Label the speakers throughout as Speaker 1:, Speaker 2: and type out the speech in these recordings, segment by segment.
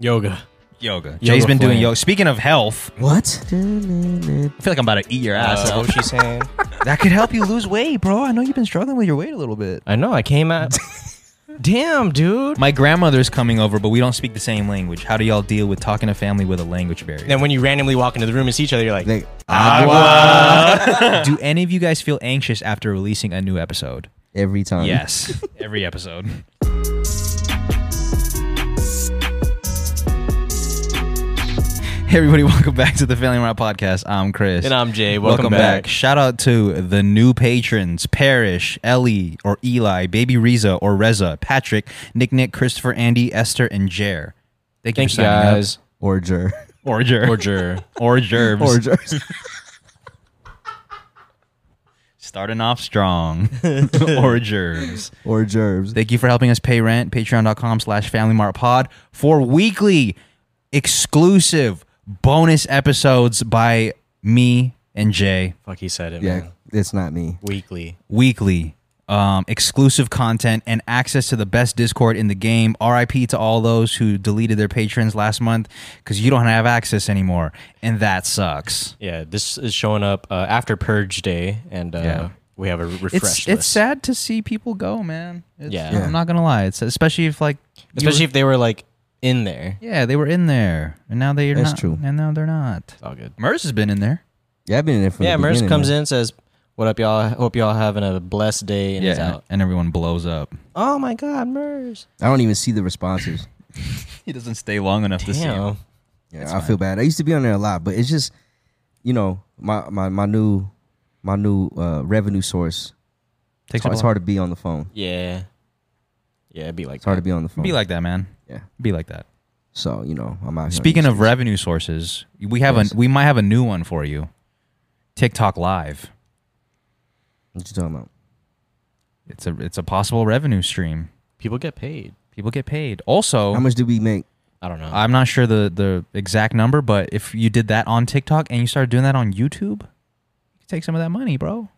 Speaker 1: Yoga.
Speaker 2: Yoga. Jay's
Speaker 1: Yoga
Speaker 2: been doing
Speaker 1: flame.
Speaker 2: yoga. Speaking of health, Uh,
Speaker 3: What?
Speaker 2: I feel like I'm about to eat your
Speaker 1: Uh,
Speaker 2: ass.
Speaker 3: That's
Speaker 2: out.
Speaker 3: what she's saying.
Speaker 2: that could help you lose weight, bro. I know you've been struggling with your weight a little bit.
Speaker 1: I know. I came out. Damn, dude.
Speaker 2: My grandmother's coming over, but we don't speak the same language. How do y'all deal with talking to family with a language barrier?
Speaker 1: Then when you randomly walk into the room and see each other, you're like,
Speaker 3: Like, agua.
Speaker 2: do any of you guys feel anxious after releasing a new episode?
Speaker 3: Every time.
Speaker 2: Yes, every episode. Hey everybody, welcome back to the Failing Route Podcast. I'm Chris.
Speaker 1: and I'm Jay. Welcome, back.
Speaker 2: Shout out to the new patrons Parrish, Ellie, or Eli, Baby Reza, or Reza, Patrick, Nick Nick, Christopher, Andy, Esther, and Jer.
Speaker 1: Thank
Speaker 2: Thank you, for
Speaker 1: you
Speaker 2: signing up.
Speaker 1: guys.
Speaker 3: Or jer.
Speaker 2: Or Jer.
Speaker 1: Or Jer.
Speaker 2: or Jerbs.
Speaker 3: Or jers.
Speaker 2: Starting off strong. or Jerbs.
Speaker 3: or jerbs.
Speaker 2: Thank you for helping us pay rent. Patreon.com slash Family Mart Pod for weekly exclusive bonus episodes by me and Jay.
Speaker 1: Fuck, he said it,
Speaker 3: Yeah,
Speaker 1: man.
Speaker 3: it's not me.
Speaker 1: Weekly.
Speaker 2: Weekly. Um, exclusive content and access to the best Discord in the game. RIP to all those who deleted their patrons last month because you don't have access anymore, and that sucks.
Speaker 1: Yeah, this is showing up uh, after Purge Day, and uh,
Speaker 2: Yeah.
Speaker 1: we have a re- refresh
Speaker 2: It's
Speaker 1: list.
Speaker 2: it's sad to see people go, man. It's-
Speaker 1: Yeah.
Speaker 2: I'm not gonna lie. It's especially if like you were-
Speaker 1: Especially if they were like in there.
Speaker 2: Yeah, they were in there, and now they're
Speaker 3: That's
Speaker 2: not.
Speaker 3: true.
Speaker 2: And now they're not.
Speaker 1: It's all good.
Speaker 2: Mers has been in there.
Speaker 3: Yeah, I've been in there from
Speaker 1: Yeah,
Speaker 3: the
Speaker 1: Merce
Speaker 3: beginning,
Speaker 1: comes
Speaker 3: man.
Speaker 1: in, says, What up, y'all? Hope y'all having a blessed day, and he's out.
Speaker 2: and everyone blows up.
Speaker 1: Oh my God, Merce.
Speaker 3: I don't even see the responses.
Speaker 2: He doesn't stay long enough to see. Him.
Speaker 1: Damn.
Speaker 3: Yeah, I feel bad. I used to be on there a lot, but it's just, you know, my my my new my new uh, revenue source. It's
Speaker 2: Takes
Speaker 3: hard, it's hard to be on the phone.
Speaker 1: Yeah. Yeah, it'd be like
Speaker 3: It's hard to
Speaker 1: that.
Speaker 3: be on the phone.
Speaker 2: Be like that, man.
Speaker 3: yeah.
Speaker 2: Be like that.
Speaker 3: So you know, I'm out. here on
Speaker 2: Speaking
Speaker 3: these
Speaker 2: of
Speaker 3: things.
Speaker 2: revenue sources, we have
Speaker 3: Yes.
Speaker 2: a we might have a new one for you. TikTok Live.
Speaker 3: what you talking about?
Speaker 2: It's a it's a possible revenue stream.
Speaker 1: People get paid.
Speaker 2: People get paid. Also,
Speaker 3: How much do we make?
Speaker 1: I don't know.
Speaker 2: I'm not sure the the exact number, but if you did that on TikTok and you started doing that on YouTube, you could take some of that money, bro.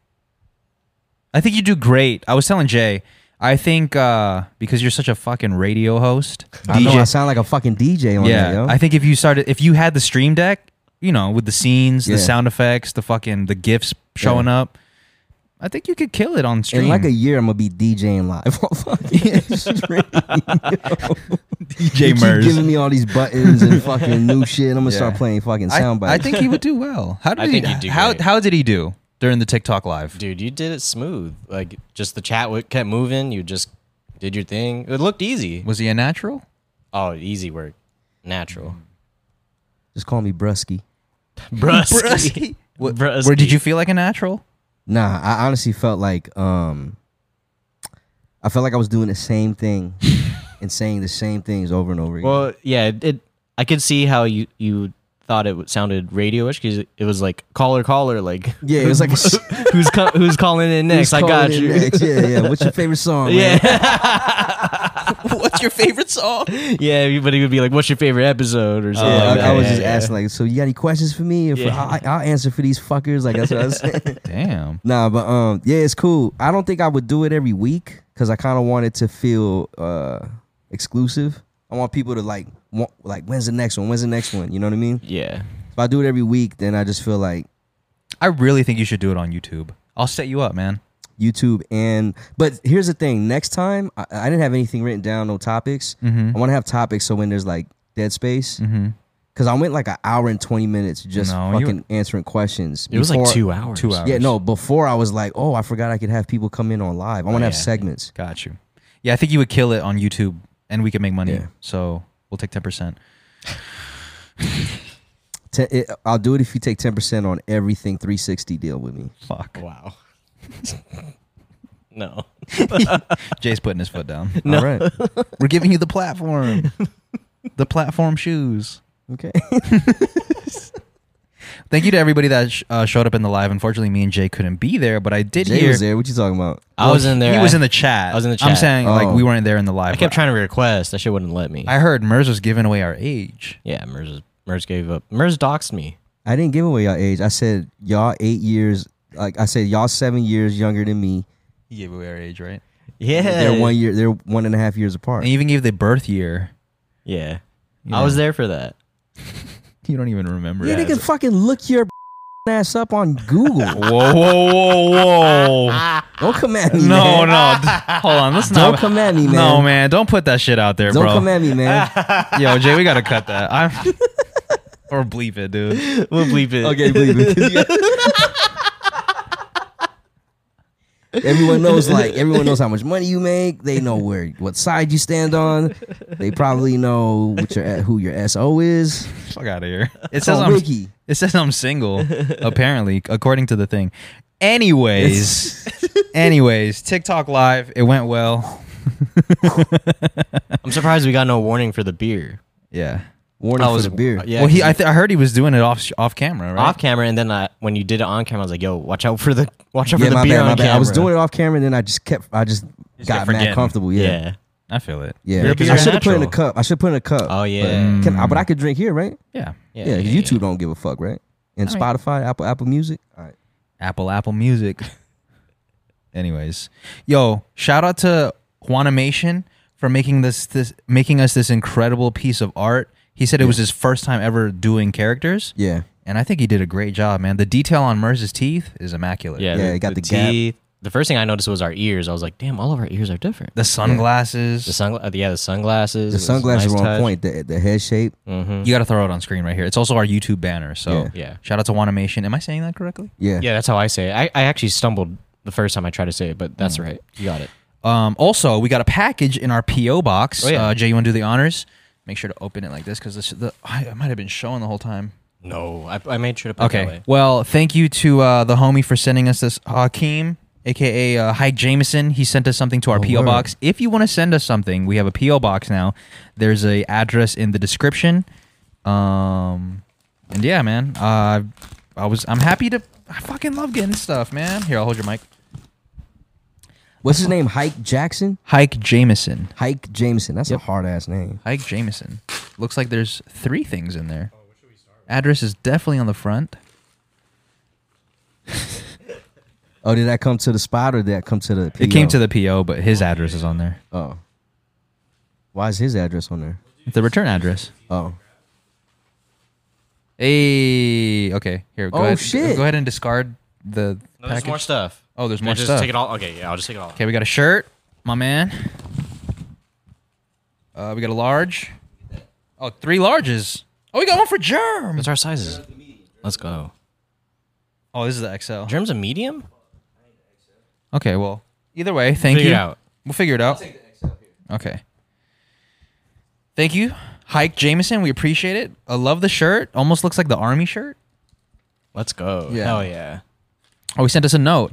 Speaker 2: I think you do great. I was telling Jay, I think uh, because you're such a fucking radio host,
Speaker 3: I know I sound like a fucking DJ on
Speaker 2: yeah,
Speaker 3: there, yo.
Speaker 2: I think if you started, if you had the Stream Deck, you know, with the scenes,
Speaker 3: Yeah.
Speaker 2: the sound effects, the fucking the gifs showing up, I think you could kill it on stream.
Speaker 3: in like a year, I'm gonna be DJing live on fucking stream.
Speaker 2: DJ
Speaker 3: You keep giving me all these buttons and fucking new shit. I'm gonna
Speaker 2: Yeah.
Speaker 3: start playing fucking
Speaker 2: I,
Speaker 3: sound bites.
Speaker 2: I think he would do well. How did
Speaker 1: I
Speaker 2: he?
Speaker 1: think he'd do
Speaker 2: how
Speaker 1: great.
Speaker 2: how did he do during the TikTok live?
Speaker 1: Dude, you did it smooth. Like, just the chat w- kept moving. You just did your thing. It looked easy.
Speaker 2: Was he a natural?
Speaker 1: Oh, easy work. Natural.
Speaker 3: just call me Brusky.
Speaker 1: Brusky.
Speaker 2: Wh-
Speaker 1: Brusky.
Speaker 2: Where did you feel like a natural?
Speaker 3: Nah, I honestly felt like um I felt like I was doing the same thing and saying the same things over and over again.
Speaker 1: Well, yeah, it, it- I could see how you you thought it w- sounded radio-ish because it was like caller caller like
Speaker 3: yeah, it was like who's
Speaker 1: who's co- who's calling in next? I got
Speaker 3: calling in
Speaker 1: you.
Speaker 3: next? Yeah, yeah. What's your favorite song? man?
Speaker 1: Yeah,
Speaker 2: What's your favorite song?
Speaker 1: yeah, but he would be like, "What's your favorite episode?" or something.
Speaker 3: Yeah,
Speaker 1: like
Speaker 3: I, Oh, I
Speaker 1: that.
Speaker 3: was
Speaker 1: Yeah,
Speaker 3: just
Speaker 1: yeah.
Speaker 3: asking like, so you got any questions for me? If
Speaker 1: Yeah.
Speaker 3: I, I'll answer for these fuckers. Like that's what I was saying.
Speaker 2: Damn.
Speaker 3: nah, but um, yeah, it's cool. I don't think I would do it every week because I kind of wanted to feel uh exclusive. I want people to like, want, like, when's the next one? When's the next one? You know what I mean?
Speaker 1: Yeah,
Speaker 3: If I do it every week, then I just feel like
Speaker 2: I really think you should do it on YouTube. I'll set you up, man.
Speaker 3: YouTube and but here's the thing next time I, I didn't have anything written down no topics
Speaker 1: Mm-hmm.
Speaker 3: I want to have topics so when there's like dead space
Speaker 2: Mm-hmm.
Speaker 3: because I went like an hour and 20 minutes just
Speaker 2: No, you-
Speaker 3: fucking answering questions
Speaker 1: it was like
Speaker 3: Before-
Speaker 1: two hours.
Speaker 2: Two hours.
Speaker 3: yeah no before I was like oh I forgot I could have people come in on live I want to have
Speaker 1: Oh, yeah.
Speaker 3: segments
Speaker 2: Got you. Yeah, I think you would kill it on YouTube, and we could make money.
Speaker 3: Yeah.
Speaker 2: So we'll take ten percent.
Speaker 3: Te- it, I'll do it if you take 10% on everything 360 deal with me
Speaker 2: Fuck.
Speaker 1: Wow. no.
Speaker 2: Jay's putting his foot down.
Speaker 3: all right
Speaker 2: We're giving you the platform. the platform shoes.
Speaker 3: okay
Speaker 2: Thank you to everybody that sh- uh, showed up in the live. Unfortunately, me and Jay couldn't be there, but I did
Speaker 3: Jay
Speaker 2: hear.
Speaker 3: was there what you talking about
Speaker 1: I was in there.
Speaker 2: He was
Speaker 1: I-
Speaker 2: in the chat.
Speaker 1: I was in the
Speaker 2: I'm
Speaker 1: chat.
Speaker 2: saying
Speaker 3: Oh.
Speaker 2: like we weren't there in the live.
Speaker 1: I kept trying to request. That shit wouldn't let me.
Speaker 2: I heard Mers was giving away our age.
Speaker 1: yeah, Merz, Merz gave up. Merz doxed me.
Speaker 3: I didn't give away y'all age I said y'all eight years like I said y'all seven years younger than me
Speaker 2: He gave away our age, right?
Speaker 1: Yeah.
Speaker 3: They're one year. They're one and a half years apart.
Speaker 2: And he even gave the birth year.
Speaker 1: Yeah. I was there for that.
Speaker 2: You don't even remember.
Speaker 3: Yeah,
Speaker 2: it.
Speaker 3: they can fucking look your ass up on Google.
Speaker 2: whoa, whoa, whoa, whoa!
Speaker 3: Don't come at me.
Speaker 2: no,
Speaker 3: man.
Speaker 2: no. d- Hold on. Let's
Speaker 3: Don't
Speaker 2: not.
Speaker 3: come at me, man.
Speaker 2: No, man. Don't put that shit out there,
Speaker 3: Don't
Speaker 2: bro.
Speaker 3: come at me, man.
Speaker 2: Yo, Jay, we gotta cut that. I'm or bleep it, dude.
Speaker 1: We'll bleep it.
Speaker 3: okay, believe it. everyone knows, like everyone knows how much money you make. They know where what side you stand on. They probably know what your who your SO is.
Speaker 2: Fuck out of here. It
Speaker 3: It's
Speaker 2: says
Speaker 3: on
Speaker 2: I'm.
Speaker 3: Wiki.
Speaker 2: It says I'm single. apparently, according to the thing. Anyways, anyways, TikTok live. It went well.
Speaker 1: I'm surprised we got no warning for the beer.
Speaker 2: Yeah.
Speaker 3: Warning
Speaker 1: I was
Speaker 3: for the beer.
Speaker 1: Yeah,
Speaker 2: well, he.
Speaker 1: 'cause
Speaker 2: I, th- I heard he was doing it off off camera, right?
Speaker 1: off camera, and then I, when you did it on camera, I was like, "Yo, watch out for the watch out
Speaker 3: Yeah,
Speaker 1: for the
Speaker 3: my
Speaker 1: beer
Speaker 3: bad,
Speaker 1: on
Speaker 3: my bad.
Speaker 1: camera."
Speaker 3: I was doing it off camera, and then I just kept. I just got
Speaker 2: kept
Speaker 3: mad
Speaker 2: forgetting.
Speaker 3: comfortable.
Speaker 1: yeah.
Speaker 3: Yeah,
Speaker 2: I feel it.
Speaker 3: yeah.
Speaker 1: Beer
Speaker 3: I
Speaker 1: beer's
Speaker 3: should have put it in a
Speaker 1: natural.
Speaker 3: cup. I should put it in a cup.
Speaker 1: Oh yeah,
Speaker 3: But, can, I- but I could drink here, right?
Speaker 2: Yeah.
Speaker 1: yeah,
Speaker 3: Yeah, 'cause
Speaker 1: yeah,
Speaker 3: you
Speaker 1: yeah.
Speaker 3: two don't give a fuck, right? And
Speaker 2: All right.
Speaker 3: Spotify, Apple, Apple Music. All right.
Speaker 2: Apple Apple Music. Anyways, yo, shout out to Juanimation for making this this making us this incredible piece of art. He said it was his first time ever doing characters,
Speaker 3: Yeah.
Speaker 2: and I think he did a great job, man. The detail on Merz's teeth is immaculate.
Speaker 1: Yeah,
Speaker 3: Yeah,
Speaker 1: the,
Speaker 3: it got
Speaker 1: the
Speaker 3: the gap.
Speaker 1: teeth. The first thing I noticed was our ears. I was like, "Damn, all of our ears are different."
Speaker 2: The sunglasses.
Speaker 1: The sungla- uh, yeah, the sunglasses.
Speaker 3: The sunglasses were on point. The, the head shape.
Speaker 1: Mm-hmm.
Speaker 2: you got to throw it on screen right here. It's also our YouTube banner. So
Speaker 3: Yeah.
Speaker 1: Yeah,
Speaker 2: shout out to Juanimation. Am I saying that correctly?
Speaker 3: Yeah.
Speaker 1: yeah, that's how I say it. I, I actually stumbled the first time I tried to say it, but
Speaker 3: Hmm.
Speaker 1: that's right. You got it.
Speaker 2: Um, also, we got a package in our PO box.
Speaker 1: Oh, yeah.
Speaker 2: uh, Jay, you want to do the honors? Make sure to open it like this because the I, I might have been showing the whole time.
Speaker 1: No, I, I made sure to put it that
Speaker 2: Okay.
Speaker 1: way.
Speaker 2: Well, thank you to uh, the homie for sending us this Hakeem, aka uh, Hike Jameson. He sent us something to our PO
Speaker 3: word.
Speaker 2: box. If you want to send us something, we have a PO box now. There's a address in the description. Um, and yeah, man. Uh, I was I'm happy to. I fucking love getting stuff, man. Here, I'll hold your mic.
Speaker 3: What's his name? Hike Jackson?
Speaker 2: Hike Jameson.
Speaker 3: Hike Jameson. That's a hard ass name.
Speaker 2: Hike Jameson. Looks like there's three things in there. Address is definitely on the front.
Speaker 3: Oh, did that come to the spot or did that come to the
Speaker 2: It came to the PO, but his address is on there.
Speaker 3: Oh. Why is his address on there?
Speaker 2: The return address.
Speaker 3: Oh.
Speaker 2: Hey, okay. Here, go
Speaker 3: Oh,
Speaker 2: ahead.
Speaker 3: shit.
Speaker 2: Go ahead and discard the
Speaker 1: there's
Speaker 2: package.
Speaker 1: more stuff.
Speaker 2: Oh, there's
Speaker 1: Can I
Speaker 2: more
Speaker 1: just
Speaker 2: stuff.
Speaker 1: Take it all. Okay, yeah, I'll just take it all.
Speaker 2: Okay, we got a shirt, my man. Uh, we got a large. Oh, three larges. Oh, we got one for Germ.
Speaker 1: What's our sizes? Let's go.
Speaker 2: Oh, this is the XL.
Speaker 1: Germ's a medium.
Speaker 2: Okay, well, either way, thank
Speaker 1: Figure
Speaker 2: you.
Speaker 1: it out.
Speaker 2: We'll figure it out. Okay. Thank you, Hike Jameson. We appreciate it. I love the shirt. Almost looks like the army shirt.
Speaker 1: Let's go.
Speaker 3: Yeah.
Speaker 1: Hell yeah.
Speaker 2: Oh, he sent us a note.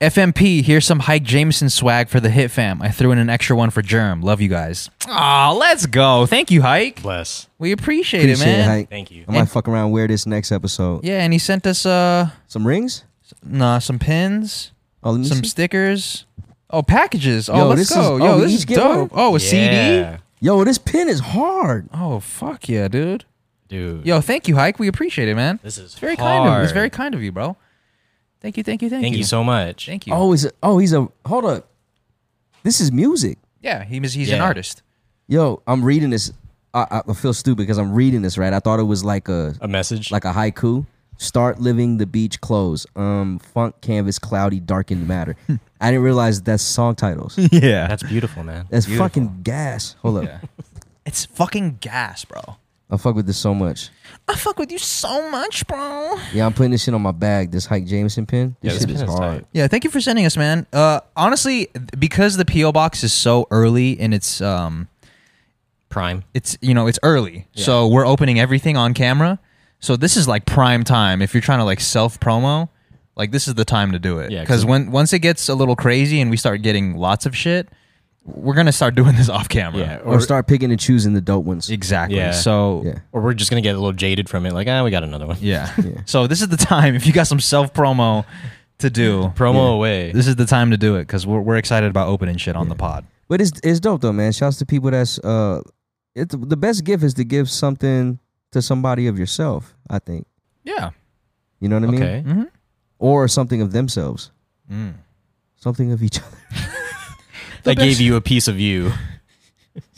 Speaker 2: FMP, here's some Hike Jameson swag for the Hit Fam. I threw in an extra one for Germ. Love you guys. Aw, let's go. Thank you, Hike.
Speaker 1: Bless.
Speaker 2: We appreciate, it,
Speaker 3: Appreciate it,
Speaker 2: man.
Speaker 3: Hike.
Speaker 1: Thank you.
Speaker 3: I might fuck around and wear this next episode.
Speaker 2: Yeah, and he sent us uh
Speaker 3: Some rings?
Speaker 2: nah, some pins,
Speaker 3: Oh, let me
Speaker 2: some
Speaker 3: see.
Speaker 2: stickers. Oh, packages. Oh,
Speaker 3: Yo,
Speaker 2: let's
Speaker 3: this is-
Speaker 2: go.
Speaker 3: oh,
Speaker 2: Yo,
Speaker 3: we
Speaker 2: this
Speaker 3: each
Speaker 2: is
Speaker 3: get one?
Speaker 2: dope. Oh, a CD?
Speaker 1: Yeah,
Speaker 3: Yo, this pin is hard.
Speaker 2: Oh, fuck yeah, dude.
Speaker 1: dude.
Speaker 2: Yo, thank you, Hike. We appreciate it, man.
Speaker 1: This is
Speaker 2: It's very kind of you. It's
Speaker 1: hard.
Speaker 2: very kind of you, bro. Thank you, thank you, thank,
Speaker 1: Thank you so much.
Speaker 2: Thank you.
Speaker 3: Oh, is it, oh, he's a hold up. This is music.
Speaker 2: yeah, he was, he's an
Speaker 1: Yeah.
Speaker 2: artist.
Speaker 3: Yo, I'm reading this. I, I feel stupid because I'm reading this, right? I thought it was like a
Speaker 1: A message.
Speaker 3: like a haiku. Start living the beach clothes. Um, funk canvas, cloudy, darkened matter.
Speaker 1: Hmm.
Speaker 3: I didn't realize that's song titles.
Speaker 2: Yeah.
Speaker 1: That's beautiful, man.
Speaker 3: That's fucking gas. Hold up,
Speaker 2: Yeah. It's fucking gas, bro.
Speaker 3: I fuck with this so much.
Speaker 2: I fuck with you so much, bro.
Speaker 3: Yeah, I'm putting this shit on my bag. This Hike Jameson pin.
Speaker 1: Yeah,
Speaker 3: This
Speaker 1: this
Speaker 3: shit
Speaker 1: pin
Speaker 3: is
Speaker 1: is
Speaker 3: hard.
Speaker 1: tight.
Speaker 2: Yeah, thank you for sending us, man. Uh, honestly, th- because the PO box is so early in its um,
Speaker 1: Prime.
Speaker 2: it's you know it's early, so we're opening everything on camera. So this is like prime time if you're trying to like self promo. Like this is the time to do it.
Speaker 1: Yeah, 'cause-
Speaker 2: because when once it gets a little crazy and we start getting lots of shit, we're gonna start doing this off camera.
Speaker 1: Yeah.
Speaker 3: Or, start picking and choosing the dope ones.
Speaker 2: exactly.
Speaker 1: Yeah.
Speaker 2: So
Speaker 3: Yeah.
Speaker 1: Or we're just gonna get a little jaded from it. Like, ah, we got another one.
Speaker 2: Yeah. So this is the time if you got some self promo to do.
Speaker 1: Promo away.
Speaker 2: This is the time to do it because we're, we're excited about opening shit on the pod.
Speaker 3: But it's it's dope though, man. Shouts to people that's uh, it's the best gift is to give something to somebody of yourself. I think
Speaker 2: Yeah.
Speaker 3: you know what I mean,
Speaker 1: okay.
Speaker 2: Mm-hmm.
Speaker 3: or something of themselves,
Speaker 2: Mm.
Speaker 3: something of each other.
Speaker 1: I
Speaker 2: best-
Speaker 1: gave you a piece of you.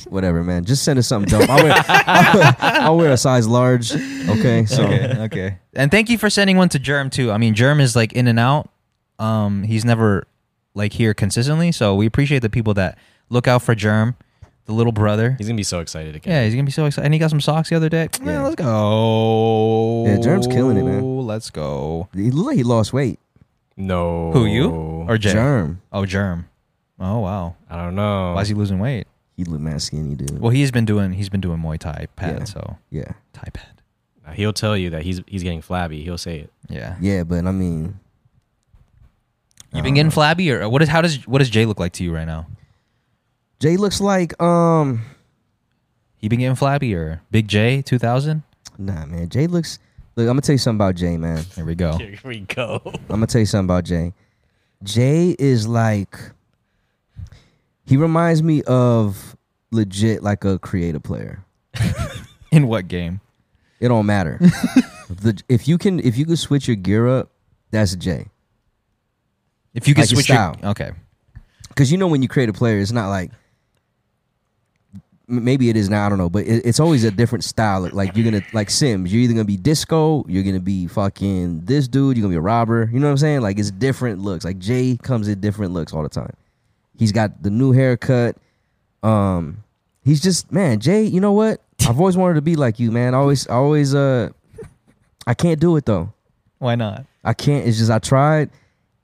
Speaker 3: Whatever, man. Just send us something dumb. I'll wear, I'll wear, I'll wear a size large. Okay, so
Speaker 2: okay, okay. And thank you for sending one to Germ too. I mean, Germ is like in and out. Um, he's never like here consistently, so we appreciate the people that look out for Germ, the little brother.
Speaker 1: He's gonna be so excited again.
Speaker 2: yeah, he's gonna be so excited. And he got some socks the other day. Man,
Speaker 3: Yeah.
Speaker 2: let's go.
Speaker 3: Yeah, Germ's killing it, man.
Speaker 2: Let's go.
Speaker 3: he looked like he lost weight.
Speaker 1: No.
Speaker 2: Who you or Jay?
Speaker 3: Germ.
Speaker 2: Oh, Germ. Oh wow.
Speaker 1: I don't know.
Speaker 2: Why is he losing weight?
Speaker 3: He looked mad skinny, dude.
Speaker 2: Well, he's been doing he's been doing Muay Thai pad,
Speaker 3: Yeah.
Speaker 2: so
Speaker 3: Yeah,
Speaker 2: Thai pad.
Speaker 1: he- will tell you that he's he's getting flabby. He'll say it.
Speaker 2: Yeah.
Speaker 3: yeah, but I mean,
Speaker 2: You've been
Speaker 3: Um,
Speaker 2: getting flabby, or what is how does what does Jay look like to you right now?
Speaker 3: Jay looks like um,
Speaker 2: He been getting flabby, or Big J two thousand?
Speaker 3: nah, man. Jay looks. Look, I'm gonna tell you something about Jay, man.
Speaker 2: There we go.
Speaker 1: Here we go.
Speaker 3: I'm gonna tell you something about Jay. Jay is like he reminds me of legit like a creative player.
Speaker 2: In what game?
Speaker 3: It don't matter. the, if you can if you can switch your gear up, that's Jay.
Speaker 2: If you could
Speaker 3: Like your
Speaker 2: switch your,
Speaker 3: style.
Speaker 2: okay,
Speaker 3: Because you know when you create a player, it's not like m- maybe it is now. I don't know, but it, it's always a different style. Like you're gonna like Sims. You're either gonna be disco. You're gonna be fucking this dude. You're gonna be a robber. You know what I'm saying? Like it's different looks. Like Jay comes in different looks all the time. He's got the new haircut. Um, he's just man, Jay. You know what? I've always wanted to be like you, man. I always, I always, uh, I can't do it though.
Speaker 2: why not?
Speaker 3: I can't. It's just I tried,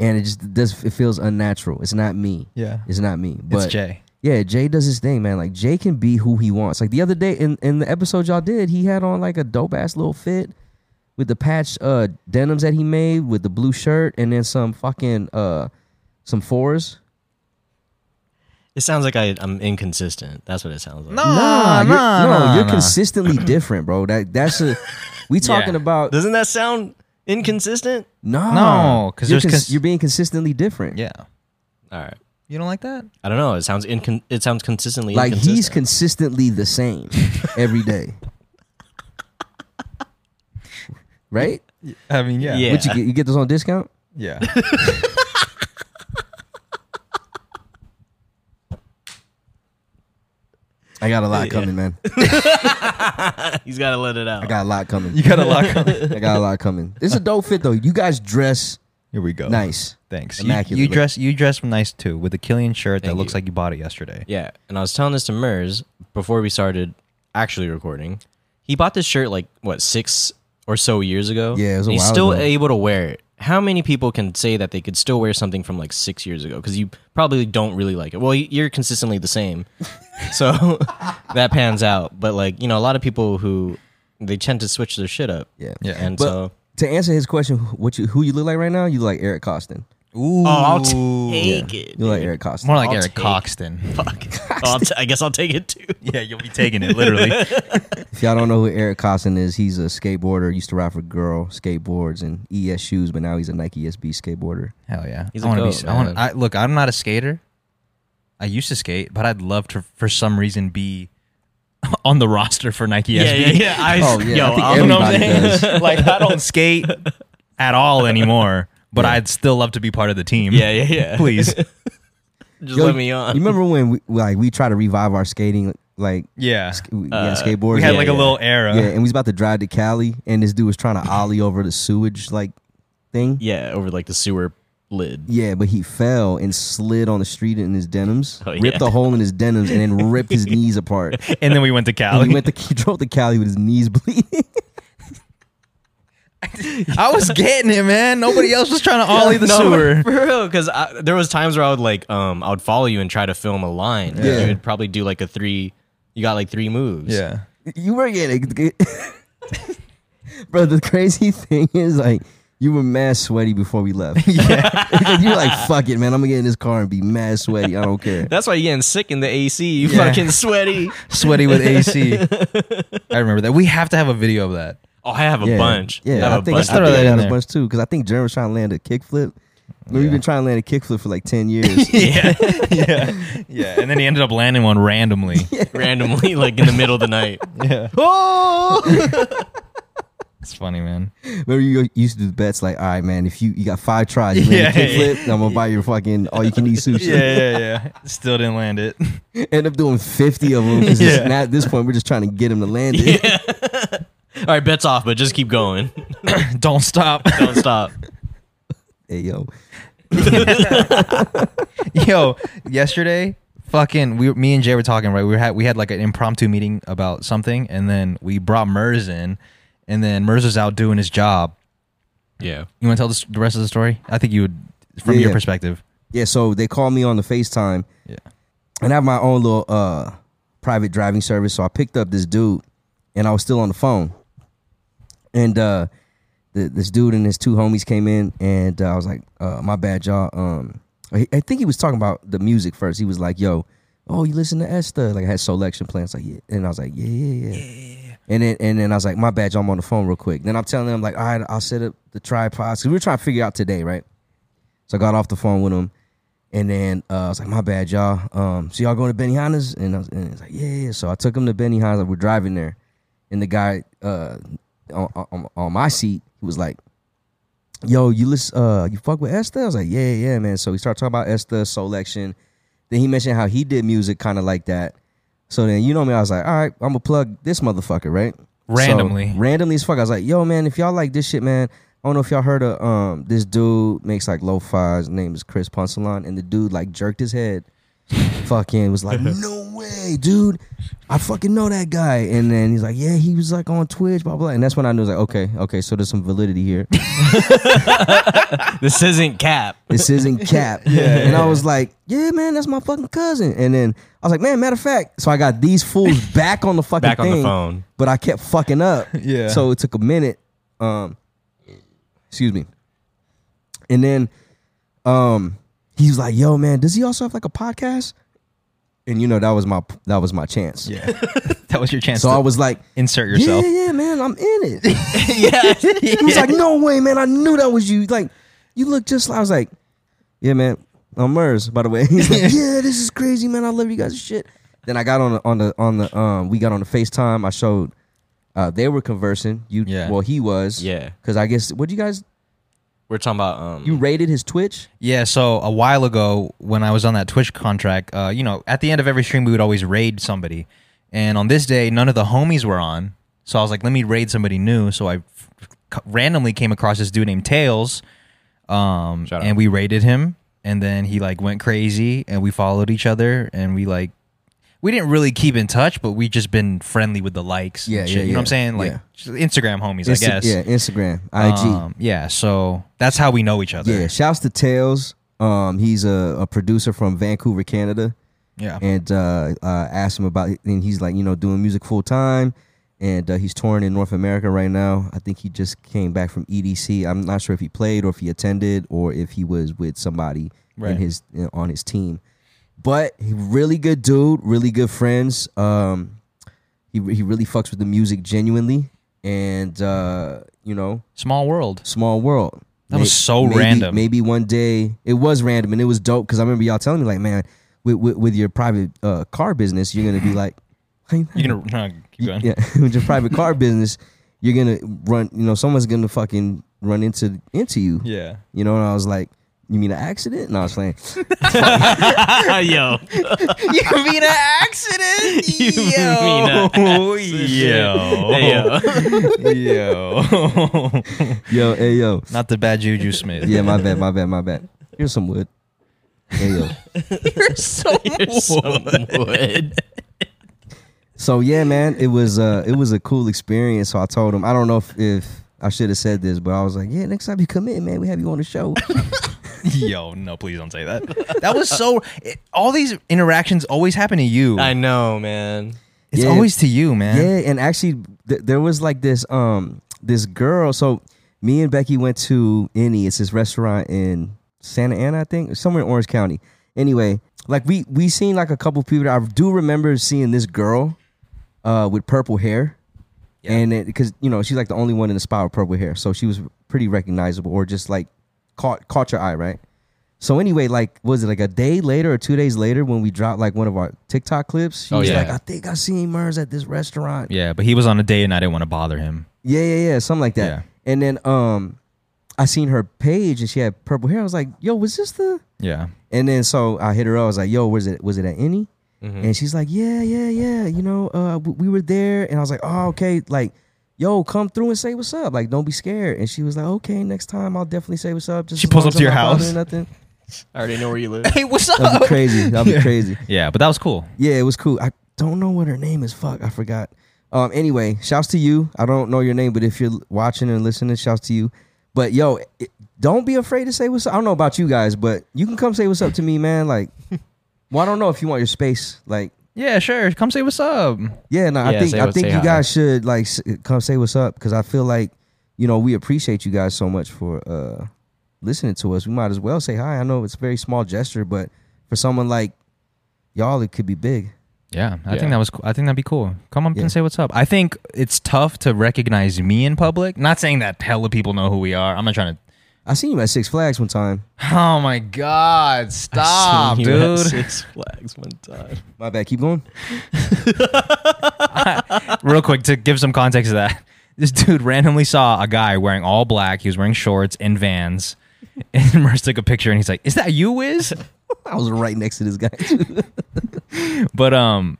Speaker 3: and it just does. It feels unnatural. It's not me.
Speaker 2: Yeah,
Speaker 3: It's not me.
Speaker 2: it's
Speaker 3: But
Speaker 2: Jay.
Speaker 3: yeah, Jay does his thing, man. Like Jay can be who he wants. Like the other day in, in the episode y'all did, he had on like a dope ass little fit with the patch uh denims that he made with the blue shirt and then some fucking uh some fours.
Speaker 1: It sounds like I, I'm inconsistent. That's what it sounds like.
Speaker 3: you're, no, you're consistently different, bro. That that's a we talking
Speaker 2: Yeah.
Speaker 3: about
Speaker 1: Doesn't that sound inconsistent?
Speaker 3: nah.
Speaker 2: No, 'cause
Speaker 3: you're,
Speaker 2: there's cons-
Speaker 3: you're being consistently different.
Speaker 2: Yeah,
Speaker 1: All right.
Speaker 2: you don't like that?
Speaker 1: I don't know. It sounds incon- It sounds consistently
Speaker 3: like
Speaker 1: inconsistent.
Speaker 3: he's consistently the same every day. right?
Speaker 2: I mean, yeah,
Speaker 1: Yeah.
Speaker 3: What you get? You get this on discount?
Speaker 2: yeah.
Speaker 3: I got a lot coming, man.
Speaker 1: he's got to let it out.
Speaker 3: I got a lot coming.
Speaker 2: you got a lock on.
Speaker 3: I got a lot coming. It's a dope fit though. You guys dress
Speaker 2: Here we go.
Speaker 3: nice.
Speaker 2: Thanks. You,
Speaker 3: Immaculate.
Speaker 2: you dress you dress nice too with the Killian shirt that
Speaker 1: Thank
Speaker 2: looks
Speaker 1: you.
Speaker 2: like you bought it yesterday.
Speaker 1: Yeah, and I was telling this to Murs before we started actually recording. He bought this shirt like what six or so years ago.
Speaker 3: Yeah, it was a
Speaker 1: And He's
Speaker 3: while
Speaker 1: still
Speaker 3: ago.
Speaker 1: able to wear it. How many people can say that they could still wear something from like six years ago? Because you probably don't really like it. Well, y- you're consistently the same, so that pans out. But like you know, a lot of people who they tend to switch their shit up.
Speaker 3: Yeah.
Speaker 2: Yeah.
Speaker 1: and
Speaker 3: But
Speaker 1: so
Speaker 3: to answer his question, wh- what you who you look like right now? You look like Eric Costin. Oh,
Speaker 2: Ooh,
Speaker 1: it.
Speaker 3: You look like Eric Costin.
Speaker 2: more like
Speaker 1: I'll take-
Speaker 2: Eric Coxton.
Speaker 1: I'll t- I guess I'll take it too.
Speaker 2: yeah, you'll be taking it literally.
Speaker 3: if y'all don't know who Eric Costin is, he's a skateboarder. Used to ride for Girl skateboards and ES shoes, but now he's a Nike SB skateboarder.
Speaker 2: Hell yeah.
Speaker 1: He's
Speaker 2: I
Speaker 1: a
Speaker 2: want to be.
Speaker 1: goat,
Speaker 2: I want.
Speaker 1: man.
Speaker 2: I look. I'm not a skater. I used to skate, but I'd love to, for some reason, be on the roster for Nike SB.
Speaker 1: I,
Speaker 3: Oh, yeah, I think
Speaker 1: don't know what
Speaker 3: everybody does.
Speaker 2: like I don't skate at all anymore, but I'd still love to be part of the team.
Speaker 1: Yeah, yeah, yeah.
Speaker 2: please.
Speaker 1: Just
Speaker 3: Yo,
Speaker 1: let me
Speaker 2: uh,
Speaker 1: on.
Speaker 3: You remember when we like we tried to revive our skating like
Speaker 2: Yeah,
Speaker 3: we
Speaker 1: Uh,
Speaker 3: got skateboards?
Speaker 2: we had
Speaker 1: yeah,
Speaker 2: like a
Speaker 1: yeah.
Speaker 2: little uh, era.
Speaker 3: yeah, and we was about to drive to Cali, and this dude was trying to ollie over the sewage like thing.
Speaker 1: Yeah, over like the sewer lid.
Speaker 3: Yeah, but he fell and slid on the street in his denims,
Speaker 1: Oh,
Speaker 3: ripped
Speaker 1: yeah.
Speaker 3: a hole in his denims, and then ripped his knees apart.
Speaker 2: And then we went to
Speaker 3: And
Speaker 2: Cali.
Speaker 3: he went to he drove to Cali with his knees bleeding.
Speaker 2: I was getting it, man. Nobody else was trying to ollie the
Speaker 1: No,
Speaker 2: sewer.
Speaker 1: for real. Because there was times where I would like, um, I would follow you and try to film a line.
Speaker 3: Yeah.
Speaker 1: Yeah, you would probably do like a three. You got like three moves.
Speaker 3: you were getting it, bro. The crazy thing is like. You were mad sweaty before we left. Yeah. you were like, fuck it, man. I'm gonna get in this car and be mad sweaty. I don't care.
Speaker 1: that's why you're getting sick in the AC. You
Speaker 2: Yeah.
Speaker 1: fucking sweaty.
Speaker 2: sweaty with AC. I remember that. We have to have a video of that.
Speaker 1: Oh, I have a
Speaker 3: yeah.
Speaker 1: bunch. I have
Speaker 3: Yeah, I,
Speaker 1: a
Speaker 3: think
Speaker 1: bunch.
Speaker 3: I,
Speaker 2: throw
Speaker 3: think
Speaker 2: that
Speaker 3: I
Speaker 2: in
Speaker 3: got
Speaker 2: there.
Speaker 3: a bunch too. Because I think Jerem's trying to land a kickflip. We've been trying to land a kickflip for like 10 years.
Speaker 2: Yeah, yeah, yeah. And then he ended up landing one randomly. Oh!
Speaker 1: randomly, like in the middle of the night.
Speaker 2: Yeah.
Speaker 1: Oh,
Speaker 2: It's funny, man.
Speaker 3: Remember you used to do bets like, all right, man, if you you got five tries, you
Speaker 2: Yeah,
Speaker 3: make a kickflip, I'm gonna buy your fucking all you can eat sushi.
Speaker 2: yeah, yeah. Still didn't land it.
Speaker 3: End up doing fifty of them because
Speaker 2: Yeah.
Speaker 3: at this point we're just trying to get him to land it.
Speaker 1: All right, bets off, but just keep going.
Speaker 2: Don't stop.
Speaker 1: Don't stop.
Speaker 3: Hey yo,
Speaker 2: Yo, yesterday, fucking, we, me and Jay were talking, right? We had we had like an impromptu meeting about something, and then we brought Murs in, and then Murs was out doing his job.
Speaker 1: Yeah.
Speaker 2: You want to tell the s- the rest of the story? I think you would, from
Speaker 3: Yeah,
Speaker 2: your
Speaker 3: yeah.
Speaker 2: perspective.
Speaker 3: yeah. So they called me on the Facetime.
Speaker 2: Yeah.
Speaker 3: and I have my own little uh private driving service. So I picked up this dude and I was still on the phone. And uh the, this dude and his two homies came in and uh, I was like, uh, my bad, y'all. Um I, I think he was talking about the music first. He was like, yo, oh, you listen to Esther. Like I had selection plans. Like, yeah. And I was like, yeah, yeah, yeah. And then and then I was like, my bad, y'all, I'm on the phone real quick. Then I'm telling him, like, all right, I'll set up the tripods. Cause we were trying to figure out today, right? So I got off the phone with him. And then uh, I was like, my bad, y'all. Um, so y'all going to Benihana's? And I was, and he was like, yeah, yeah. So I took him to Benihana's. Like, we're driving there. And the guy uh, on, on, on my seat, he was like, yo, you listen, uh, you fuck with Esther? I was like, yeah, yeah, man. So we started talking about Esther, Solection. Then he mentioned how he did music kind of like that. So then, you know me, I was like, all right, I'm going to plug this motherfucker, right?
Speaker 2: Randomly.
Speaker 3: So, randomly as fuck. I was like, yo, man, if y'all like this shit, man, I don't know if y'all heard of um this dude makes like lo-fi. His name is Chris Poncelon, and the dude like jerked his head. fucking was like, no way, dude. I fucking know that guy. And then he's like, yeah, he was like on Twitch, blah blah. And that's when I knew, I was like, okay, okay, so there's some validity here.
Speaker 1: This isn't cap.
Speaker 3: This isn't cap. and I was like, yeah, man, that's my fucking cousin. And then I was like, man, matter of fact, so I got these fools back on the fucking
Speaker 1: Back on the
Speaker 3: thing,
Speaker 1: phone.
Speaker 3: but I kept fucking up.
Speaker 2: Yeah.
Speaker 3: So it took a minute. Um, excuse me. And then, um, he was like, yo, man, does he also have like a podcast? And you know that was my that was my chance.
Speaker 2: Yeah. that was your chance
Speaker 3: So
Speaker 2: to
Speaker 3: I was like,
Speaker 2: insert
Speaker 3: yeah,
Speaker 2: yourself.
Speaker 3: yeah, man, I'm in it.
Speaker 1: yeah.
Speaker 3: He was like, "No way, man! I knew that was you. Like, you look just." like I was like, "Yeah, man, I'm Murs, by the way." He's like, "Yeah, this is crazy, man. I love you guys' shit." Then I got on the on the on the um we got on the Facetime. I showed uh they were conversing. You
Speaker 2: Yeah.
Speaker 3: well he was
Speaker 1: Yeah.
Speaker 3: because I guess what you guys
Speaker 1: We're talking about um
Speaker 3: you rated his Twitch
Speaker 2: Yeah, so a while ago when I was on that Twitch contract, uh, you know, at the end of every stream we would always raid somebody. And on this day, none of the homies were on. So I was like, let me raid somebody new. So I f- randomly came across this dude named Tails. Um
Speaker 1: Shout out.
Speaker 2: and we raided him and then he like went crazy and we followed each other and we like we didn't really keep in touch, but we just been friendly with the likes. and
Speaker 3: Yeah,
Speaker 2: shit,
Speaker 3: yeah,
Speaker 2: you know what
Speaker 3: yeah,
Speaker 2: I'm saying? Like
Speaker 3: yeah.
Speaker 2: just Instagram homies,
Speaker 3: Insta-
Speaker 2: I guess.
Speaker 3: yeah Instagram IG
Speaker 2: Um, yeah, so that's how we know each other.
Speaker 3: yeah shouts to Tails um he's a, a producer from Vancouver Canada
Speaker 2: yeah.
Speaker 3: and uh, uh, asked him about and he's like you know doing music full time and uh, he's touring in north america right now i think he just came back from edc i'm not sure if he played or if he attended or if he was with somebody
Speaker 2: Right.
Speaker 3: in his in- on his team but he really good dude really good friends um, he, he really fucks with the music genuinely and uh, you know
Speaker 2: Small world.
Speaker 3: small world.
Speaker 2: That was
Speaker 3: May-
Speaker 2: so
Speaker 3: maybe-
Speaker 2: random.
Speaker 3: Maybe one day it was random and it was dope because I remember y'all telling me like, man, with, with, with your private uh, car business, you're gonna be like,
Speaker 2: Mm-hmm. You're gonna no, keep going.
Speaker 3: yeah, with your private car business, you're gonna run. You know, someone's gonna fucking run into into you.
Speaker 2: Yeah.
Speaker 3: You know, and I was like. You mean an accident? No, I was playing.
Speaker 1: yo.
Speaker 2: you mean an accident?
Speaker 1: You mean a
Speaker 2: Yo.
Speaker 1: Hey, yo.
Speaker 2: Yo.
Speaker 3: Yo, hey yo,
Speaker 2: Not the bad Juju Smith.
Speaker 3: yeah, my bad, my bad, my bad. Here's some wood. Hey yo.
Speaker 2: You're so
Speaker 1: You're so wood.
Speaker 3: So yeah, man, it was uh it was a cool experience. So I told him I don't know if, if I should have said this, but I was like, yeah, next time you come in, man, we have you on the show.
Speaker 2: Yo, no, please don't say that. That was so. It, all these interactions always happen to you.
Speaker 1: I know, man.
Speaker 2: it's
Speaker 3: Yeah.
Speaker 2: always to you,
Speaker 3: yeah,
Speaker 2: man.
Speaker 3: and actually th- there was like this um this girl. So me and Becky went to Any. It's this restaurant in Santa Ana, I think, somewhere in Orange County. Anyway, like we we seen like a couple people. I do remember seeing this girl uh with purple hair.
Speaker 2: Yeah.
Speaker 3: And because you know she's like the only one in the spot with purple hair, so she was pretty recognizable, or just like caught caught your eye, right? So anyway, like was it like a day later or two days later when we dropped like one of our TikTok clips? She
Speaker 2: Oh,
Speaker 3: was
Speaker 2: yeah.
Speaker 3: like, I think I seen Murs at this restaurant.
Speaker 2: Yeah, but he was on a day and I didn't want to bother him.
Speaker 3: Yeah, yeah, yeah, something like that.
Speaker 2: Yeah.
Speaker 3: And then um, I seen her page and she had purple hair. I was like, "Yo, was this the?"
Speaker 2: Yeah.
Speaker 3: And then so I hit her up. I was like, "Yo, was it was it at any?"
Speaker 2: Mm-hmm.
Speaker 3: And she's like, "Yeah, yeah, yeah. You know, uh, we, we were there." And I was like, "Oh, okay. Like, yo, come through and say what's up. Like, don't be scared." And she was like, "Okay, next time I'll definitely say what's up." Just
Speaker 2: She
Speaker 3: as
Speaker 2: pulls
Speaker 3: long
Speaker 2: up
Speaker 3: as
Speaker 2: to your
Speaker 3: I'm not
Speaker 2: house.
Speaker 3: bothering Nothing.
Speaker 1: I already know where you live.
Speaker 2: Hey, what's
Speaker 3: That'd be crazy. That'd be crazy.
Speaker 2: Yeah, but that was cool.
Speaker 3: Yeah, it was cool. I don't know what her name is. Fuck, I forgot. Um, anyway, shouts to you. I don't know your name, but if you're watching and listening, shouts to you. But yo, it, don't be afraid to say what's up. I don't know about you guys, but you can come say what's up to me, man. Like, well, I don't know if you want your space. Like,
Speaker 2: Yeah, sure. Come say what's up.
Speaker 3: yeah, no, I
Speaker 1: Yeah,
Speaker 3: think
Speaker 1: say
Speaker 3: I
Speaker 1: what-
Speaker 3: think
Speaker 1: say
Speaker 3: you
Speaker 1: hi.
Speaker 3: guys should like s- come say what's up because I feel like you know we appreciate you guys so much for uh listening to us. We might as well say hi. I know it's a very small gesture, but for someone like y'all, it could be big.
Speaker 2: Yeah, I
Speaker 1: Yeah.
Speaker 2: think that was. Cool. I think that'd be cool. Come up
Speaker 3: Yeah.
Speaker 2: and say what's up. I think it's tough to recognize me in public. Not saying that hella people know who we are. I'm not trying to.
Speaker 3: I seen you at Six Flags one time.
Speaker 2: Oh my god! Stop,
Speaker 1: Seen you at
Speaker 2: dude.
Speaker 1: Six Flags one time.
Speaker 3: My bad. Keep going.
Speaker 2: Real quick to give some context to that, this dude randomly saw a guy wearing all black. He was wearing shorts and Vans. And Merce took a picture, and he's like, "Is that you, Wiz?"
Speaker 3: I was right next to this guy. too.
Speaker 2: But um,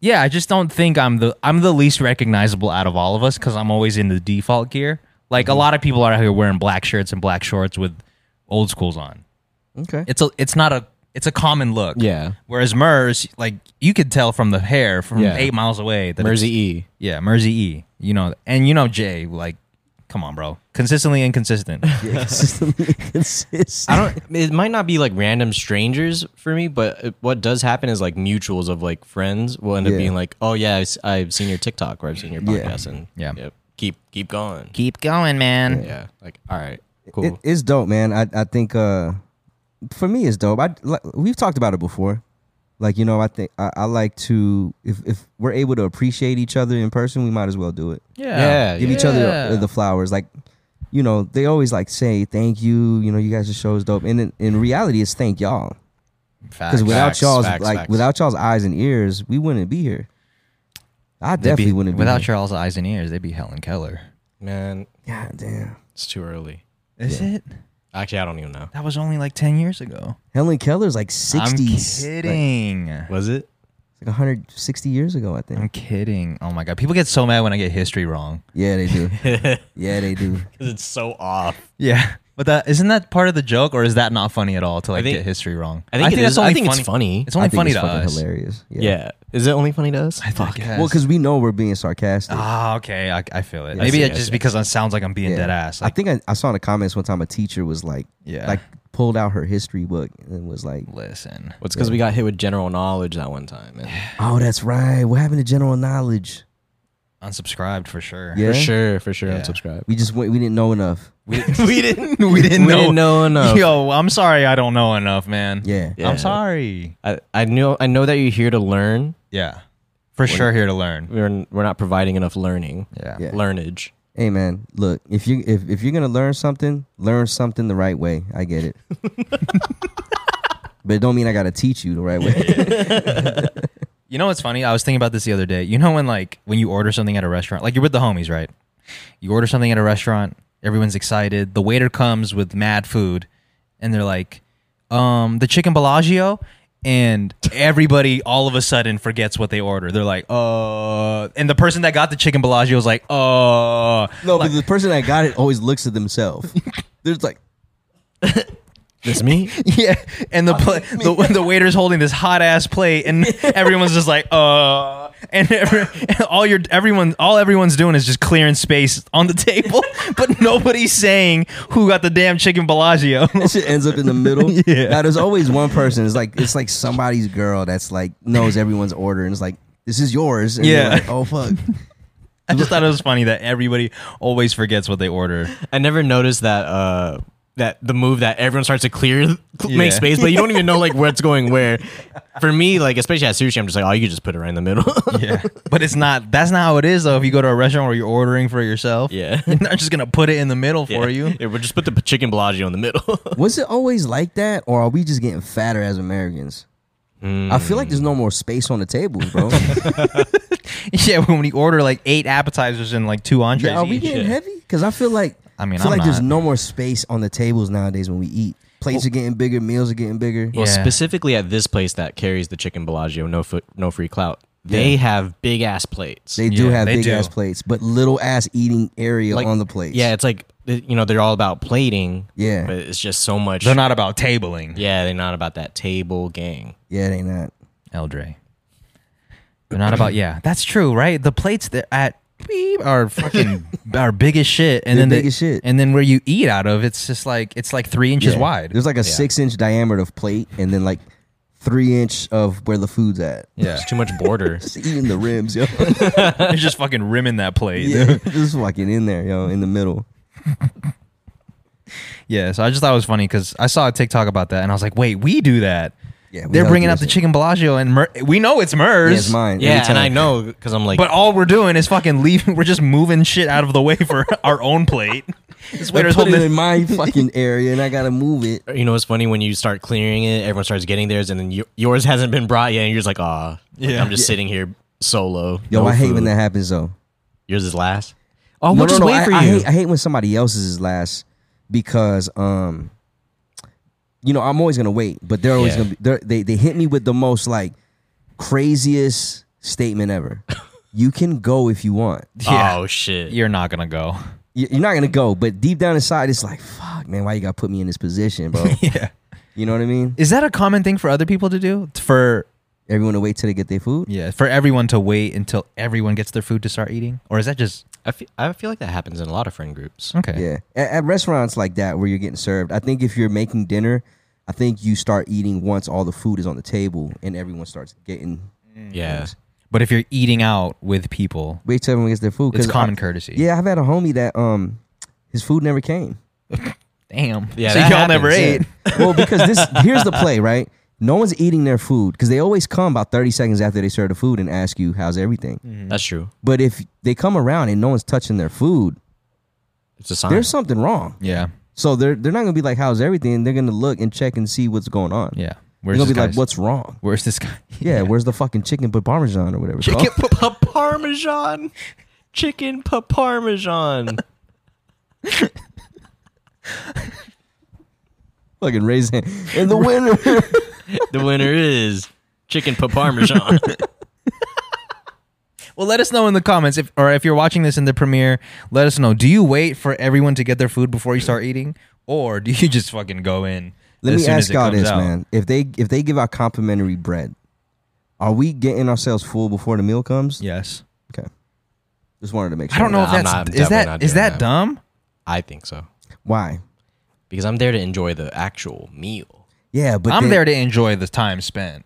Speaker 2: yeah, I just don't think I'm the I'm the least recognizable out of all of us because I'm always in the default gear. Like a lot of people are out here wearing black shirts and black shorts with old schools on.
Speaker 3: okay.
Speaker 2: It's a it's not a it's a common look.
Speaker 1: Yeah.
Speaker 2: Whereas Murs, like you could tell from the hair from
Speaker 1: Yeah.
Speaker 2: eight miles away that it's-
Speaker 1: Mersey E.
Speaker 2: yeah, Mersey E. You know, and you know Jay. Like, come on, bro, consistently inconsistent.
Speaker 3: Yeah, consistently
Speaker 1: I
Speaker 3: consistent.
Speaker 1: don't. It might not be like random strangers for me, but it- what does happen is like mutuals of like friends will end up
Speaker 3: Yeah.
Speaker 1: being like, "Oh yeah, I've, s- I've seen your TikTok or I've seen your
Speaker 3: Yeah.
Speaker 1: podcast," and
Speaker 2: Yeah.
Speaker 1: yep, keep keep going.
Speaker 2: Keep going, man.
Speaker 1: yeah, like all right, cool.
Speaker 3: It- it's dope, man. I I think uh, for me, it's dope. I like, we've talked about it before. Like you know, I think I, I like to if if we're able to appreciate each other in person, we might as well do it.
Speaker 1: yeah,
Speaker 3: Give
Speaker 1: yeah.
Speaker 3: each other
Speaker 2: Yeah.
Speaker 3: the, the flowers. Like you know, they always like say thank you. You know, you guys' show is dope. And in, in reality, it's thank y'all because
Speaker 2: Facts.
Speaker 3: without
Speaker 1: Facts,
Speaker 3: y'all's
Speaker 1: facts,
Speaker 3: like
Speaker 1: facts.
Speaker 3: without y'all's eyes and ears, we wouldn't be here. I
Speaker 2: They'd
Speaker 3: definitely
Speaker 2: be-
Speaker 3: wouldn't be
Speaker 2: without
Speaker 3: here.
Speaker 2: Charles' eyes and ears, they'd be Helen Keller.
Speaker 1: man,
Speaker 3: God damn.
Speaker 1: it's too early.
Speaker 2: Is it?
Speaker 1: Actually, I don't even know.
Speaker 2: That was only like ten years ago.
Speaker 3: Helen Keller's like 60.
Speaker 2: I'm kidding.
Speaker 1: Was it?
Speaker 3: Like, like 160 years ago, I think.
Speaker 2: I'm kidding. Oh my god, people get so mad when I get history wrong.
Speaker 3: Yeah, they do.
Speaker 1: Because
Speaker 3: Yeah, they do.
Speaker 1: it's so off.
Speaker 2: Yeah, but that isn't that part of the joke, or is that not funny at all to like
Speaker 1: think-
Speaker 2: get history wrong?
Speaker 1: I think, it
Speaker 2: that's
Speaker 1: is- I think it's funny.
Speaker 2: It's only
Speaker 3: I think
Speaker 2: funny
Speaker 3: it's
Speaker 2: to
Speaker 3: fucking
Speaker 2: us.
Speaker 3: hilarious. Yeah.
Speaker 1: yeah. Is it only funny to us?
Speaker 2: I think.
Speaker 3: Well, because we know we're being sarcastic.
Speaker 2: ah, okay, I, I feel it.
Speaker 1: I see,
Speaker 2: Maybe
Speaker 1: I
Speaker 2: it's just
Speaker 1: see.
Speaker 2: because it sounds like I'm being
Speaker 3: Yeah.
Speaker 2: dead ass.
Speaker 3: I
Speaker 2: Like,
Speaker 3: think I, I saw in the comments one time a teacher was like,
Speaker 2: yeah,
Speaker 3: like pulled out her history book and was like,
Speaker 2: listen.
Speaker 1: Well, it's because we got hit with general knowledge that one time. And
Speaker 3: "Oh, that's right. What happened to general knowledge?
Speaker 2: Unsubscribed for sure.
Speaker 3: Yeah.
Speaker 1: For sure, for sure,
Speaker 2: Yeah.
Speaker 1: unsubscribe.
Speaker 3: We just went, we didn't know enough."
Speaker 2: we, we didn't. We didn't
Speaker 1: we
Speaker 2: know.
Speaker 1: didn't know enough.
Speaker 2: Yo, I'm sorry. I don't know enough, man.
Speaker 3: Yeah.
Speaker 1: Yeah.
Speaker 2: I'm sorry.
Speaker 1: I, I know I know that you're here to learn.
Speaker 2: Yeah, for sure. Here to learn.
Speaker 1: We're we're not providing enough learning,
Speaker 3: Yeah.
Speaker 1: learnage.
Speaker 3: Hey man, look, if you if, if you're gonna learn something, learn something the right way. I get it. but it don't mean I gotta teach you the right way.
Speaker 2: You know what's funny? I was thinking about this the other day. You know when like when you order something at a restaurant, like you're with the homies, right? You order something at a restaurant, everyone's excited. The waiter comes with mad food, and they're like, "Um, the chicken Bellagio," and everybody all of a sudden forgets what they ordered. They're like, "Uh," and the person that got the chicken Bellagio is like, "Uh,"
Speaker 3: no, but the person that got it always looks at themselves. There's like
Speaker 1: This me?
Speaker 2: yeah. And
Speaker 3: Oh,
Speaker 2: the pla- the, the waiter's holding this hot ass plate, and everyone's just like, "Uh," and, every, and all your everyone, all everyone's doing is just clearing space on the table, but nobody's saying who got the damn chicken Bellagio.
Speaker 3: that shit ends up in the middle.
Speaker 2: Yeah.
Speaker 3: Now there's always one person. It's like it's like somebody's girl that's like knows everyone's order and it's like this is yours. And you're
Speaker 2: Yeah.
Speaker 3: Like, oh fuck.
Speaker 2: I just thought it was funny that everybody always forgets what they order.
Speaker 1: I never noticed that uh that the move that everyone starts to clear cl-
Speaker 2: Yeah.
Speaker 1: make space, but you don't even know like where it's going where. For me, like especially at sushi, I'm just like, oh, you could just put it right in the middle.
Speaker 2: Yeah, but it's not. That's not how it is though. If you go to a restaurant where you're ordering for yourself,
Speaker 1: yeah.
Speaker 2: they're not just gonna put it in the middle for you.
Speaker 1: Yeah, we'll just put the chicken Bellagio in the middle.
Speaker 3: Was it always like that, or are we just getting fatter as Americans? I feel like there's no more space on the tables, bro.
Speaker 2: yeah, when you order like eight appetizers and like two entrees,
Speaker 3: yeah, are we
Speaker 2: each.
Speaker 3: getting
Speaker 1: shit.
Speaker 3: heavy? Because I feel like
Speaker 2: I mean,
Speaker 3: feel
Speaker 2: I'm
Speaker 3: like there's
Speaker 2: not.
Speaker 3: no more space on the tables nowadays when we eat. Plates are getting bigger, meals are getting bigger.
Speaker 2: Yeah.
Speaker 1: Well, specifically at this place that carries the chicken Bellagio, no foot, no free clout. They have big ass plates.
Speaker 3: They do
Speaker 2: Yeah,
Speaker 3: have
Speaker 2: they
Speaker 3: big
Speaker 2: do.
Speaker 3: ass plates, but little ass eating area
Speaker 1: Like-
Speaker 3: on the plates.
Speaker 1: yeah, it's like you know they're all about plating.
Speaker 3: Yeah.
Speaker 1: but it's just so much.
Speaker 2: They're not about tabling.
Speaker 1: yeah, they're not about that table gang.
Speaker 3: yeah, it ain't that.
Speaker 2: Eldre. They're not about yeah. That's true, right? The plates that at beep are fucking are big as shit, and
Speaker 3: They're
Speaker 2: then
Speaker 3: big
Speaker 2: the,
Speaker 3: as shit.
Speaker 2: and then where you eat out of, it's just like it's like three inches
Speaker 3: Yeah.
Speaker 2: wide.
Speaker 3: There's like a six inch diameter of plate, and then like three inch of where the food's at.
Speaker 2: yeah,
Speaker 1: It's too much border.
Speaker 3: Just eating the rims, yo.
Speaker 2: They're just fucking rimming that plate. Yeah.
Speaker 3: yeah, just fucking in there, yo, in the middle.
Speaker 2: so I just thought it was funny because I saw a TikTok about that, and I was like, wait, we do that.
Speaker 3: Yeah, we
Speaker 2: they're
Speaker 3: all
Speaker 2: bringing
Speaker 3: do
Speaker 2: up the
Speaker 3: that.
Speaker 2: chicken Bellagio, and Mer- we know it's
Speaker 3: Yeah,
Speaker 2: MERS.
Speaker 3: it's mine.
Speaker 1: yeah,
Speaker 3: every time.
Speaker 1: and I know because I'm like,
Speaker 2: But all we're doing is fucking leaving. We're just moving shit out of the way for our own plate. This
Speaker 3: I
Speaker 2: waiter's
Speaker 3: put
Speaker 2: holding
Speaker 3: it in my fucking area, and I gotta move it.
Speaker 1: you know, it's funny when you start clearing it, everyone starts getting theirs, and then you, yours hasn't been brought yet, and you're just like, ah,
Speaker 2: Yeah.
Speaker 1: I'm just sitting here solo.
Speaker 3: Yo,
Speaker 1: no
Speaker 3: I hate when
Speaker 1: food.
Speaker 3: that happens though.
Speaker 1: Yours is last. Oh,
Speaker 3: no,
Speaker 1: we'll
Speaker 3: no,
Speaker 1: just
Speaker 3: no,
Speaker 1: wait
Speaker 3: I,
Speaker 1: for
Speaker 3: I
Speaker 1: you.
Speaker 3: hate, I hate when somebody else's is last because um, you know, I'm always gonna wait, but they're always
Speaker 1: Yeah.
Speaker 3: gonna be they're, they they hit me with the most like craziest statement ever. you can go if you want.
Speaker 2: Yeah.
Speaker 1: Oh shit.
Speaker 2: You're not gonna go.
Speaker 3: You- You're not gonna go, but deep down inside, it's like, fuck, man, why you gotta put me in this position, bro?
Speaker 2: Yeah.
Speaker 3: you know what I mean?
Speaker 2: Is that a common thing for other people to do? For
Speaker 3: Everyone to wait till they get their food.
Speaker 2: yeah, for everyone to wait until everyone gets their food to start eating, or is that just
Speaker 1: I feel, I feel like that happens in a lot of friend groups.
Speaker 2: okay?
Speaker 3: Yeah. At, at restaurants like that where you're getting served, I think if you're making dinner, I think you start eating once all the food is on the table and everyone starts getting.
Speaker 1: Yeah.
Speaker 2: But if you're eating out with people,
Speaker 3: Wait till everyone gets their food.
Speaker 2: it's
Speaker 3: 'cause
Speaker 2: common
Speaker 3: I-
Speaker 2: courtesy.
Speaker 3: Yeah, I've had a homie that um, his food never came.
Speaker 2: Damn.
Speaker 1: Yeah,
Speaker 2: So y'all
Speaker 1: that happens,
Speaker 2: never
Speaker 1: yeah.
Speaker 2: ate.
Speaker 3: well, because this here's the play, right? No one's eating their food because they always come about thirty seconds after they serve the food and ask you how's everything.
Speaker 2: Mm-hmm.
Speaker 1: That's true.
Speaker 3: But if they come around and no one's touching their food,
Speaker 1: It's a sign.
Speaker 3: there's something wrong.
Speaker 2: Yeah.
Speaker 3: So they're they're not gonna be like how's everything. They're gonna look and check and see what's going on.
Speaker 2: Yeah.
Speaker 3: They're
Speaker 2: Where's
Speaker 3: gonna
Speaker 2: this
Speaker 3: be
Speaker 2: guy?
Speaker 3: like, what's wrong?
Speaker 2: Where's this guy?
Speaker 3: Yeah, where's the fucking chicken but parmesan or whatever? it's called?
Speaker 1: chicken pa- parmesan. Chicken pa- parmesan.
Speaker 3: fucking raise hand. And the winner.
Speaker 1: the winner is chicken pa- parmesan.
Speaker 2: Well, let us know in the comments if, or if you're watching this in the premiere, let us know. Do you wait for everyone to get their food before you start eating, or do you just fucking go in?
Speaker 3: Let
Speaker 2: as
Speaker 3: me
Speaker 2: soon as
Speaker 3: ask
Speaker 2: it
Speaker 3: y'all
Speaker 2: comes
Speaker 3: this,
Speaker 2: out?
Speaker 3: man. If they if they give out complimentary bread, are we getting ourselves full before the meal comes?
Speaker 2: Yes.
Speaker 3: Okay. Just wanted to make
Speaker 2: I
Speaker 3: sure.
Speaker 2: don't
Speaker 1: Nah,
Speaker 2: know if
Speaker 1: I'm
Speaker 2: that's
Speaker 1: not- I'm
Speaker 2: is
Speaker 1: definitely
Speaker 2: that
Speaker 1: not
Speaker 2: is
Speaker 1: doing
Speaker 2: that
Speaker 1: that.
Speaker 2: dumb.
Speaker 1: I think so
Speaker 3: why.
Speaker 1: because I'm there to enjoy the actual meal.
Speaker 3: Yeah, but
Speaker 2: I'm
Speaker 3: then-
Speaker 2: there to enjoy the time spent.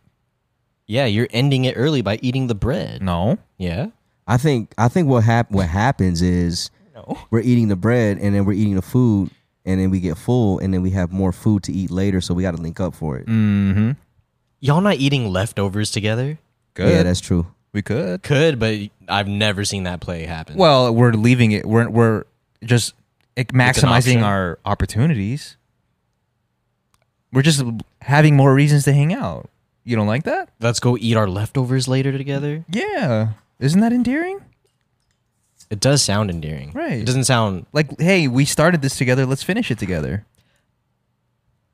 Speaker 1: Yeah, you're ending it early by eating the bread.
Speaker 2: No.
Speaker 1: Yeah.
Speaker 3: I think I think what hap- what happens is
Speaker 2: No.
Speaker 3: we're eating the bread and then we're eating the food and then we get full and then we have more food to eat later, so we got to link up for it.
Speaker 2: Mm-hmm.
Speaker 1: Y'all not eating leftovers together?
Speaker 2: Good.
Speaker 3: Yeah, that's true.
Speaker 2: we could.
Speaker 1: Could, but I've never seen that play happen.
Speaker 2: Well, we're leaving it. We're we're just ex- maximizing
Speaker 1: option.
Speaker 2: our opportunities. We're just having more reasons to hang out. You don't like that?
Speaker 1: let's go eat our leftovers later together.
Speaker 2: Yeah. Isn't that endearing?
Speaker 1: It does sound endearing.
Speaker 2: Right.
Speaker 1: It doesn't sound
Speaker 2: Like, hey, we started this together. Let's finish it together.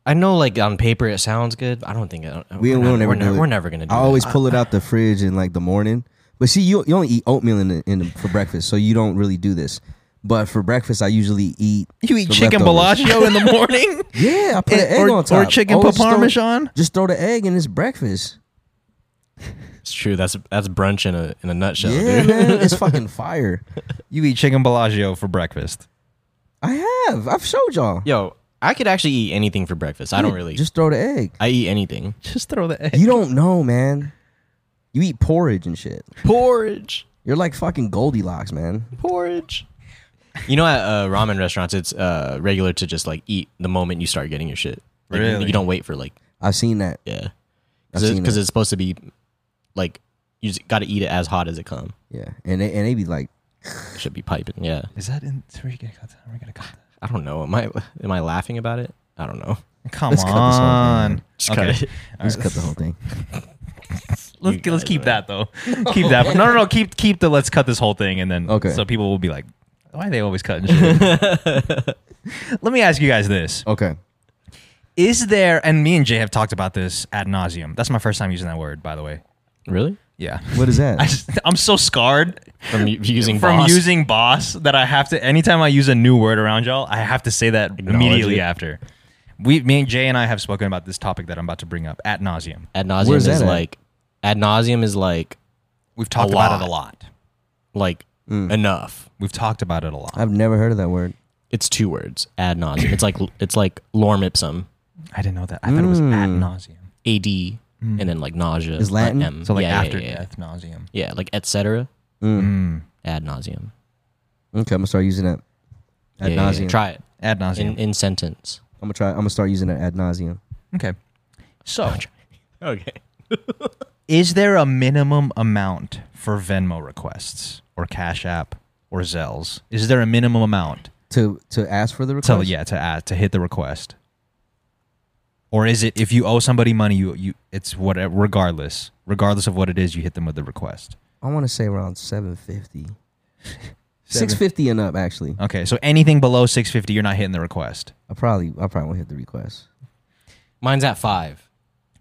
Speaker 1: I know, like on paper, it sounds good. but I don't think I don't,
Speaker 3: We-
Speaker 1: we're,
Speaker 3: we'll
Speaker 1: not,
Speaker 3: never
Speaker 1: we're,
Speaker 3: do
Speaker 1: ne-
Speaker 3: it.
Speaker 1: we're never gonna do.
Speaker 3: I
Speaker 1: that.
Speaker 3: always pull it out the fridge in like the morning. But see, you you only eat oatmeal in, the, in the, for breakfast, so you don't really do this. But for breakfast, I usually eat.
Speaker 2: You eat
Speaker 3: the
Speaker 2: chicken
Speaker 3: leftovers.
Speaker 2: Bellagio in the morning,
Speaker 3: Yeah, I put an
Speaker 2: And-
Speaker 3: egg
Speaker 2: or,
Speaker 3: on top
Speaker 2: or chicken
Speaker 3: Always
Speaker 2: pa
Speaker 3: just throw-
Speaker 2: parmesan.
Speaker 3: Just throw the egg and it's breakfast.
Speaker 1: It's true. That's that's brunch in a in a nutshell,
Speaker 3: Yeah,
Speaker 1: dude.
Speaker 3: man, it's fucking fire.
Speaker 2: You eat chicken Bellagio for breakfast.
Speaker 3: I have. I've showed y'all.
Speaker 1: Yo, I could actually eat anything for breakfast. I don't really.
Speaker 3: Just throw the egg.
Speaker 1: I eat anything.
Speaker 2: Just throw the egg.
Speaker 3: You don't know, man. You eat porridge and shit.
Speaker 1: Porridge,
Speaker 3: You're like fucking Goldilocks, man.
Speaker 1: porridge. You know, at uh, ramen restaurants, it's uh, regular to just like eat the moment you start getting your shit. Like, you-
Speaker 2: Really?
Speaker 1: You don't wait for like
Speaker 3: I've seen that.
Speaker 1: yeah,
Speaker 3: I've
Speaker 1: because it,
Speaker 3: seen
Speaker 1: 'cause
Speaker 3: that.
Speaker 1: it's supposed to be like you got to eat it as hot as it come.
Speaker 3: Yeah, and they and they be like,
Speaker 1: It should be piping. Yeah,
Speaker 2: Is that in? Are we gonna cut that? Are we gonna cut that?
Speaker 1: I don't know. Am I am I laughing about it? I don't know.
Speaker 2: Come
Speaker 3: Let's cut this whole thing,
Speaker 2: on.
Speaker 3: man.
Speaker 1: Just cut it.
Speaker 3: Let's cut the whole thing.
Speaker 2: Let's, let's keep that though. Keep that. No, no, no. Keep keep the. Let's cut this whole thing, and then
Speaker 3: Okay.
Speaker 2: So people will be like, why are they always cutting shit? Let me ask you guys this:
Speaker 3: Okay.
Speaker 2: Is there? And me and Jay have talked about this ad nauseum. That's my first time using that word, by the way.
Speaker 1: Really?
Speaker 2: Yeah.
Speaker 3: What is that?
Speaker 2: I just, I'm so scarred
Speaker 1: From u- using
Speaker 2: from
Speaker 1: Boss?
Speaker 2: using boss that I have to. Anytime I use a new word around y'all, I have to say that
Speaker 1: Acknowledge
Speaker 2: immediately
Speaker 1: it.
Speaker 2: after. We, me and Jay and I have spoken about this topic that I'm about to bring up ad nauseum.
Speaker 1: ad nauseum
Speaker 3: Where's
Speaker 1: is
Speaker 3: that at?
Speaker 1: like ad nauseum is like
Speaker 2: We've talked about it a lot.
Speaker 1: like enough.
Speaker 2: We've talked about it a lot.
Speaker 3: I've never heard of that word.
Speaker 1: It's two words. Ad nauseum. it's like it's like lorem ipsum.
Speaker 2: I didn't know that. I thought it was ad nauseum.
Speaker 1: ad and then like nausea
Speaker 3: Hmm. Is Latin?
Speaker 1: uh, M.
Speaker 2: So like
Speaker 1: Yeah, yeah,
Speaker 2: after
Speaker 1: yeah, yeah,
Speaker 2: death nauseum. Hmm.
Speaker 1: yeah like etc
Speaker 3: Hmm.
Speaker 2: Mm.
Speaker 1: ad nauseum
Speaker 3: Mm. Okay, I'm gonna start using that ad
Speaker 1: Yeah, yeah, yeah.
Speaker 3: nauseum.
Speaker 1: try it
Speaker 2: Ad
Speaker 1: in,
Speaker 2: nauseum.
Speaker 1: in sentence
Speaker 3: I'm gonna try. I'm gonna start using that ad nauseum.
Speaker 2: Okay. So,
Speaker 1: okay
Speaker 2: is there a minimum amount for Venmo requests or Cash App or Zells? Is there a minimum amount
Speaker 3: To to ask for the request.
Speaker 2: to yeah to add, to hit the request? Or is it if you owe somebody money, you you it's whatever regardless regardless of what it is, you hit them with the request.
Speaker 3: I want to say around 750.
Speaker 2: Seven-
Speaker 3: 650 and up, actually.
Speaker 2: Okay, so anything below six fifty, you're not hitting the request.
Speaker 3: I probably I probably won't hit the request.
Speaker 1: mine's at five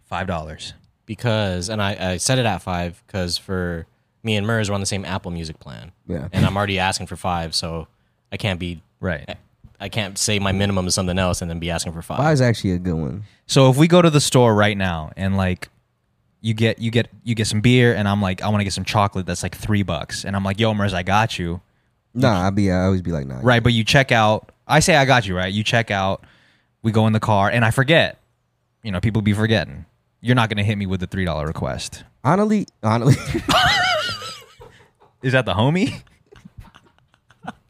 Speaker 2: Five dollars.
Speaker 1: because and i, I set it at five because for me and mers we're on the same apple music plan
Speaker 3: Yeah.
Speaker 1: and i'm already asking for five so i can't be
Speaker 2: Right.
Speaker 1: i can't say my minimum is something else and then be asking for five
Speaker 3: Five's actually a good one.
Speaker 2: So if we go to the store right now and like you get you get you get some beer and I'm like I want to get some chocolate that's like 3 bucks and I'm like yo Merz I got you.
Speaker 3: Nah, I'd be I always be like nah.
Speaker 2: Right, but you check out I say I got you, right? You check out we go in the car and I forget. You know, people be forgetting. You're not going to hit me with the $3 request.
Speaker 3: Honestly, honestly,
Speaker 2: Is that the homie?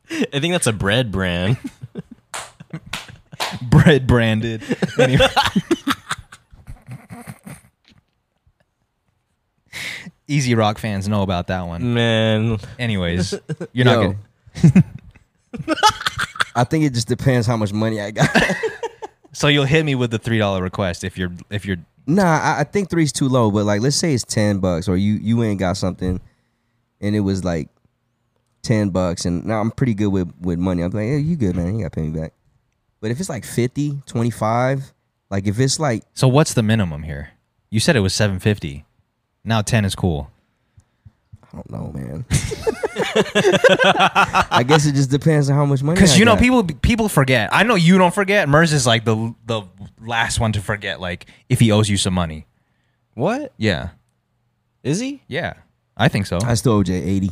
Speaker 1: i think that's a bread brand
Speaker 2: Bread branded. Anyway. Easy Rock fans know about that one.
Speaker 1: man
Speaker 2: Anyways, you're not
Speaker 3: yo.
Speaker 2: going to
Speaker 3: I think it just depends how much money I got.
Speaker 2: So you'll hit me with the three dollar request if you're if you're
Speaker 3: nah, I, I think three's too low. But like, let's say it's ten bucks, or you you ain't got something, and it was like ten bucks, and now I'm pretty good with with money. I'm like, yeah, you good, man? You got to pay me back. But if it's like 50, 25, like if it's like
Speaker 2: so what's the minimum here? You said it was seven fifty. Now ten is cool.
Speaker 3: I don't know, man. I guess it just depends on how much money.
Speaker 2: Because
Speaker 3: I
Speaker 2: you know
Speaker 3: got.
Speaker 2: people people forget. I know you don't forget. Merz is like the the last one to forget. Like if he owes you some money.
Speaker 1: what
Speaker 2: Yeah,
Speaker 1: is he
Speaker 2: yeah. I think so.
Speaker 3: I still owe Jay eighty.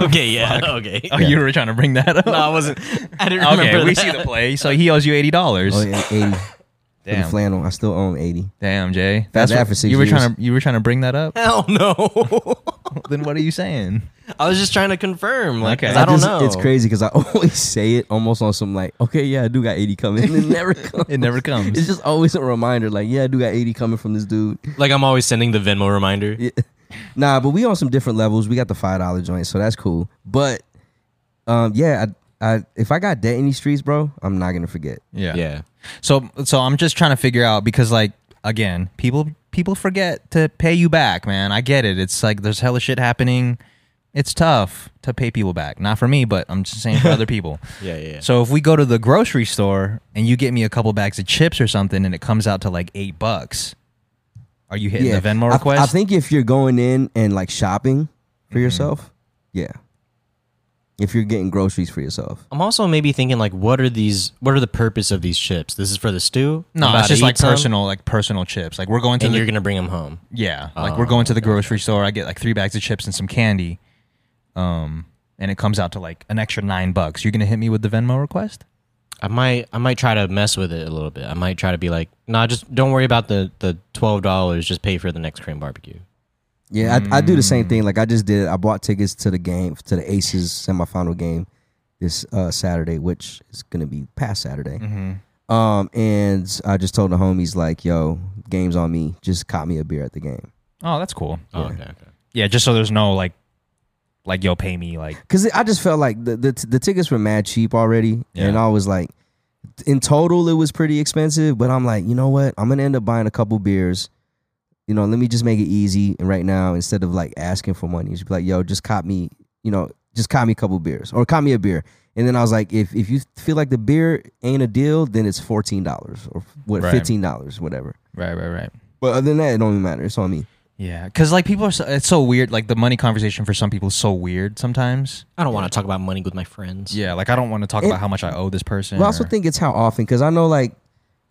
Speaker 1: okay yeah okay
Speaker 2: Oh, you were trying to bring that up.
Speaker 1: no i wasn't i didn't remember
Speaker 2: okay, we
Speaker 1: that.
Speaker 2: see the play. So he owes you eighty dollars.
Speaker 3: Oh yeah, eighty. For the
Speaker 2: Damn,
Speaker 3: flannel, I still own eighty.
Speaker 2: damn, Jay.
Speaker 3: that for six
Speaker 2: you were
Speaker 3: years.
Speaker 2: trying to you were trying to bring that up.
Speaker 1: hell no
Speaker 2: then what are you saying?
Speaker 1: I was just trying to confirm. Like,
Speaker 2: Okay.
Speaker 1: 'cause I, don't
Speaker 3: just-
Speaker 1: know.
Speaker 3: It's crazy because I always say it almost on some like, okay, yeah, I do got eighty coming. And it never comes.
Speaker 2: It never comes.
Speaker 3: It's just always a reminder, like, yeah, I do got eighty coming from this dude.
Speaker 1: Like, I'm always sending the Venmo reminder.
Speaker 3: Yeah. Nah, but we on some different levels. We got the five dollar joint, so that's cool. But um, yeah, I, I if I got debt in these streets, bro, I'm not gonna forget.
Speaker 1: Yeah.
Speaker 2: So so I'm just trying to figure out because like again, people people forget to pay you back, man. I get it. It's like there's hella shit happening. It's tough to pay people back. Not for me, but I'm just saying for other people.
Speaker 1: Yeah. Yeah. yeah.
Speaker 2: So if we go to the grocery store and you get me a couple bags of chips or something and it comes out to like 8 bucks, are you hitting the Venmo
Speaker 3: I-
Speaker 2: request? Mm-hmm.
Speaker 3: I, think if you're going in and like shopping for yourself, yeah. If you're getting groceries for yourself,
Speaker 1: I'm also maybe thinking like, what are these? What are the purpose of these chips? This is for the stew. I'm
Speaker 2: no,
Speaker 1: about
Speaker 2: it's
Speaker 1: to
Speaker 2: just
Speaker 1: eat
Speaker 2: like
Speaker 1: some,
Speaker 2: personal like personal chips. Like we're going to
Speaker 1: And
Speaker 2: the
Speaker 1: you're gonna bring them home.
Speaker 2: Yeah, like we're going to the grocery store. I get like three bags of chips and some candy, um, and it comes out to like an extra nine bucks. You're gonna hit me with the Venmo request?
Speaker 1: I might. I might try to mess with it a little bit. I might try to be like, nah, just don't worry about the the twelve dollars. Just pay for the next cream barbecue.
Speaker 3: yeah, I, I do the same thing. Like I just did, I bought tickets to the game to the Aces semifinal game this uh, Saturday, which is gonna be past Saturday. Um, and I just told the homies like, "Yo, game's on me. Just cop me a beer at the game."
Speaker 2: Oh, that's cool.
Speaker 1: Oh, okay. Okay.
Speaker 2: Yeah, just so there's no like, like yo, pay me like.
Speaker 3: Cause I just felt like the the, the tickets were mad cheap already,
Speaker 2: Yeah.
Speaker 3: and I was like, in total it was pretty expensive but i'm like you know what i'm gonna end up buying a couple beers you know let me just make it easy and right now instead of like asking for money just be like yo just cop me you know just cop me a couple beers or cop me a beer and then i was like if, if you feel like the beer ain't a deal then it's $14 or what
Speaker 2: Right.
Speaker 3: $15 whatever
Speaker 2: Right, right, right.
Speaker 3: but other than that it don't even matter it's on me
Speaker 2: Yeah, because like people are, so, it's so weird. Like the money conversation for some people is so weird sometimes.
Speaker 1: I don't want to talk about money with my friends.
Speaker 2: Yeah, like I don't want to talk
Speaker 3: It-
Speaker 2: about how much I owe this person.
Speaker 3: but i also
Speaker 2: or-
Speaker 3: think it's how often because i know like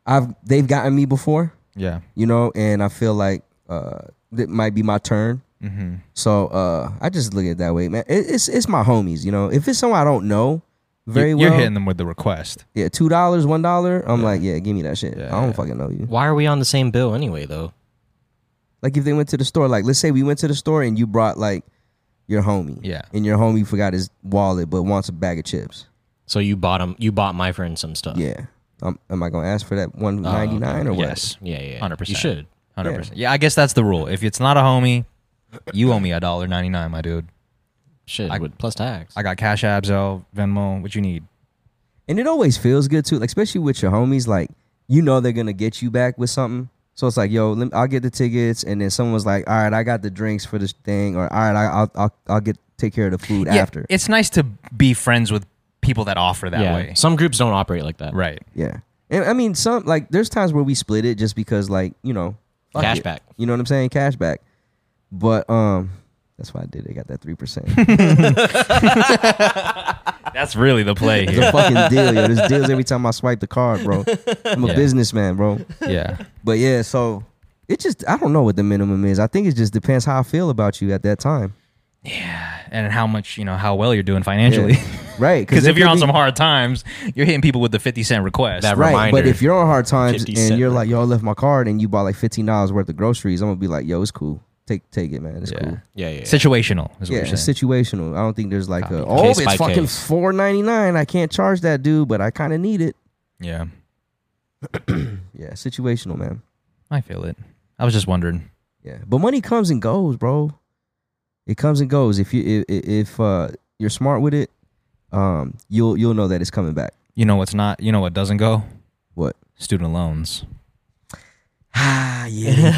Speaker 3: i've they've gotten me before
Speaker 2: yeah,
Speaker 3: you know and i feel like uh it might be my turn
Speaker 2: mm-hmm.
Speaker 3: So uh, I just look at it that way, man. It, it's it's my homies, you know. If it's someone I don't know very
Speaker 2: you're,
Speaker 3: well,
Speaker 2: hitting them with the request.
Speaker 3: yeah, two dollars, one dollar. I'm like, yeah, give me that shit.
Speaker 2: Yeah,
Speaker 3: I don't
Speaker 2: yeah.
Speaker 3: fucking know you.
Speaker 1: Why are we on the same bill anyway, though?
Speaker 3: Like if they went to the store, like let's say we went to the store and you brought like your homie,
Speaker 2: Yeah.
Speaker 3: and your homie forgot his wallet but wants a bag of chips.
Speaker 1: So you bought 'em- You bought my friend some
Speaker 2: Uh.
Speaker 1: stuff.
Speaker 3: Yeah, um, am I gonna ask for that one
Speaker 1: Oh, okay.
Speaker 3: ninety nine or what?
Speaker 2: Yes,
Speaker 1: Yeah, yeah. yeah.
Speaker 2: 100%.
Speaker 1: You should.
Speaker 2: hundred percent. Yeah, I guess that's the rule. If it's not a homie, you owe me a dollar ninety nine, my dude.
Speaker 1: Should
Speaker 2: I-
Speaker 1: with plus tax.
Speaker 2: I got Cash App, Zelle, Venmo. What you need?
Speaker 3: And it always feels good too, like especially with your homies. Like you know they're gonna get you back with something. So it's like, yo, let me, I'll get the tickets, and then someone's like, all right, I got the drinks for this thing, or all right, I, I'll, I'll I'll get take care of the food after.
Speaker 2: it's nice to be friends with people that offer that
Speaker 1: yeah.
Speaker 2: way.
Speaker 1: Some groups don't operate like that.
Speaker 2: right.
Speaker 3: yeah, and I mean some like there's times where we split it just because like you know fuck it.
Speaker 1: Cashback.
Speaker 3: You know what I'm saying? Cash back. But um, that's why I did. it. I got that three percent.
Speaker 2: That's really the play
Speaker 3: It's a
Speaker 2: here.
Speaker 3: fucking deal, yo. There's deals every time I swipe the card, bro. I'm a
Speaker 2: Yeah.
Speaker 3: businessman, bro.
Speaker 2: yeah.
Speaker 3: But yeah, so it just I don't know what the minimum is. I think it just depends how I feel about you at that time.
Speaker 2: And how much, you know, how well you're doing financially.
Speaker 3: Right.
Speaker 2: Because
Speaker 3: it
Speaker 2: if you're
Speaker 3: could
Speaker 2: on
Speaker 3: be-
Speaker 2: some hard times, you're hitting people with the 50 cent request.
Speaker 1: That-
Speaker 3: Right, but
Speaker 1: reminder,
Speaker 3: if you're on hard times
Speaker 1: 50
Speaker 3: and
Speaker 1: cent
Speaker 3: you're like, yo, I left my card and you bought like fifteen dollars worth of groceries, I'm gonna be like, yo, it's cool. Take take it, man. It's
Speaker 2: Yeah.
Speaker 3: cool.
Speaker 1: Yeah, yeah. yeah.
Speaker 2: Situational is what
Speaker 3: Yeah,
Speaker 2: you're
Speaker 3: it's
Speaker 2: saying.
Speaker 3: situational. I don't think there's like
Speaker 2: Copy.
Speaker 3: a oh,
Speaker 1: Case
Speaker 3: it's
Speaker 1: by
Speaker 3: fucking
Speaker 1: case.
Speaker 3: four ninety nine. I can't charge that dude, but I kind of need it.
Speaker 2: yeah.
Speaker 3: Yeah, situational, man.
Speaker 2: I feel it. I was just wondering.
Speaker 3: Yeah, but money comes and goes, bro. It comes and goes. If you if, if uh, you're smart with it, um, you'll you'll know that it's coming back.
Speaker 2: You know what's not, you know what doesn't go?
Speaker 3: What?
Speaker 2: Student loans.
Speaker 3: Ah, yeah, they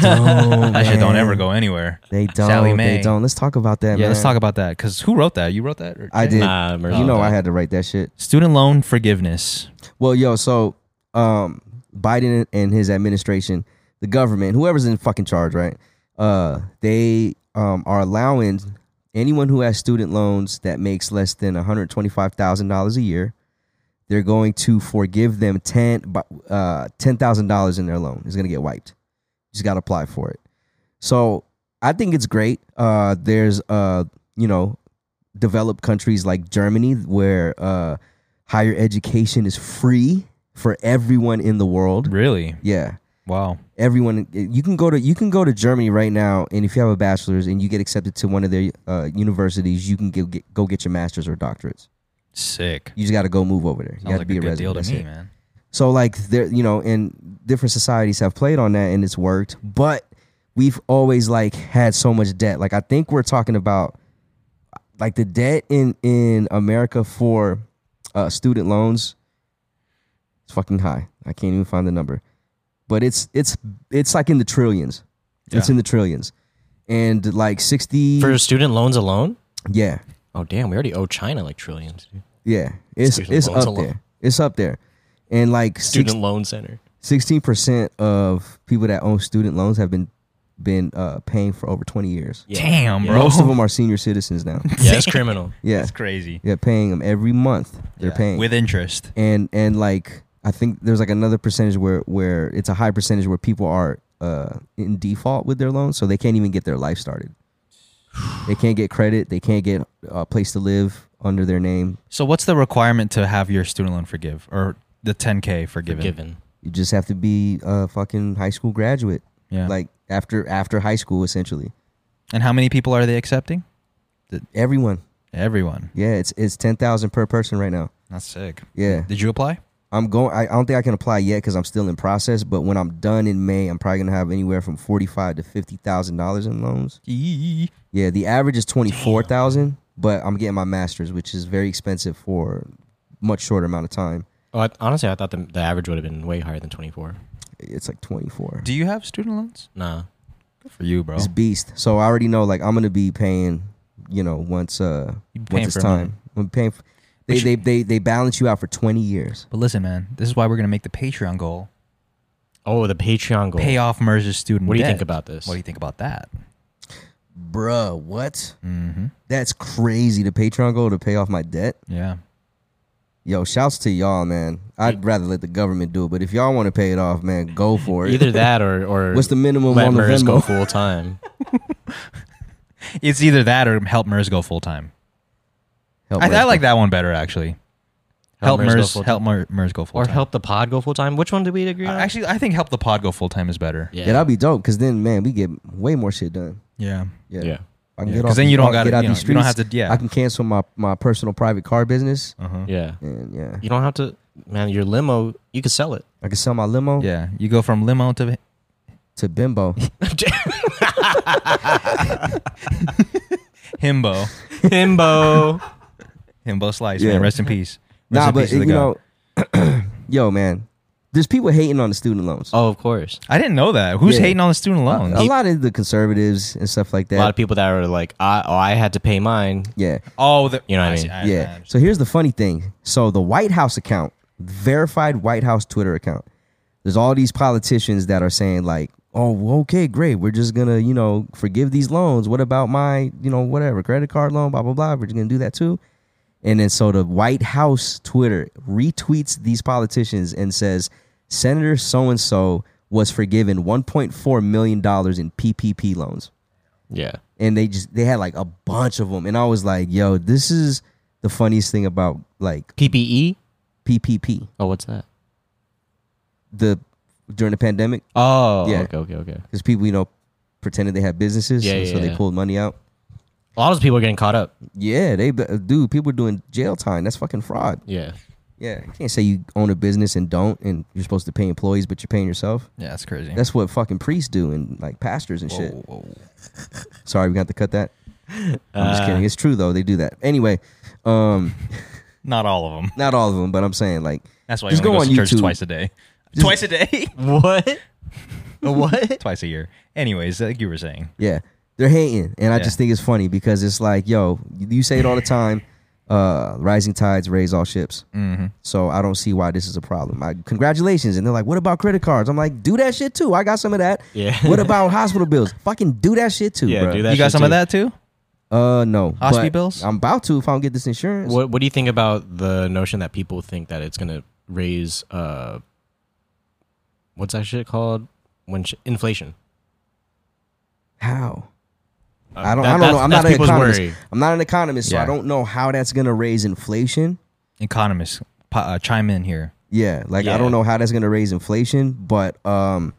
Speaker 3: don't.
Speaker 2: That shit don't
Speaker 3: man.
Speaker 2: ever go anywhere.
Speaker 3: They don't.
Speaker 2: Sally
Speaker 3: They
Speaker 2: Mae.
Speaker 3: don't. Let's talk about that,
Speaker 2: Yeah,
Speaker 3: man.
Speaker 2: let's talk about that. Because who wrote that? You wrote that? or
Speaker 3: I
Speaker 2: Jay?
Speaker 3: did.
Speaker 1: Nah, Mercy.
Speaker 3: You know,
Speaker 1: Okay.
Speaker 3: I had to write that shit.
Speaker 2: Student loan forgiveness.
Speaker 3: Well, yo, so um, Biden and his administration, the government, whoever's in fucking charge, right? Uh, they um are allowing anyone who has student loans that makes less than one hundred twenty five thousand dollars a year. They're going to forgive them ten bu- uh ten thousand dollars in their loan. It's gonna get wiped. Just gotta apply for it. So I think it's great. Uh, there's uh you know developed countries like Germany where uh higher education is free for everyone in the world.
Speaker 2: Really?
Speaker 3: Yeah.
Speaker 2: Wow.
Speaker 3: Everyone you can go to you can go to Germany right now and if you have a bachelor's and you get accepted to one of their uh, universities, you can go get, go get your masters or doctorates.
Speaker 2: Sick.
Speaker 3: You just got to go move over there. You
Speaker 2: Sounds
Speaker 3: have
Speaker 2: like
Speaker 3: to be
Speaker 2: a good
Speaker 3: resident.
Speaker 2: deal to
Speaker 3: That's
Speaker 2: me,
Speaker 3: it.
Speaker 2: man.
Speaker 3: So like there, you know, and different societies have played on that and it's worked, but we've always like had so much debt. Like I think we're talking about like the debt in in America for uh, student loans. It's fucking high. I can't even find the number, but it's it's it's like in the trillions. It's
Speaker 2: Yeah.
Speaker 3: in the trillions, and like sixty.
Speaker 1: For student loans alone?
Speaker 3: yeah,
Speaker 1: Oh damn, we already owe China like trillions. dude.
Speaker 3: yeah. It's
Speaker 1: Student
Speaker 3: it's
Speaker 1: loans
Speaker 3: up
Speaker 1: alone.
Speaker 3: there. It's up there, and like
Speaker 1: Student
Speaker 3: 60
Speaker 1: loan center.
Speaker 3: Sixteen percent of people that own student loans have been been uh, paying for over twenty years.
Speaker 1: Yeah.
Speaker 2: Damn,
Speaker 1: Yeah.
Speaker 2: bro.
Speaker 3: Most of them are senior citizens now.
Speaker 1: Yeah, it's criminal.
Speaker 3: Yeah,
Speaker 2: That's crazy.
Speaker 3: yeah, paying them every month. They're
Speaker 2: Yeah.
Speaker 3: paying
Speaker 2: With interest.
Speaker 3: and and like I think there's like another percentage where where it's a high percentage where people are uh, in default with their loans, so they can't even get their life started. They can't get credit. They can't get a place to live under their name.
Speaker 2: So what's the requirement to have your student loan forgive or the 10k forgiven?
Speaker 1: Given.
Speaker 3: You just have to be a fucking high school graduate,
Speaker 2: Yeah.
Speaker 3: like after after high school, essentially.
Speaker 2: and how many people are they accepting?
Speaker 3: Everyone.
Speaker 2: Everyone.
Speaker 3: Yeah, it's it's ten thousand per person right now.
Speaker 2: That's sick.
Speaker 3: Yeah,
Speaker 2: Did you apply?
Speaker 3: I'm going. I I don't think I can apply yet because I'm still in process. But when I'm done in May, I'm probably gonna have anywhere from forty five to fifty thousand dollars in loans. Yeah, the average is twenty four thousand, but I'm getting my master's, which is very expensive for a much shorter amount of time.
Speaker 1: Oh, I, honestly, I thought the, the average would have been way higher than 24.
Speaker 3: It's like 24.
Speaker 2: Do you have student loans?
Speaker 1: Nah.
Speaker 2: Good for you, bro.
Speaker 3: It's beast. So I already know like I'm gonna be paying, you know, once uh
Speaker 2: You paying
Speaker 3: once it's
Speaker 2: for money.
Speaker 3: time. I'm paying for, they,
Speaker 2: Which-
Speaker 3: they they they balance you out for 20 years.
Speaker 2: But listen, man, this is why we're gonna make the Patreon goal
Speaker 1: Oh, the Patreon goal.
Speaker 2: pay off Mercer's student.
Speaker 1: What do you
Speaker 2: debt.
Speaker 1: think about this?
Speaker 2: What do you think about that?
Speaker 3: Bruh, what?
Speaker 2: Mm-hmm.
Speaker 3: That's crazy. The Patreon goal to pay off my debt.
Speaker 2: Yeah.
Speaker 3: Yo, shouts to y'all, man. I'd rather let the government do it, but if y'all want to pay it off, man, go for it.
Speaker 1: Either that or or
Speaker 3: What's the minimum
Speaker 1: let
Speaker 3: on the
Speaker 1: Merz go
Speaker 3: Venmo?
Speaker 1: full time.
Speaker 2: It's either that or help Merz go full time.
Speaker 3: Help
Speaker 2: I,
Speaker 3: Merz
Speaker 2: I like
Speaker 3: go-
Speaker 2: that one better actually.
Speaker 1: Help
Speaker 2: Help,
Speaker 1: Merz go
Speaker 2: Merz,
Speaker 1: full-time.
Speaker 2: help Mer- Merz go full
Speaker 1: Or
Speaker 2: time.
Speaker 1: help the pod go full time. Which one did we agree on?
Speaker 2: Uh, Actually, I think help the pod go full time is better.
Speaker 1: yeah.
Speaker 3: Yeah, that'd be dope. Cause then, man, we get way more shit done.
Speaker 2: Yeah.
Speaker 3: Yeah,
Speaker 1: Yeah.
Speaker 3: I can
Speaker 2: Yeah,
Speaker 3: get
Speaker 2: 'cause
Speaker 3: off.
Speaker 2: then you
Speaker 3: the-
Speaker 2: don't gotta-
Speaker 3: get out
Speaker 2: you
Speaker 3: these
Speaker 2: know, you don't have
Speaker 3: streets.
Speaker 2: to- yeah.
Speaker 3: I can cancel my my personal private car business,
Speaker 2: Uh-huh.
Speaker 1: Yeah.
Speaker 3: and yeah,
Speaker 1: You don't have to, man, your limo, you could sell it.
Speaker 3: I can sell my limo
Speaker 2: Yeah. You go from limo to
Speaker 3: to bimbo.
Speaker 2: himbo.
Speaker 1: Himbo.
Speaker 2: Himbo slice,
Speaker 3: Yeah.
Speaker 2: man. Rest in peace. Rest
Speaker 3: nah,
Speaker 2: in peace
Speaker 3: but
Speaker 2: to
Speaker 3: you
Speaker 2: the guy.
Speaker 3: know, yo, man, there's people hating on the student loans.
Speaker 1: oh, of course.
Speaker 2: I didn't know that. Who's
Speaker 3: Yeah.
Speaker 2: hating on the student loans?
Speaker 3: a lot of the conservatives and stuff like
Speaker 1: Oh, A lot of
Speaker 3: that.
Speaker 1: people that are like, I, oh, I had to pay mine.
Speaker 3: Yeah,
Speaker 2: Oh, the,
Speaker 1: You know what I
Speaker 2: see,
Speaker 1: mean?
Speaker 3: yeah. So here's the funny thing. So the White House account, verified White House Twitter account. There's all these politicians that are saying like, "Oh, well, okay, great. We're just gonna, you know, forgive these loans. What about my, you know, whatever credit card loan? Blah blah blah. We're just gonna do that too." And then so the White House Twitter retweets these politicians and says, "Senator so and so was forgiven 1.4 million dollars in PPP loans."
Speaker 1: Yeah.
Speaker 3: and they just they had like a bunch of them and i was like yo this is the funniest thing about like
Speaker 1: PPE?
Speaker 3: ppp
Speaker 1: Oh, what's that?
Speaker 3: the during the pandemic
Speaker 1: Oh,
Speaker 3: Yeah.
Speaker 1: okay, okay, okay.
Speaker 3: because people you know pretended they had businesses
Speaker 1: Yeah,
Speaker 3: and
Speaker 1: yeah,
Speaker 3: so they
Speaker 1: yeah.
Speaker 3: pulled money out
Speaker 1: A lot of those people are getting caught up.
Speaker 3: yeah they uh, dude people are doing jail time that's fucking fraud
Speaker 1: Yeah.
Speaker 3: yeah you can't say you own a business and don't and you're supposed to pay employees but you're paying yourself
Speaker 2: Yeah, that's crazy.
Speaker 3: that's what fucking priests do and like pastors and shit
Speaker 2: Whoa, whoa.
Speaker 3: sorry we got to cut that i'm just
Speaker 1: Uh,
Speaker 3: kidding it's true though they do that anyway um
Speaker 2: Not all of them.
Speaker 3: not all of them but i'm saying like
Speaker 2: That's why
Speaker 3: Just
Speaker 2: you
Speaker 3: go
Speaker 2: only go
Speaker 3: on
Speaker 2: to church
Speaker 3: YouTube.
Speaker 2: twice a day. twice a day?
Speaker 1: What? what?
Speaker 2: twice a year. Anyways, like you were saying.
Speaker 3: Yeah, they're hating, and I
Speaker 2: Yeah.
Speaker 3: just think it's funny because it's like, yo, you say it all the time. Uh, rising tides raise all ships.
Speaker 2: Mm-hmm.
Speaker 3: So I don't see why this is a problem. I, congratulations, and they're like, what about credit cards? I'm like, do that shit too. I got some of that.
Speaker 1: Yeah.
Speaker 3: What about hospital bills? Fucking do that shit too,
Speaker 1: Yeah,
Speaker 3: bro.
Speaker 1: do that
Speaker 2: You got
Speaker 1: shit
Speaker 2: some of
Speaker 1: too.
Speaker 2: that too?
Speaker 3: Uh, no.
Speaker 2: Hospital
Speaker 3: but
Speaker 2: bills?
Speaker 3: I'm about to if I don't get this insurance.
Speaker 1: What What do you think about the notion that people think that it's gonna raise uh, what's that shit called when sh- inflation?
Speaker 3: How?
Speaker 1: Uh,
Speaker 3: I don't.
Speaker 1: that-
Speaker 3: I
Speaker 1: that's-
Speaker 3: don't know. I'm
Speaker 1: that's
Speaker 3: not an
Speaker 1: people's
Speaker 3: economist.
Speaker 1: worry.
Speaker 3: I'm not an economist, so
Speaker 2: Yeah.
Speaker 3: I don't know how that's gonna raise inflation.
Speaker 2: Economists, po- uh, chime in here.
Speaker 3: Yeah, like
Speaker 1: Yeah.
Speaker 3: I don't know how that's gonna raise inflation, but um,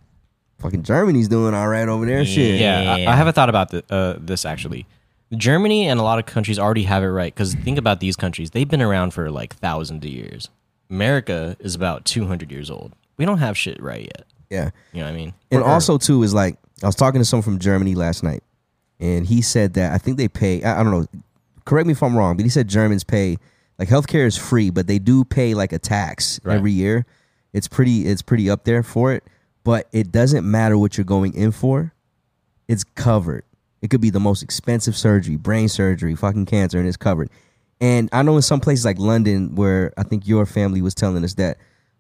Speaker 3: fucking Germany's doing all right over there. Shit.
Speaker 1: Yeah, I, I have a thought about th- uh, this actually. Germany and a lot of countries already have it right because think about these countries; they've been around for like thousands of years. America is about two hundred years old. We don't have shit right yet.
Speaker 3: yeah.
Speaker 1: You know what I mean?
Speaker 3: And also too is like I was talking to someone from Germany last night, and he said that I think they pay. I, I don't know. Correct me if I'm wrong, but he said Germans pay like healthcare is free, but they do pay like a tax
Speaker 1: Right.
Speaker 3: every year. It's pretty. It's pretty up there for it, but it doesn't matter what you're going in for. It's covered. It could be the most expensive surgery, brain surgery, fucking cancer, and it's covered. And I know in some places like London, where I think your family was telling us that,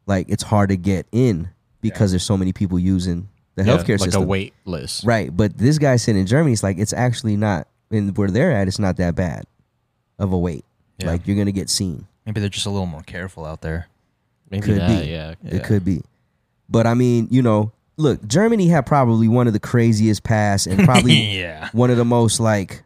Speaker 3: like it's hard to get in because there's so many people using the
Speaker 1: Yeah,
Speaker 3: healthcare
Speaker 1: like
Speaker 3: system.
Speaker 1: a wait list.
Speaker 3: Right. But this guy said in Germany, it's like it's actually not and where they're at, it's not that bad of a wait.
Speaker 2: Yeah.
Speaker 3: Like you're gonna get seen.
Speaker 2: Maybe they're just a little more careful out there.
Speaker 1: Maybe
Speaker 3: Could
Speaker 1: that,
Speaker 3: be.
Speaker 1: yeah.
Speaker 3: It could be. But I mean, you know, look, Germany had probably one of the craziest pasts and probably
Speaker 2: yeah.
Speaker 3: one of the most like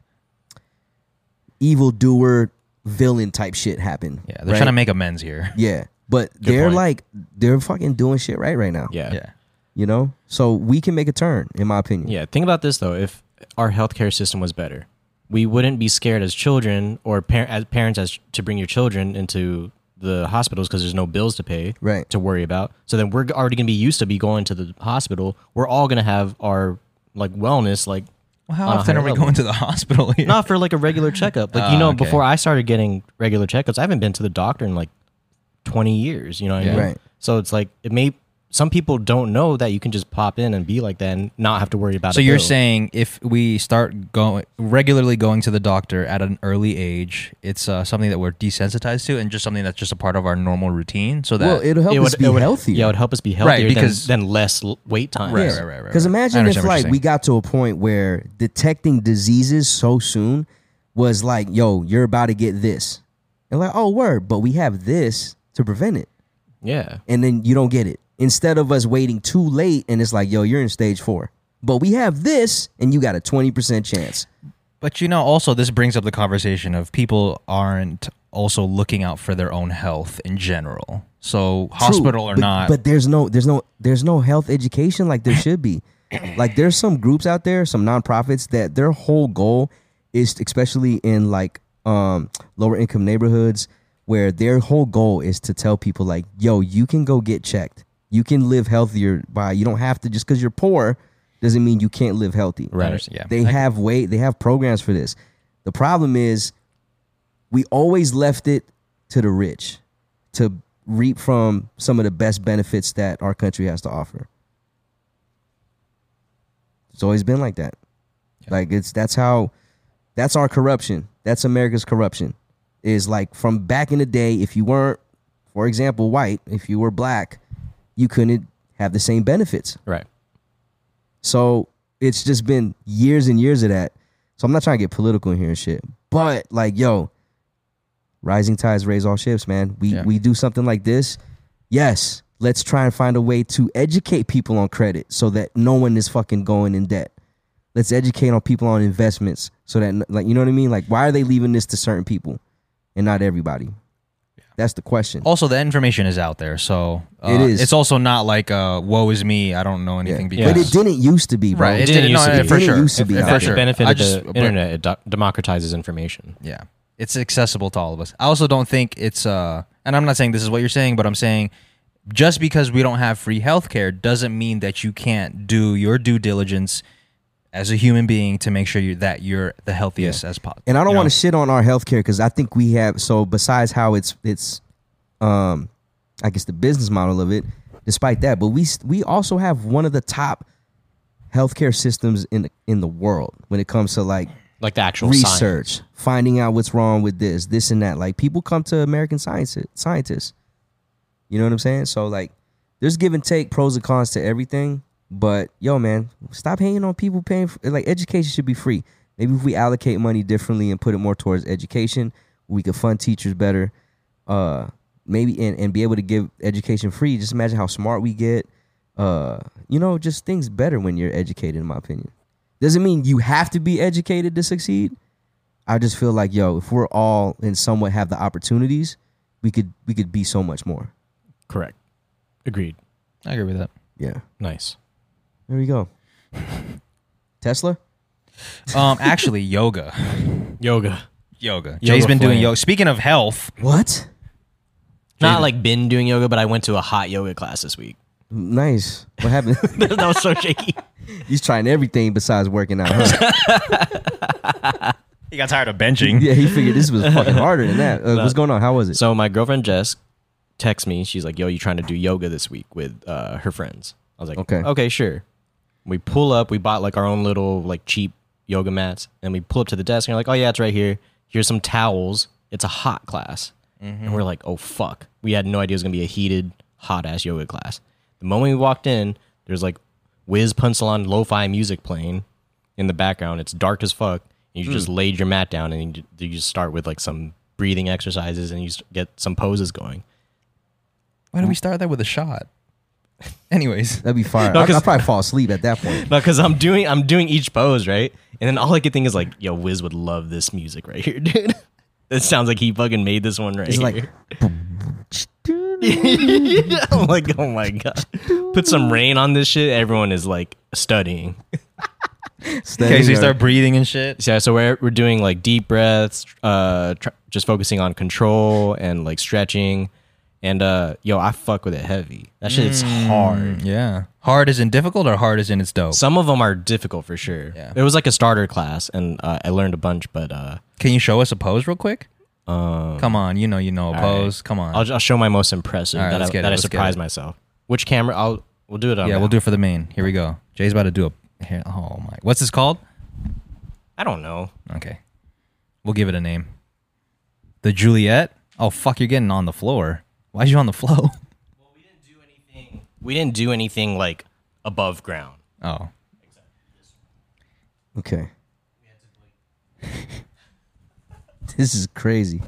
Speaker 3: evildoer villain type shit happened.
Speaker 2: Yeah. They're trying to make amends here.
Speaker 3: Yeah. But they're
Speaker 1: point.
Speaker 3: like they're fucking doing shit right right now.
Speaker 1: Yeah.
Speaker 2: Yeah.
Speaker 3: You know? So we can make a turn, in my opinion.
Speaker 1: Yeah, think about this though. If our healthcare system was better, we wouldn't be scared as children or par- as parents as to bring your children into the hospitals because there's no bills to pay,
Speaker 3: Right.
Speaker 1: To worry about. So then we're already gonna be used to be going to the hospital. We're all gonna have our like wellness like
Speaker 2: Well, how
Speaker 1: On a
Speaker 2: often
Speaker 1: higher
Speaker 2: are we
Speaker 1: level.
Speaker 2: going to the hospital here?
Speaker 1: not for like a regular checkup. Like
Speaker 2: Ah,
Speaker 1: you know,
Speaker 2: okay.
Speaker 1: before I started getting regular checkups, I haven't been to the doctor in like 20 years. You know what
Speaker 2: Yeah.
Speaker 1: I mean?
Speaker 3: Right.
Speaker 1: So it's like it may some people don't know that you can just pop in and be like that and not have to worry about.
Speaker 2: So
Speaker 1: a
Speaker 2: you're
Speaker 1: bill.
Speaker 2: saying if we start going regularly going to the doctor at an early age, it's uh, something that we're desensitized to, and just something that's just a part of our normal routine. So that
Speaker 3: well, it'll help us be healthier.
Speaker 1: Yeah, it would help us be healthier than-
Speaker 2: because-
Speaker 1: than, less l- wait time.
Speaker 2: Right, right, right, right,
Speaker 3: Because
Speaker 2: right. I
Speaker 3: imagine
Speaker 2: understand
Speaker 3: if
Speaker 2: what you're
Speaker 3: like
Speaker 2: saying.
Speaker 3: we got to a point where detecting diseases so soon was like, yo, you're about to get this, and like, oh word, but we have this to prevent it,
Speaker 1: Yeah.
Speaker 3: and then you don't get it. Instead of us waiting too late, and it's like, yo, you're in stage four, but we have this, and you got a twenty percent chance.
Speaker 2: But you know, also this brings up the conversation of people aren't also looking out for their own health in general. So
Speaker 3: True,
Speaker 2: hospital or
Speaker 3: but-
Speaker 2: not,
Speaker 3: But there's no there's no there's no health education like there should be. like there's some groups out there, some nonprofits that their whole goal is especially in like um lower income neighborhoods where their whole goal is to tell people like, yo, you can go get checked. You can live healthier by you don't have to just because you're poor doesn't mean you can't live healthy.
Speaker 1: Right.
Speaker 2: yeah,
Speaker 3: They
Speaker 2: I-
Speaker 3: have way they have programs for this. The problem is we always left it to the rich to reap from some of the best benefits that our country has to offer. It's always been like that. Like it's that's how that's our corruption. That's America's corruption. Is like from back in the day, if you weren't, for example, white, if you were black, you couldn't have the same benefits.
Speaker 1: Right.
Speaker 3: So it's just been years and years of that. So I'm not trying to get political in here and shit. But like, yo, rising tides raise all ships, man. We
Speaker 2: Yeah.
Speaker 3: we do something like this. Yes, let's try and find a way to educate people on credit so that no one is fucking going in debt. Let's educate on people on investments so that like you know what I mean? Like why are they leaving this to certain people and not everybody? That's the question.
Speaker 2: also the information is out there. So uh,
Speaker 3: It is.
Speaker 2: It's also not like uh, "woe is me," I don't know
Speaker 3: Yeah.
Speaker 2: anything because
Speaker 3: But it didn't used to be, bro.
Speaker 2: right. It
Speaker 1: didn't
Speaker 2: didn't,
Speaker 1: used to
Speaker 2: no,
Speaker 1: be.
Speaker 2: for
Speaker 3: It didn't
Speaker 2: sure.
Speaker 3: used to be
Speaker 2: If- for
Speaker 3: out there.
Speaker 1: That's
Speaker 2: sure.
Speaker 1: The benefit
Speaker 2: I
Speaker 1: of
Speaker 2: just-
Speaker 1: the
Speaker 2: but-
Speaker 1: internet it doc- democratizes information.
Speaker 2: Yeah. It's accessible to all of us. I also don't think it's uh and I'm not saying this is what you're saying, but I'm saying just because we don't have free healthcare doesn't mean that you can't do your due diligence as a human being to make sure you that you're the healthiest as possible.
Speaker 3: And I don't want to shit on our healthcare because I think we have so besides how it's it's um I guess the business model of it, despite that, but we s- we also have one of the top healthcare systems in the, in the world when it comes to like
Speaker 1: Like the actual
Speaker 3: research, finding out what's wrong with this, this and that. Like people come to American science scientists. You know what I'm saying? So like there's give and take, pros and cons to everything. But yo, man, stop hating on people paying for like education should be free. Maybe if we allocate money differently and put it more towards education, we could fund teachers better. Uh maybe and, and be able to give education free. Just imagine how smart we get. Uh, you know, just things better when you're educated, in my opinion. Doesn't mean you have to be educated to succeed. I just feel like, yo, if we're all and somewhat have the opportunities, we could we could be so much more.
Speaker 1: science. Correct. Agreed.
Speaker 2: I agree with that.
Speaker 3: Yeah.
Speaker 1: Nice.
Speaker 3: There we go. Tesla?
Speaker 2: Um actually yoga.
Speaker 1: Yoga.
Speaker 2: Yoga.
Speaker 1: Yoga
Speaker 2: Jay's been doing
Speaker 1: flame.
Speaker 2: yoga. Speaking of health,
Speaker 3: What?
Speaker 1: Not like been doing yoga, but I went to a hot yoga class this week.
Speaker 3: Nice. What happened?
Speaker 1: that was so shaky.
Speaker 3: He's trying everything besides working out. Huh?
Speaker 2: he got tired of benching.
Speaker 3: yeah, he figured this was fucking harder than that. Uh, what's going on? How was it?
Speaker 1: So my girlfriend Jess texts me. She's like, "Yo, you trying to do yoga this week with uh, her friends?" I was like,
Speaker 3: Okay.
Speaker 1: "Okay, okay, sure." We pull up. We bought like our own little like cheap yoga mats, and we pull up to the desk. And you're like, "Oh yeah, it's right here. Here's some towels. It's a hot class." And we're like, "Oh fuck!" We had no idea it was gonna be a heated, hot ass yoga class. The moment we walked in, there's like whiz pencil on lo-fi music playing in the background. It's dark as fuck. And you just laid your mat down and you, you just start with like some breathing exercises and you s- get some poses going.
Speaker 2: Why do we start that with a shot? Anyways.
Speaker 3: That'd be fire.
Speaker 1: No,
Speaker 3: I'll, I'll
Speaker 1: 'cause-
Speaker 3: probably fall asleep at that point.
Speaker 1: No, because I'm doing I'm doing each pose right, and then all I could think is like, yo, Wiz would love this music right here, dude. It sounds like he fucking made this one right
Speaker 3: It's
Speaker 1: here.
Speaker 3: like
Speaker 1: I'm like, oh my god, put some rain on this shit. Everyone is like studying.
Speaker 2: Okay,
Speaker 3: studying
Speaker 2: so you
Speaker 3: or-
Speaker 2: start breathing and shit.
Speaker 1: So, Yeah, so we're we're doing like deep breaths, uh, tr- just focusing on control and like stretching, and uh, yo, I fuck with it heavy. That shit's
Speaker 2: Mm.
Speaker 1: hard.
Speaker 2: Yeah. Hard is in difficult or hard is in it's dope.
Speaker 1: Some of them are difficult for sure.
Speaker 2: Yeah.
Speaker 1: It was like a starter class, and uh, I learned a bunch, but uh,
Speaker 2: Can you show us a pose real quick?
Speaker 1: Um,
Speaker 2: Come on, you know you know a
Speaker 1: all
Speaker 2: pose.
Speaker 1: right.
Speaker 2: Come on.
Speaker 1: I'll, I'll show my most impressive
Speaker 2: All right,
Speaker 1: that, I,
Speaker 2: let's get it,
Speaker 1: that I
Speaker 2: let's get
Speaker 1: surprise
Speaker 2: it.
Speaker 1: myself. Which camera? I'll we'll do it on.
Speaker 2: yeah,
Speaker 1: that.
Speaker 2: we'll do it for the main. Here we go. Jay's about to do a. Here, oh my. What's this called?
Speaker 1: I don't know.
Speaker 2: Okay. We'll give it a name. The Juliet? Oh fuck, you're getting on the floor. Why'd you on the floor?
Speaker 1: Well, we didn't do anything. We didn't do anything like above ground.
Speaker 2: Oh.
Speaker 3: Okay. this is crazy.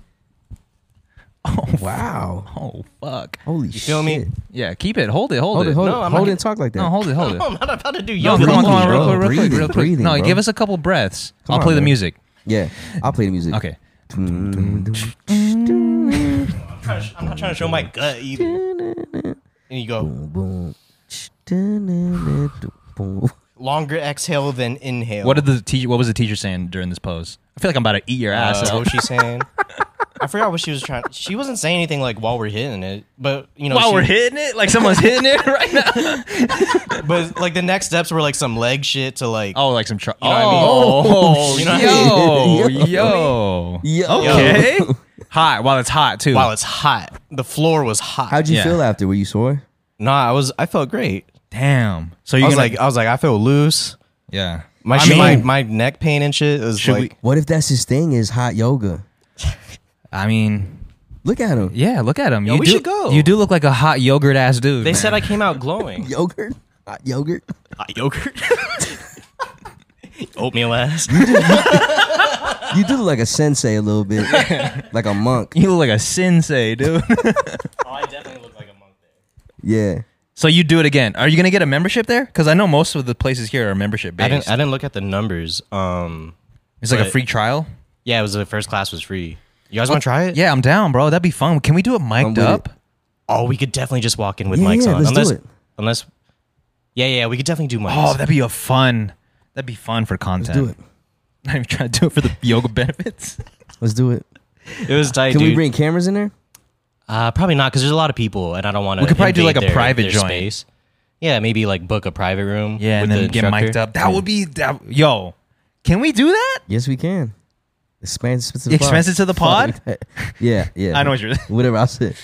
Speaker 2: Oh
Speaker 3: Wow.
Speaker 2: Oh fuck.
Speaker 3: Holy
Speaker 1: You feel me?
Speaker 3: shit.
Speaker 2: Yeah, keep it. Hold it. Hold,
Speaker 3: Hold it, hold
Speaker 1: No,
Speaker 3: it.
Speaker 1: I'm not
Speaker 3: Hold it
Speaker 1: gonna-
Speaker 3: and talk like that.
Speaker 2: No, hold it, hold it.
Speaker 1: No, I'm not about to do
Speaker 2: Oh, No,
Speaker 1: yoga.
Speaker 2: come on, come on, real quick,
Speaker 3: Breathing, bro.
Speaker 2: real quick,
Speaker 3: Breathing,
Speaker 2: real quick.
Speaker 3: breathing,
Speaker 2: no,
Speaker 3: bro.
Speaker 2: give us a couple breaths.
Speaker 3: Come
Speaker 2: I'll
Speaker 3: on,
Speaker 2: play the
Speaker 3: bro.
Speaker 2: music.
Speaker 3: Yeah. I'll play the music.
Speaker 2: Okay.
Speaker 1: I'm, trying to, I'm not trying to show my gut either. And you go
Speaker 3: Boom. Boom.
Speaker 1: longer exhale than inhale.
Speaker 2: What did the teacher? What was the teacher saying during this pose? I feel like I'm about to eat your ass.
Speaker 1: uh,
Speaker 2: out.
Speaker 1: what was she saying? I forgot what she was trying. She wasn't saying anything like while we're hitting it, but you know,
Speaker 2: While
Speaker 1: she-
Speaker 2: we're hitting it, like someone's hitting it right now.
Speaker 1: But like the next steps were like some leg shit to like.
Speaker 2: Oh, like some. Tr-
Speaker 1: know what I mean?
Speaker 2: oh,
Speaker 1: You know what
Speaker 3: I mean?
Speaker 2: yo, yo,
Speaker 3: Yo. Yo.
Speaker 2: Okay, hot while it's hot too.
Speaker 1: While it's hot, the floor was hot.
Speaker 3: How'd you
Speaker 2: Yeah.
Speaker 3: feel after? Were you sore?
Speaker 1: Nah, I was. I felt great.
Speaker 2: Damn. So
Speaker 1: I
Speaker 2: you're
Speaker 1: was
Speaker 2: gonna,
Speaker 1: like, I was like, I feel loose.
Speaker 2: yeah.
Speaker 1: My
Speaker 2: I
Speaker 1: sh-
Speaker 2: mean,
Speaker 1: my, my neck pain and shit is
Speaker 2: Should we-
Speaker 1: like.
Speaker 3: What if that's his thing is hot yoga?
Speaker 2: I mean,
Speaker 3: Look at him.
Speaker 2: yeah. Look at him.
Speaker 1: Yo,
Speaker 2: you
Speaker 1: we
Speaker 2: do,
Speaker 1: should go.
Speaker 2: You do look like a hot yogurt ass dude.
Speaker 1: they
Speaker 2: man.
Speaker 1: said I came out glowing.
Speaker 3: Yogurt? Hot yogurt?
Speaker 1: Hot yogurt.
Speaker 2: Oh.
Speaker 1: Oatmeal ass.
Speaker 3: You do look like a sensei a little bit. like a monk.
Speaker 2: you look like a sensei, dude.
Speaker 1: Oh, I definitely look like a monk there.
Speaker 3: Yeah.
Speaker 2: so you do it again. Are you gonna get a membership there? Because I know most of the places here are membership
Speaker 1: I
Speaker 2: based.
Speaker 1: didn't. I didn't look at the numbers. Um.
Speaker 2: it's like a
Speaker 1: but-
Speaker 2: free trial.
Speaker 1: Yeah, it was the first class was free. You guys want to try it?
Speaker 2: Oh, Yeah, I'm down, bro. That'd be fun. Can we do it mic'd
Speaker 3: with it.
Speaker 2: up?
Speaker 1: Oh, we could definitely just walk in with
Speaker 3: Yeah,
Speaker 1: mics
Speaker 3: yeah,
Speaker 1: on.
Speaker 3: let's do
Speaker 1: unless,
Speaker 3: it.
Speaker 1: Unless. Yeah, yeah, we could definitely do mics.
Speaker 2: Oh, that'd be a fun. That'd be fun for content.
Speaker 3: Let's do it.
Speaker 2: Not even trying to do it for the yoga benefits.
Speaker 3: Let's do it.
Speaker 1: it was tight,
Speaker 3: Can
Speaker 1: dude.
Speaker 3: we bring cameras in there?
Speaker 1: uh, probably not because there's a lot of people, and I don't want to.
Speaker 2: We could probably do, like, a
Speaker 1: their,
Speaker 2: private
Speaker 1: their
Speaker 2: joint.
Speaker 1: Space. Yeah, maybe like book a private room.
Speaker 2: Yeah,
Speaker 1: with
Speaker 2: and then
Speaker 1: the
Speaker 2: get
Speaker 1: instructor.
Speaker 2: mic'd up. That would be. That, yo, can we do that?
Speaker 3: Yes, we can. Expensive to the
Speaker 2: Expensive to the pod?
Speaker 3: yeah, yeah.
Speaker 2: I know what you're.
Speaker 3: Whatever I said.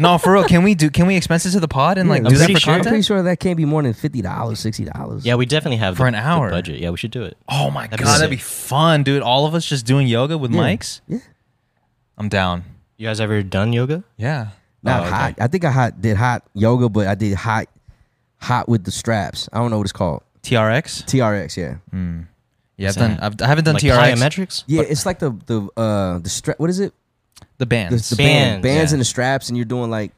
Speaker 2: no, for real. Can we do? Can we expense it to the pod and like
Speaker 3: Yeah,
Speaker 2: do that
Speaker 1: pretty
Speaker 2: for
Speaker 1: sure-
Speaker 3: I'm
Speaker 2: content?
Speaker 3: pretty sure that can't be more than fifty dollars, sixty dollars.
Speaker 1: Yeah, we definitely have
Speaker 2: For
Speaker 1: the-
Speaker 2: an hour.
Speaker 1: the budget. Yeah, we should do it.
Speaker 2: Oh my
Speaker 1: That'd be
Speaker 2: god, that'd be
Speaker 1: sick.
Speaker 2: fun, dude. All of us just doing yoga with mics.
Speaker 3: Yeah.
Speaker 2: I'm down.
Speaker 1: You guys ever done yoga?
Speaker 2: Yeah.
Speaker 3: Not
Speaker 1: Oh, okay.
Speaker 3: hot. I think I hot did hot yoga, but I did hot hot with the straps. I don't know what it's called.
Speaker 2: TRX.
Speaker 3: TRX, yeah.
Speaker 2: Mm-hmm. Yeah, I've
Speaker 1: that?
Speaker 2: done. I've, I haven't done
Speaker 1: like
Speaker 2: TRX.
Speaker 1: plyometrics?
Speaker 3: Yeah, it's like the the uh the strap what is it?
Speaker 2: The
Speaker 3: The,
Speaker 2: bands.
Speaker 3: the
Speaker 1: Bands,
Speaker 3: band. Bands
Speaker 1: yeah.
Speaker 3: and the straps and you're doing like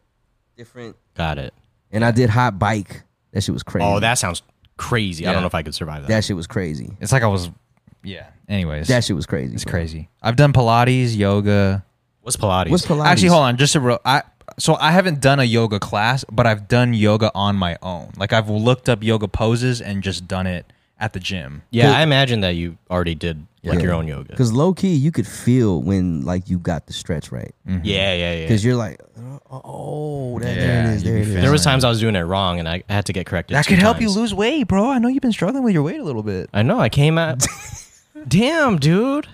Speaker 3: different
Speaker 1: Got it.
Speaker 3: and I did hot bike. That shit was crazy.
Speaker 1: Oh, that sounds crazy. I
Speaker 2: Yeah.
Speaker 1: don't know if I could survive that.
Speaker 3: that shit was crazy.
Speaker 2: it's like I was. Yeah. Anyways,
Speaker 3: That shit was crazy.
Speaker 2: it's crazy. I've done Pilates, yoga.
Speaker 1: What's Pilates?
Speaker 3: What's Pilates?
Speaker 2: Actually, hold on. Just a real. I so I haven't done a yoga class, but I've done yoga on my own. Like I've looked up yoga poses and just done it at the gym.
Speaker 1: yeah, I imagine that you already did like your own yoga.
Speaker 3: Because low key, you could feel when like you got the stretch right.
Speaker 1: Yeah, yeah, yeah.
Speaker 3: Because you're like, oh, that, there
Speaker 2: Yeah,
Speaker 3: it is,
Speaker 2: you
Speaker 3: there
Speaker 2: be
Speaker 3: it is.
Speaker 2: feeling
Speaker 1: There was times I was doing it wrong, and I had to get corrected.
Speaker 2: That
Speaker 1: two
Speaker 2: could help you
Speaker 1: times.
Speaker 2: lose weight, bro. I know you've been struggling with your weight a little bit.
Speaker 1: I know. I came out. Damn, dude.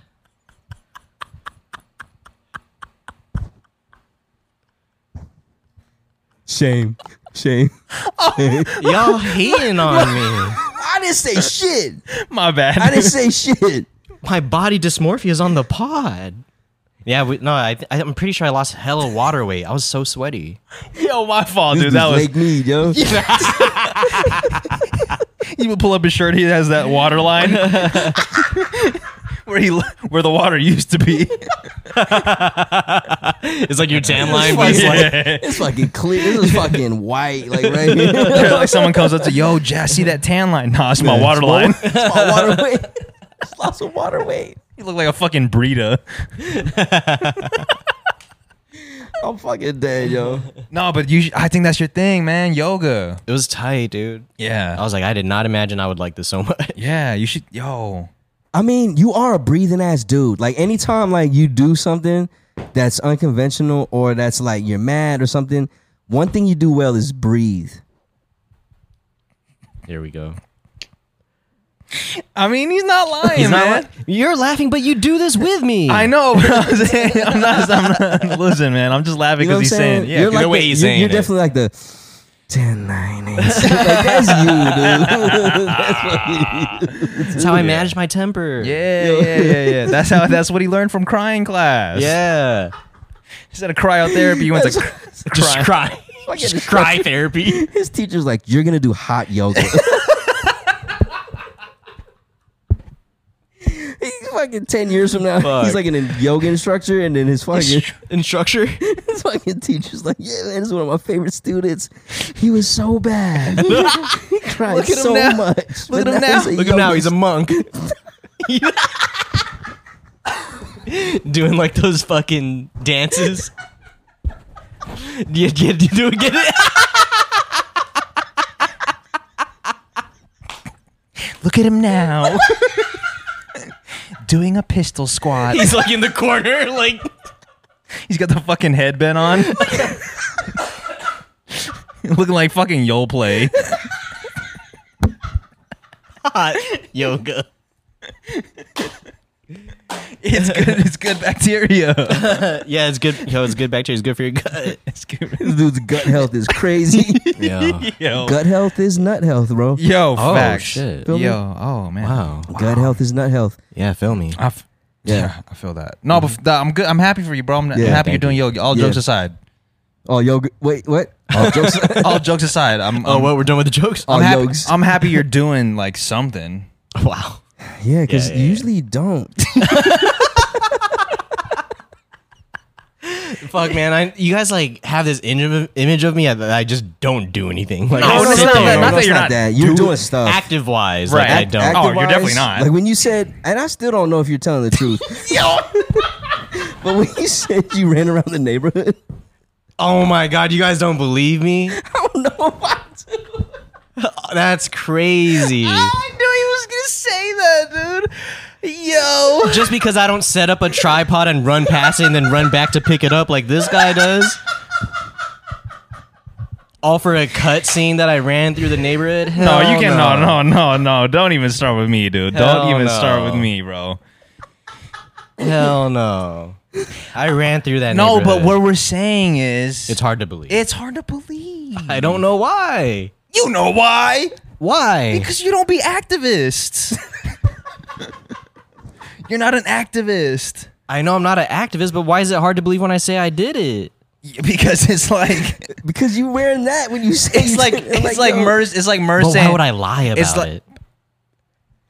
Speaker 3: Shame, shame.
Speaker 1: Y'all hating on me.
Speaker 3: I didn't say shit.
Speaker 2: My bad.
Speaker 3: I didn't say shit.
Speaker 1: My body dysmorphia is on the pod. Yeah, we, no, I, I, I'm pretty sure I lost hella water weight. I was so sweaty.
Speaker 2: Yo, my fault, dude.
Speaker 3: This
Speaker 2: That
Speaker 3: was
Speaker 2: was
Speaker 3: Lake Mead, yo.
Speaker 2: He would pull up his shirt. He has that water line where he where the water used to be.
Speaker 1: It's like your tan
Speaker 3: It's,
Speaker 1: line, but
Speaker 3: fucking,
Speaker 1: it's like
Speaker 3: it's fucking clear. This is fucking white, like right here.
Speaker 2: like someone comes up to yo, Jess, see that tan line? Nah, it's my water line.
Speaker 3: It's my water weight. It's lots of water weight.
Speaker 2: you look like a fucking burrito.
Speaker 3: I'm fucking dead, yo.
Speaker 2: No, but you. sh- I think that's your thing, man. Yoga.
Speaker 1: it was tight, dude. I
Speaker 2: Yeah.
Speaker 1: was like, I did not imagine I would like this so much.
Speaker 2: Yeah. You should. Yo.
Speaker 3: I mean, you are a breathing ass dude. Like anytime like you do something that's unconventional or that's like you're mad or something, one thing you do well is breathe.
Speaker 1: Here we go.
Speaker 2: I mean, he's not lying,
Speaker 1: He's not
Speaker 2: man.
Speaker 1: la- You're laughing, but you do this with me.
Speaker 2: I know, but I'm saying I'm not. I'm not listen, man. I'm just laughing
Speaker 3: You know
Speaker 2: because
Speaker 3: what I'm
Speaker 2: he's saying, yeah,
Speaker 3: You're
Speaker 2: 'cause
Speaker 3: like
Speaker 2: the way
Speaker 3: the-
Speaker 2: he's
Speaker 3: you-
Speaker 2: saying
Speaker 3: You're
Speaker 2: it.
Speaker 3: definitely like the 10, 9, 8. like, that's you, dude. that's what you
Speaker 1: That's how I manage my temper.
Speaker 2: Yeah, yeah, yeah, yeah. That's how. That's what he learned from crying class.
Speaker 1: Yeah.
Speaker 2: instead of cryotherapy, he went to cr-
Speaker 1: Just
Speaker 2: cry.
Speaker 1: cry. Just cry therapy.
Speaker 3: His teacher's like, you're going to do hot yoga. He's fucking 10 years from now.
Speaker 1: Fuck.
Speaker 3: He's like an yoga instructor, and then his fucking,
Speaker 1: Instructor.
Speaker 3: his fucking teacher's like, yeah, man, this is one of my favorite students. He was so bad. he cried
Speaker 2: Look at him
Speaker 3: so
Speaker 2: now.
Speaker 3: much.
Speaker 2: Look
Speaker 3: but
Speaker 2: at him now.
Speaker 3: he's a
Speaker 1: Look at him now.
Speaker 3: yoga
Speaker 1: He's a monk. Doing like those fucking dances. Yeah, yeah, do you get it?
Speaker 2: Look at him now, doing a pistol squat.
Speaker 1: He's like in the corner, like
Speaker 2: He's got the fucking headband on, looking like fucking yo play.
Speaker 1: hot yoga.
Speaker 2: It's good. It's good bacteria.
Speaker 1: Yeah, it's good. Yo, it's good bacteria. It's good for your gut.
Speaker 2: It's good.
Speaker 3: This dude's gut health is crazy.
Speaker 1: Yeah.
Speaker 2: Yo,
Speaker 3: gut health is nut health, bro.
Speaker 2: yo,
Speaker 1: Oh,
Speaker 2: facts.
Speaker 1: shit.
Speaker 3: Feel me?
Speaker 2: Yo, oh man.
Speaker 1: Wow.
Speaker 3: Gut health is nut health.
Speaker 1: Yeah, feel me.
Speaker 2: I f-
Speaker 3: Yeah.
Speaker 2: yeah. I feel that. No, but f- that, I'm good. I'm happy for you, bro. I'm, I'm
Speaker 3: Yeah,
Speaker 2: happy you're
Speaker 1: thank
Speaker 2: doing yoga. All
Speaker 3: Yeah.
Speaker 2: jokes aside.
Speaker 3: Oh, yoga. Wait, what? Oh, jokes.
Speaker 2: All jokes aside. I'm.
Speaker 1: Oh,
Speaker 2: I'm-
Speaker 1: what? We're done with the jokes?
Speaker 2: I'm
Speaker 3: Oh,
Speaker 2: happy.
Speaker 3: yokes.
Speaker 2: I'm happy you're doing like something.
Speaker 1: Wow.
Speaker 3: yeah, because
Speaker 1: Yeah, yeah,
Speaker 3: you
Speaker 1: yeah.
Speaker 3: usually you don't.
Speaker 1: Fuck, man. I, you guys like have this image, image of me that I just don't do anything. Like,
Speaker 2: No,
Speaker 1: I
Speaker 2: no,
Speaker 1: sit
Speaker 2: no,
Speaker 1: there.
Speaker 2: no,
Speaker 3: it's
Speaker 2: not that you're not
Speaker 3: You're
Speaker 1: doing-
Speaker 3: doing stuff.
Speaker 1: active wise,
Speaker 2: Right.
Speaker 1: like I
Speaker 2: Act-
Speaker 1: don't.
Speaker 2: act- Oh, you're
Speaker 3: Active-wise,
Speaker 2: definitely not.
Speaker 3: Like when you said, and I still don't know if you're telling the truth. but when you said you ran around the neighborhood,
Speaker 1: oh my god, you guys don't believe me?
Speaker 3: I don't know why.
Speaker 1: That's crazy.
Speaker 2: knew he was gonna say that, dude. Yo.
Speaker 1: Just because I don't set up a tripod and run past it and then run back to pick it up like this guy does. All for a cut scene that I ran through the neighborhood.
Speaker 2: No,
Speaker 1: Hell
Speaker 2: you can no. no, no, no, Don't even start with me, dude.
Speaker 1: Hell
Speaker 2: Don't even
Speaker 1: no.
Speaker 2: start with me, bro.
Speaker 1: Hell no. I ran through that.
Speaker 2: No, but
Speaker 1: neighborhood.
Speaker 2: what we're saying is
Speaker 1: it's hard to believe.
Speaker 2: it's hard to believe.
Speaker 1: I don't know why.
Speaker 2: You know why?
Speaker 1: Why?
Speaker 2: Because you don't be activists. You're not an activist.
Speaker 1: I know I'm not an activist, but why is it hard to believe when I say I did it?
Speaker 2: Because it's like
Speaker 3: Because you wearing that when you said
Speaker 2: it's
Speaker 3: you
Speaker 2: like
Speaker 3: did it.
Speaker 2: it's like
Speaker 3: yo,
Speaker 2: Merz it's like
Speaker 1: But
Speaker 2: Merz
Speaker 1: why
Speaker 2: saying
Speaker 1: would I lie about
Speaker 2: it's like-
Speaker 1: it?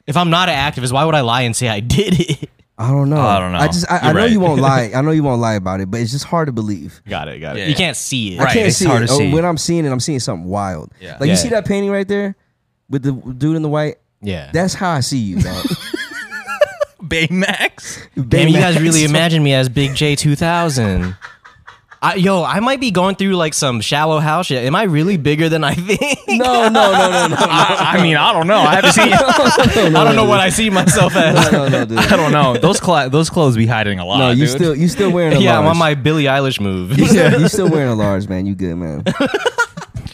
Speaker 1: If I'm not an activist, why would I lie and say I did it?
Speaker 3: I don't know.
Speaker 2: Oh, I don't know.
Speaker 3: I just I, I
Speaker 2: You're
Speaker 3: know
Speaker 2: right.
Speaker 3: you won't lie. I know you won't lie about it, but it's just hard to believe.
Speaker 1: Got it, got it.
Speaker 2: Yeah.
Speaker 1: You can't see it.
Speaker 2: Right.
Speaker 3: I can't
Speaker 2: it's
Speaker 3: see
Speaker 2: hard
Speaker 3: it.
Speaker 2: to
Speaker 3: Oh,
Speaker 2: see.
Speaker 3: When I'm seeing it, I'm seeing something wild.
Speaker 2: Yeah.
Speaker 3: Like
Speaker 1: Yeah.
Speaker 3: you see that painting right there with the dude in the white.
Speaker 1: Yeah.
Speaker 3: That's how I see you, dog.
Speaker 2: Baymax.
Speaker 1: Damn, you guys
Speaker 3: Baymax.
Speaker 1: really imagine me as Big J 2000. I, yo, I might be going through like some shallow house shit. Am I really bigger than I think?
Speaker 3: No, no, no, no, no.
Speaker 2: I, I mean, I don't know. I haven't seen. I
Speaker 1: I don't know what I see myself as.
Speaker 3: No, no, dude.
Speaker 2: don't know. Those cl- those clothes be hiding a lot.
Speaker 3: No, you
Speaker 2: dude.
Speaker 3: still you still wearing a
Speaker 1: yeah,
Speaker 3: large.
Speaker 1: I'm on my Billie Eilish move.
Speaker 3: You still, you still wearing a large, man. You good, man.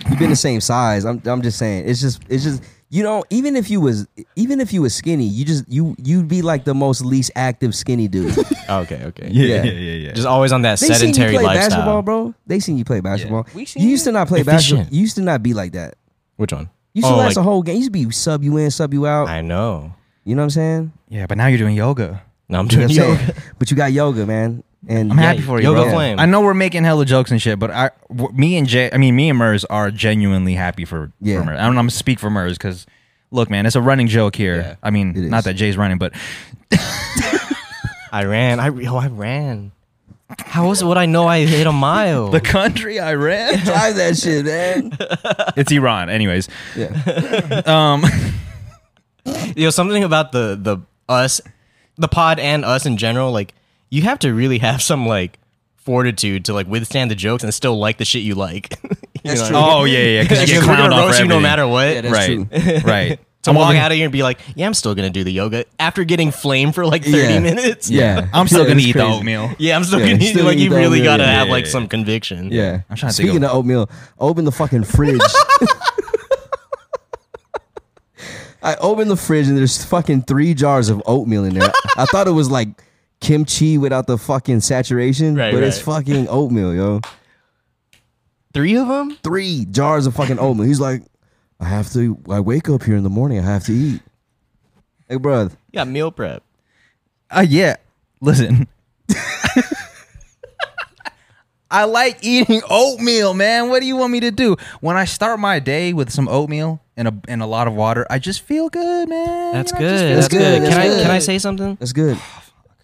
Speaker 3: You've been the same size. I'm I'm just saying. It's just it's just you know even if you was even if you was skinny, you just you you'd be like the most least active skinny dude.
Speaker 1: okay, okay.
Speaker 3: Yeah.
Speaker 2: Yeah, yeah, yeah, yeah.
Speaker 1: Just always on that
Speaker 3: They seen you
Speaker 1: sedentary
Speaker 3: play
Speaker 1: lifestyle.
Speaker 3: basketball, bro. They seen you play basketball.
Speaker 2: We seen
Speaker 3: You used to not play
Speaker 1: Efficient.
Speaker 3: basketball. You used to not be like that.
Speaker 1: Which one?
Speaker 3: You used to
Speaker 1: Oh, like-
Speaker 3: last a whole game. You used to be sub you in, sub you out.
Speaker 1: I know.
Speaker 3: You know what I'm saying?
Speaker 2: yeah, but now you're doing yoga.
Speaker 1: No, I'm
Speaker 3: You know
Speaker 1: doing yoga.
Speaker 3: what I'm saying? But you got yoga, man. And
Speaker 2: I'm happy for you,
Speaker 1: yoga
Speaker 2: bro.
Speaker 1: flame.
Speaker 2: I know we're making hella jokes and shit, but I, w- me and Jay, I mean, me and Murs are genuinely happy for,
Speaker 3: Yeah.
Speaker 2: for Murs. I don't. I'm gonna speak for Murs because, look, man, it's a running joke here.
Speaker 1: Yeah.
Speaker 2: I mean,
Speaker 3: It is.
Speaker 2: not that Jay's running, but
Speaker 1: I ran. I oh, I ran. How else would I know I hit a mile?
Speaker 2: the country I ran,
Speaker 3: drive that shit, man.
Speaker 2: it's Iran. Anyways,
Speaker 3: Yeah.
Speaker 2: um,
Speaker 1: you know something about the the us, the pod and us in general. Like you have to really have some like fortitude to like withstand the jokes and still like the shit you like. you
Speaker 3: That's
Speaker 1: know
Speaker 3: true.
Speaker 1: what
Speaker 2: oh yeah,
Speaker 1: I
Speaker 2: yeah,
Speaker 1: mean?
Speaker 2: because you get
Speaker 1: Because we're
Speaker 2: clowned
Speaker 1: gonna
Speaker 2: off
Speaker 1: roast
Speaker 2: for
Speaker 1: you no
Speaker 2: everything.
Speaker 1: matter what.
Speaker 2: right,
Speaker 3: that's
Speaker 2: right.
Speaker 1: To
Speaker 2: I'm
Speaker 1: walk
Speaker 2: only-
Speaker 1: out of here and be like, yeah, I'm still gonna do the yoga after getting flamed for like 30
Speaker 3: Yeah.
Speaker 1: minutes.
Speaker 3: Yeah.
Speaker 2: I'm still
Speaker 3: Yeah,
Speaker 2: gonna
Speaker 3: it's
Speaker 2: eat the
Speaker 3: crazy.
Speaker 2: oatmeal.
Speaker 1: Yeah, I'm still
Speaker 3: Yeah,
Speaker 1: gonna
Speaker 3: still
Speaker 1: like
Speaker 3: gonna eat
Speaker 1: you
Speaker 3: the
Speaker 1: really
Speaker 3: oatmeal.
Speaker 1: gotta
Speaker 3: Yeah,
Speaker 1: have
Speaker 2: yeah,
Speaker 1: like
Speaker 2: yeah.
Speaker 1: some conviction.
Speaker 3: Yeah.
Speaker 2: I'm trying to think
Speaker 3: Speaking
Speaker 2: of-
Speaker 3: of oatmeal, open the fucking fridge. I opened the fridge and there's fucking three jars of oatmeal in there. I thought it was like kimchi without the fucking saturation,
Speaker 1: Right,
Speaker 3: but it's
Speaker 1: right.
Speaker 3: fucking oatmeal, yo.
Speaker 1: Three of them?
Speaker 3: Three jars of fucking oatmeal. He's like, I have to. I wake up here in the morning. I have to eat. Like, bro,
Speaker 1: Yeah, meal prep.
Speaker 2: Uh, yeah. Listen. I like eating oatmeal, man. What do you want me to do? When I start my day with some oatmeal and a and a lot of water, I just feel good, man.
Speaker 1: That's
Speaker 2: I
Speaker 1: good.
Speaker 2: Just
Speaker 1: That's
Speaker 3: good,
Speaker 1: good.
Speaker 3: that's
Speaker 1: Can I
Speaker 3: good.
Speaker 1: can I say something?
Speaker 3: that's good.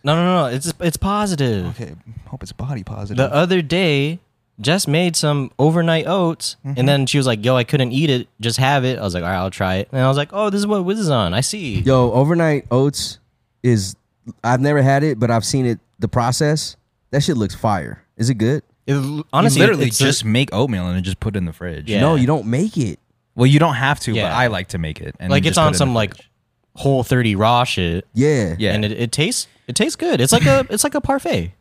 Speaker 1: No, no, no. It's it's positive.
Speaker 2: feel, okay, hope it's body positive.
Speaker 1: The other day, Jess made some overnight oats,
Speaker 2: Mm-hmm.
Speaker 1: and then she was like, "Yo, I couldn't eat it. Just have it." I was like, "All right, I'll try it." And I was like, "Oh, this is what Wiz is on. I see."
Speaker 3: Yo, overnight oats is. I've never had it, but I've seen it. The process. That shit looks fire. Is it good?
Speaker 1: It l-
Speaker 2: You
Speaker 1: honestly,
Speaker 2: literally
Speaker 1: it's a-
Speaker 2: just make oatmeal and then just put it in the fridge.
Speaker 1: Yeah.
Speaker 3: No, you don't make it.
Speaker 2: Well, you don't have to, but
Speaker 1: Yeah.
Speaker 2: I like to make it. And
Speaker 1: like
Speaker 2: then
Speaker 1: it's
Speaker 2: just put it
Speaker 1: on
Speaker 2: in
Speaker 1: some
Speaker 2: the
Speaker 1: like
Speaker 2: fridge.
Speaker 1: whole thirty raw shit.
Speaker 3: Yeah.
Speaker 2: yeah,
Speaker 1: and it, it tastes it tastes good. It's like a it's like a parfait.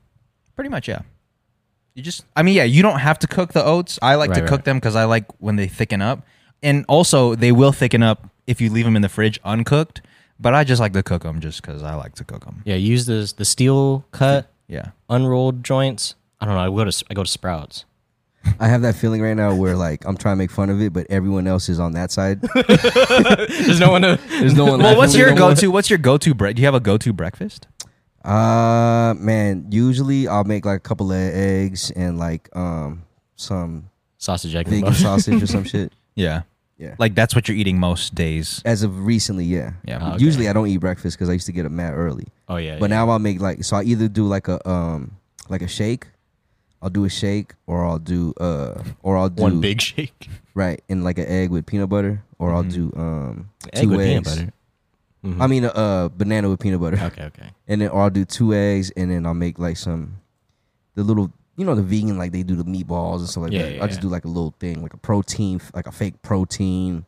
Speaker 2: pretty much yeah. You just, I mean, yeah, you don't have to cook the oats. I like to
Speaker 1: Right,
Speaker 2: cook
Speaker 1: right.
Speaker 2: them because I like when they thicken up, and also they will thicken up if you leave them in the fridge uncooked. But I just like to cook them just because I like to cook them.
Speaker 1: Yeah, use the the steel cut
Speaker 2: Yeah,
Speaker 1: unrolled joints. I don't know. I go to I go to Sprouts.
Speaker 3: I have that feeling right now where like I'm trying to make fun of it, but everyone else is on that side.
Speaker 1: There's no one. To,
Speaker 3: There's no one.
Speaker 2: Well,
Speaker 3: laughing.
Speaker 2: what's your
Speaker 3: There's no one-
Speaker 2: go-to? What's your go-to bread? Do you have a go-to breakfast?
Speaker 3: Uh, man. Usually I'll make like a couple of eggs and like um some
Speaker 1: sausage egg and
Speaker 3: vegan
Speaker 1: muffin.
Speaker 3: sausage or some shit.
Speaker 2: Yeah,
Speaker 3: Yeah.
Speaker 2: like that's what you're eating most days.
Speaker 3: As of recently, yeah.
Speaker 2: Yeah.
Speaker 1: Oh, okay.
Speaker 3: Usually I don't eat breakfast because I used to get up mad early.
Speaker 1: Oh yeah.
Speaker 3: But
Speaker 1: yeah.
Speaker 3: now I'll make like so I either do like a um like a shake, I'll do a shake, or I'll do uh or I'll do
Speaker 1: one big shake.
Speaker 3: right and like an egg with peanut butter, or I'll do um
Speaker 1: Mm-hmm. Egg
Speaker 3: two
Speaker 1: with peanut
Speaker 3: eggs.
Speaker 1: butter. Mm-hmm.
Speaker 3: I mean a uh, banana with peanut butter.
Speaker 1: Okay, okay.
Speaker 3: and then or I'll do two eggs, and then I'll make like some the little you know the vegan like they do the meatballs and stuff like
Speaker 1: Yeah,
Speaker 3: that.
Speaker 1: yeah,
Speaker 3: I'll just
Speaker 1: yeah.
Speaker 3: do like a little thing like a protein, like a fake protein,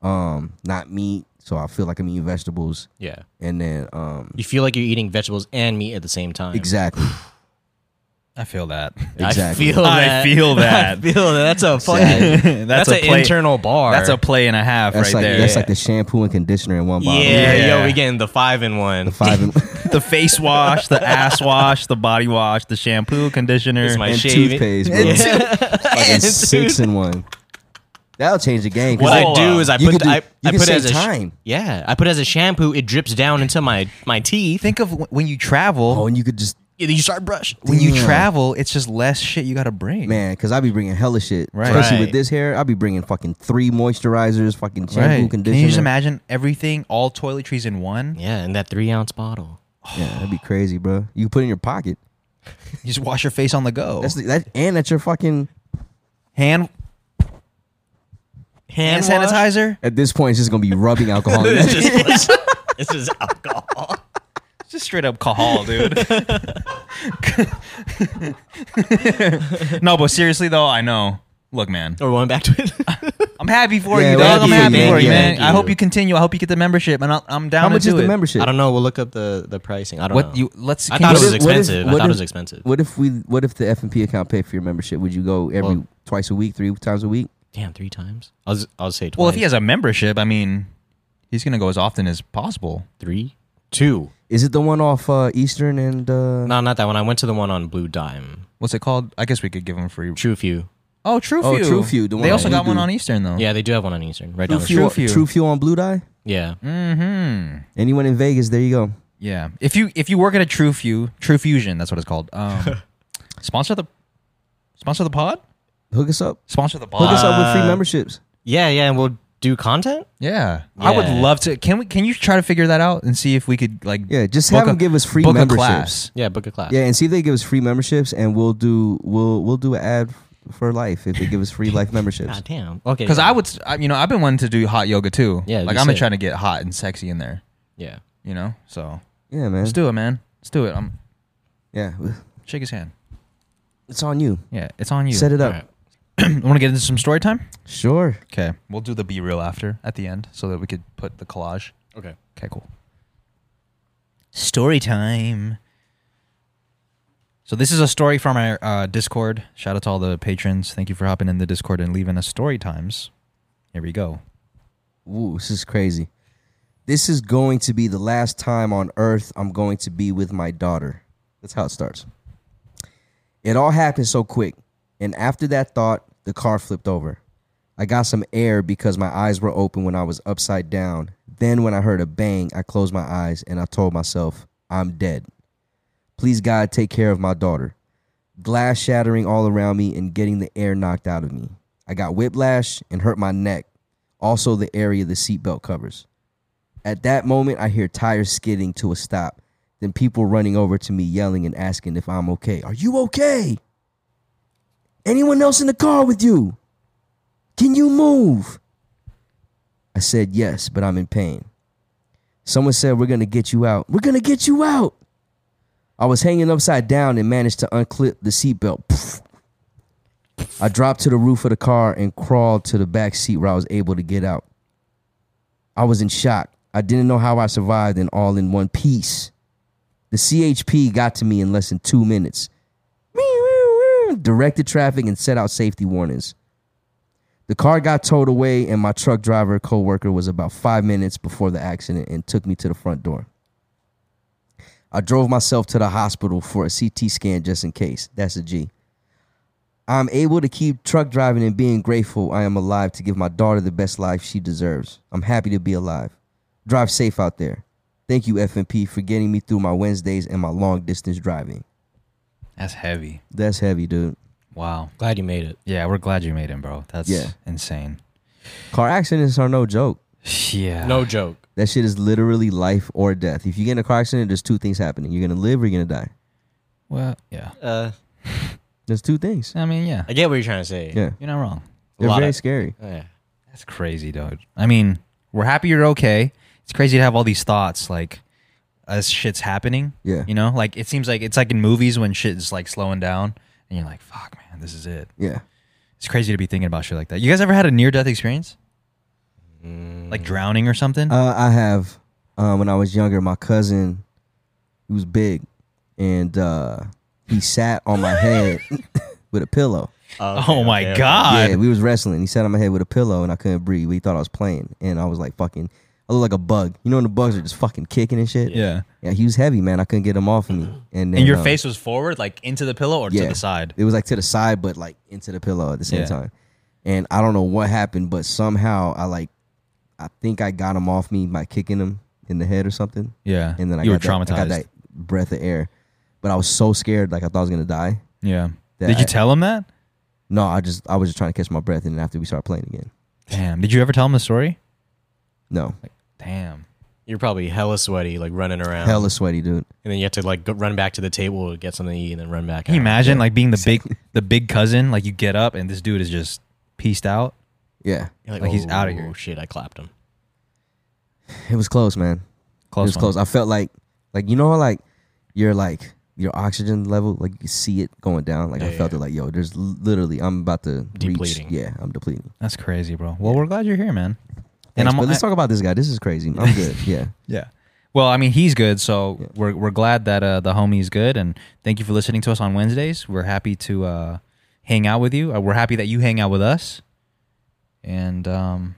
Speaker 3: um, not meat, so I feel like I'm eating vegetables,
Speaker 1: Yeah.
Speaker 3: and then um,
Speaker 1: You feel like you're eating vegetables and meat at the same time.
Speaker 3: exactly.
Speaker 2: I feel that.
Speaker 3: Exactly.
Speaker 1: I feel
Speaker 2: I
Speaker 1: that.
Speaker 2: feel that.
Speaker 1: I feel that. That's a fucking.
Speaker 2: that's,
Speaker 1: That's,
Speaker 2: a
Speaker 1: an
Speaker 2: play.
Speaker 1: internal bar.
Speaker 2: That's a play and a half
Speaker 3: That's
Speaker 2: right
Speaker 3: like
Speaker 2: there.
Speaker 3: that's like the shampoo and conditioner in one
Speaker 1: Yeah,
Speaker 3: bottle.
Speaker 2: Yeah.
Speaker 1: yo, we getting the five in one.
Speaker 3: The five and,
Speaker 2: the face wash, the ass wash, the body wash, the shampoo, conditioner.
Speaker 1: It's my
Speaker 3: and
Speaker 1: shave it.
Speaker 3: toothpaste, bro.
Speaker 1: Yeah.
Speaker 3: Fucking
Speaker 1: And
Speaker 3: six in one. That'll change the game. 'cause
Speaker 1: What
Speaker 3: then
Speaker 1: I do is I
Speaker 3: You
Speaker 1: put
Speaker 3: could do-
Speaker 1: I,
Speaker 3: you
Speaker 1: I
Speaker 3: could
Speaker 1: put it
Speaker 3: save
Speaker 1: as a sh-
Speaker 3: time.
Speaker 1: yeah, I put it as a shampoo. It drips down into my my teeth.
Speaker 2: Think of wh- when you travel.
Speaker 3: oh, and you could just
Speaker 1: And you start brushing.
Speaker 2: when you
Speaker 3: damn.
Speaker 2: travel, it's just less shit you got to bring.
Speaker 3: Man, because I be bringing hella shit.
Speaker 2: Right.
Speaker 3: Especially with
Speaker 1: Right.
Speaker 3: this hair, I be bringing fucking three moisturizers, fucking shampoo,
Speaker 2: right? Can
Speaker 3: conditioner.
Speaker 2: you just imagine everything, all toiletries in one?
Speaker 1: Yeah, and that three ounce bottle.
Speaker 3: Yeah, that'd be crazy, bro. You put it in your pocket.
Speaker 2: You just wash your face on the go.
Speaker 3: That's the, that, and that's your fucking.
Speaker 2: hand hand
Speaker 1: Hand wash?
Speaker 2: sanitizer.
Speaker 3: At this point, it's just gonna be rubbing alcohol. in
Speaker 1: It's
Speaker 3: that.
Speaker 1: just, it's just alcohol.
Speaker 2: It's Just straight up cajal, dude. no, but seriously though, I know. Look, man,
Speaker 1: Or going back to it.
Speaker 2: I'm happy for
Speaker 3: Yeah,
Speaker 2: you,
Speaker 3: we're
Speaker 2: dog. I'm
Speaker 3: happy
Speaker 2: happy
Speaker 3: for you,
Speaker 2: for you,
Speaker 1: man.
Speaker 2: man.
Speaker 1: Thank
Speaker 2: I
Speaker 1: you.
Speaker 2: hope you continue. I hope you get the membership, and I'll, I'm down
Speaker 3: How
Speaker 2: to
Speaker 3: much
Speaker 2: do
Speaker 3: is the
Speaker 2: it.
Speaker 3: membership?
Speaker 1: I don't know. We'll look up the the pricing. I don't
Speaker 2: What
Speaker 1: know.
Speaker 2: you let's?
Speaker 1: I
Speaker 2: can
Speaker 1: thought it
Speaker 2: you-
Speaker 1: was
Speaker 3: if- what if-
Speaker 1: expensive. I
Speaker 3: what
Speaker 1: thought it
Speaker 3: if-
Speaker 1: was expensive.
Speaker 3: What if we? What if the FMP account paid for your membership? Would you go every
Speaker 1: Well-
Speaker 3: twice a week, three times a week?
Speaker 1: Damn, three times. I was I was say twice.
Speaker 2: Well, if he has a membership, I mean, he's gonna go as often as possible.
Speaker 1: three, two.
Speaker 3: Is it the one off uh, Eastern and? Uh,
Speaker 1: No, not that one. I went to the one on Blue Dime.
Speaker 2: What's it called? I guess we could give him free.
Speaker 1: True Few.
Speaker 2: Oh, True
Speaker 3: Oh,
Speaker 2: Few.
Speaker 3: True Few, the one
Speaker 2: they
Speaker 3: that
Speaker 2: also
Speaker 3: we
Speaker 2: got one
Speaker 3: do.
Speaker 2: on Eastern though.
Speaker 1: Yeah, they do have one on Eastern, right
Speaker 3: True
Speaker 1: down the
Speaker 2: Few.
Speaker 1: street.
Speaker 3: Fuel,
Speaker 2: Fuel.
Speaker 3: True Fuel on Blue Dye.
Speaker 1: Yeah,
Speaker 2: Hmm.
Speaker 3: Anyone in Vegas? There you go.
Speaker 2: Yeah. If you if you work at a True Few, True Fusion, that's what it's called. Um, sponsor the sponsor the pod.
Speaker 3: Hook us up.
Speaker 2: Sponsor the
Speaker 3: Hook
Speaker 2: pod.
Speaker 3: us up with free
Speaker 1: Uh,
Speaker 3: memberships.
Speaker 1: yeah, yeah. And we'll do content.
Speaker 2: yeah. I would
Speaker 1: Yeah.
Speaker 2: love to. Can we? Can you try to figure that out and see if we could like
Speaker 3: Yeah, just
Speaker 2: book
Speaker 3: have
Speaker 2: a-
Speaker 3: them give us free
Speaker 2: book
Speaker 3: memberships.
Speaker 2: a class.
Speaker 1: Yeah, book a class.
Speaker 3: Yeah, and see if they give us free memberships, and we'll do we'll we'll do an ad for life if they give us free life memberships.
Speaker 1: God Ah, damn. Okay.
Speaker 2: Because
Speaker 1: yeah.
Speaker 2: I would, s- I, you know, I've been wanting to do hot yoga too.
Speaker 1: Yeah, it'd
Speaker 2: Like
Speaker 1: be
Speaker 2: I'm been
Speaker 1: sick.
Speaker 2: trying to get hot and sexy in there.
Speaker 1: Yeah.
Speaker 2: You know. So
Speaker 3: Yeah, man.
Speaker 2: let's do it, man. Let's do it. I'm
Speaker 3: Yeah,
Speaker 2: shake his hand.
Speaker 3: it's on you.
Speaker 2: Yeah, it's on you.
Speaker 3: Set it
Speaker 1: All
Speaker 3: up.
Speaker 1: right.
Speaker 2: Want to get into some story time?
Speaker 3: Sure.
Speaker 2: Okay, we'll do the be real after at the end so that we could put the collage.
Speaker 1: Okay.
Speaker 2: Okay, cool. Story time. So this is a story from our uh, Discord. Shout out to all the patrons. Thank you for hopping in the Discord and leaving us story times. Here we go.
Speaker 3: Ooh, this is crazy. this is going to be the last time on earth I'm going to be with my daughter. That's how it starts. It all happened so quick. And after that thought, the car flipped over. I got some air because my eyes were open when I was upside down. Then, when I heard a bang, I closed my eyes and I told myself, I'm dead. Please, God, take care of my daughter. Glass shattering all around me and getting the air knocked out of me. I got whiplash and hurt my neck, also the area the seatbelt covers. At that moment, I hear tires skidding to a stop, then people running over to me yelling and asking if I'm okay. Are you okay? Anyone else in the car with you? Can you move? I said yes, but I'm in pain. Someone said, We're gonna get you out. We're gonna get you out. I was hanging upside down and managed to unclip the seatbelt. Pff. I dropped to the roof of the car and crawled to the back seat where I was able to get out. I was in shock. I didn't know how I survived and all in one piece. The CHP got to me in less than two minutes. Directed traffic and set out safety warnings. The car got towed away, and my truck driver coworker was about five minutes before the accident and took me to the front door. I drove myself to the hospital for a CT scan just in case. That's a G. I'm able to keep truck driving and being grateful I am alive to give my daughter the best life she deserves. I'm happy to be alive. Drive safe out there. Thank you, FMP, for getting me through my Wednesdays and my long distance driving.
Speaker 2: That's heavy.
Speaker 3: That's heavy, dude.
Speaker 2: Wow.
Speaker 1: Glad you made it.
Speaker 2: Yeah, we're glad you made him, bro. That's
Speaker 3: Yeah.
Speaker 2: insane.
Speaker 3: Car accidents are no joke.
Speaker 2: Yeah.
Speaker 1: No joke.
Speaker 3: That shit is literally life or death. If you get in a car accident, there's two things happening. You're gonna live or you're gonna die.
Speaker 2: Well, yeah.
Speaker 1: Uh,
Speaker 3: There's two things.
Speaker 2: I mean, yeah.
Speaker 1: I get what you're trying to say.
Speaker 3: Yeah.
Speaker 2: You're not wrong.
Speaker 1: A
Speaker 3: They're
Speaker 1: lot
Speaker 3: very
Speaker 1: of-
Speaker 3: scary.
Speaker 1: Yeah.
Speaker 2: That's crazy, dude. I mean, we're happy you're okay. It's crazy to have all these thoughts like as shit's happening.
Speaker 3: Yeah.
Speaker 2: You know, like it seems like it's like in movies when shit is like slowing down and you're like, fuck, man, this is it.
Speaker 3: Yeah.
Speaker 2: It's crazy to be thinking about shit like that. You guys ever had a near death experience?
Speaker 3: Mm.
Speaker 2: Like drowning or something?
Speaker 3: Uh, I have. Um, when I was younger, my cousin, he was big, and uh, he sat on my head with a pillow.
Speaker 2: oh
Speaker 1: okay,
Speaker 2: my
Speaker 1: okay.
Speaker 2: God.
Speaker 3: Yeah, we was wrestling. He sat on my head with a pillow, and I couldn't breathe. He thought I was playing, and I was like fucking. I look like a bug. You know when the bugs are just fucking kicking and shit.
Speaker 2: Yeah.
Speaker 3: Yeah, he was heavy, man. I couldn't get him off of me. And, then,
Speaker 2: And your
Speaker 3: uh,
Speaker 2: face was forward, like into the pillow or to the side?
Speaker 3: It was like to the side, but like into the pillow at the same
Speaker 2: Yeah.
Speaker 3: time. And I don't know what happened, but somehow I like, I think I got him off me by kicking him in the head or something.
Speaker 2: Yeah.
Speaker 3: And then I
Speaker 2: you
Speaker 3: got
Speaker 2: were traumatized.
Speaker 3: That, I got that breath of air, but I was so scared, like I thought I was gonna die.
Speaker 2: Yeah.
Speaker 3: that
Speaker 2: Did you
Speaker 3: I-
Speaker 2: tell him that?
Speaker 3: No, I just I was just trying to catch my breath, and then after we started playing again,
Speaker 2: Damn. Did you ever tell him the story?
Speaker 3: no,
Speaker 2: Damn.
Speaker 1: You're probably hella sweaty, like running around.
Speaker 3: hella sweaty, dude.
Speaker 1: And then you have to like go, run back to the table to get something to eat and then run back.
Speaker 2: Can you
Speaker 1: out.
Speaker 2: imagine like being the big the big cousin? Like you get up and this dude is just pieced out.
Speaker 3: Yeah,
Speaker 1: You're
Speaker 2: Like, he's outta
Speaker 1: "Oh,
Speaker 2: here."
Speaker 1: Shit, I clapped him.
Speaker 3: it was close, man.
Speaker 2: Close.
Speaker 3: it was close. I felt like, like you know, how, like your like your oxygen level, like you can see it going down. Like I
Speaker 1: Yeah,
Speaker 3: felt
Speaker 1: yeah.
Speaker 3: it, like yo, there's l- literally I'm about to
Speaker 1: Depleting.
Speaker 3: reach. Yeah, I'm depleting.
Speaker 2: That's crazy, bro. Well, we're glad you're here, man. and
Speaker 3: Thanks,
Speaker 2: I'm
Speaker 3: but let's
Speaker 2: I-
Speaker 3: talk about this guy. This is crazy. I'm good. Yeah.
Speaker 2: yeah. Well, I mean, he's good, so
Speaker 3: Yeah.
Speaker 2: we're we're glad that uh, the homie's good, and thank you for listening to us on Wednesdays. We're happy to uh, hang out with you. Uh, we're happy that you hang out with us. And um,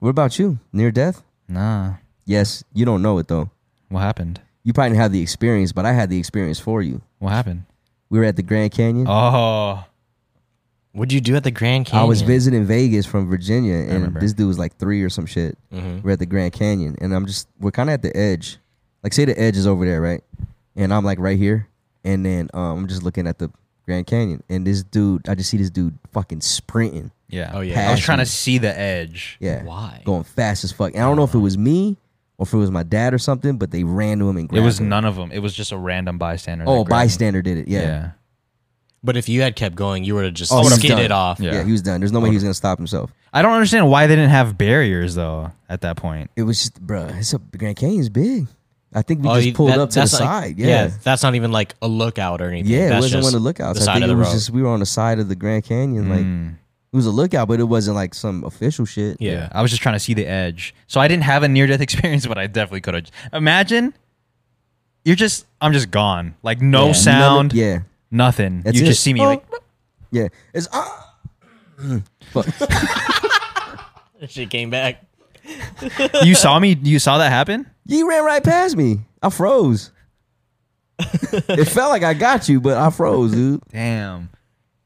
Speaker 3: What about you? Near death?
Speaker 2: nah,
Speaker 3: Yes. You don't know it though.
Speaker 2: what happened?
Speaker 3: You probably didn't have the experience, but I had the experience for you.
Speaker 2: What happened?
Speaker 3: We were at the Grand Canyon.
Speaker 2: Oh,
Speaker 1: What'd you do at the Grand Canyon?
Speaker 3: I was visiting Vegas from Virginia, and
Speaker 2: remember. Mm-hmm.
Speaker 3: this dude was like three or some shit.
Speaker 1: hmm
Speaker 3: We're at the Grand Canyon, and I'm just we're kind of at the edge. Like, say the edge is over there, right? And I'm like right here, and then um, I'm just looking at the Grand Canyon, and this dude, I just see this dude fucking sprinting,
Speaker 2: yeah.
Speaker 1: Oh, yeah.
Speaker 2: I was trying to
Speaker 3: Passion.
Speaker 2: see the edge.
Speaker 3: yeah,
Speaker 1: Why?
Speaker 3: going fast as fuck. And I don't know if it was me or if it was my dad or something, but they ran to him and
Speaker 2: It
Speaker 3: grabbed
Speaker 2: was
Speaker 3: him.
Speaker 2: none of them. It was just a random bystander. that
Speaker 3: Oh,
Speaker 2: grabbed
Speaker 3: bystander did it.
Speaker 2: him.
Speaker 3: Yeah.
Speaker 2: yeah.
Speaker 1: But if you had kept going, you would have just
Speaker 3: Oh, I would've
Speaker 1: skidded
Speaker 3: done.
Speaker 1: off.
Speaker 2: Yeah.
Speaker 3: Yeah. he was done. There's no way he was gonna stop himself.
Speaker 2: I don't understand why they didn't have barriers though at that point.
Speaker 3: It was just, bruh, it's a Grand Canyon's big. I think we
Speaker 1: Oh, you-
Speaker 3: just pulled
Speaker 1: that-
Speaker 3: up to the
Speaker 1: that's not-
Speaker 3: side. Yeah,
Speaker 1: that's not even like a lookout or anything.
Speaker 3: yeah, it
Speaker 1: that's
Speaker 3: wasn't one
Speaker 1: just
Speaker 3: of the lookouts.
Speaker 1: The
Speaker 3: I
Speaker 1: side
Speaker 3: think
Speaker 1: of
Speaker 3: it
Speaker 1: the
Speaker 3: was
Speaker 1: road.
Speaker 3: just we were on the side of the Grand Canyon. Like
Speaker 2: Mm.
Speaker 3: it was a lookout, but it wasn't like some official shit.
Speaker 1: yeah.
Speaker 2: I was just trying to see the edge. So I didn't have a near death experience, but I definitely could have. Imagine you're just I'm just gone. Like no
Speaker 1: Yeah.
Speaker 2: sound,
Speaker 3: None of- yeah,
Speaker 2: nothing.
Speaker 3: That's
Speaker 2: you
Speaker 3: it.
Speaker 2: just see me like
Speaker 3: yeah. It's ah. Fuck.
Speaker 1: She came back.
Speaker 2: you saw me. You saw that happen.
Speaker 3: You ran right past me. I froze. it felt like I got you, but I froze, dude.
Speaker 2: Damn.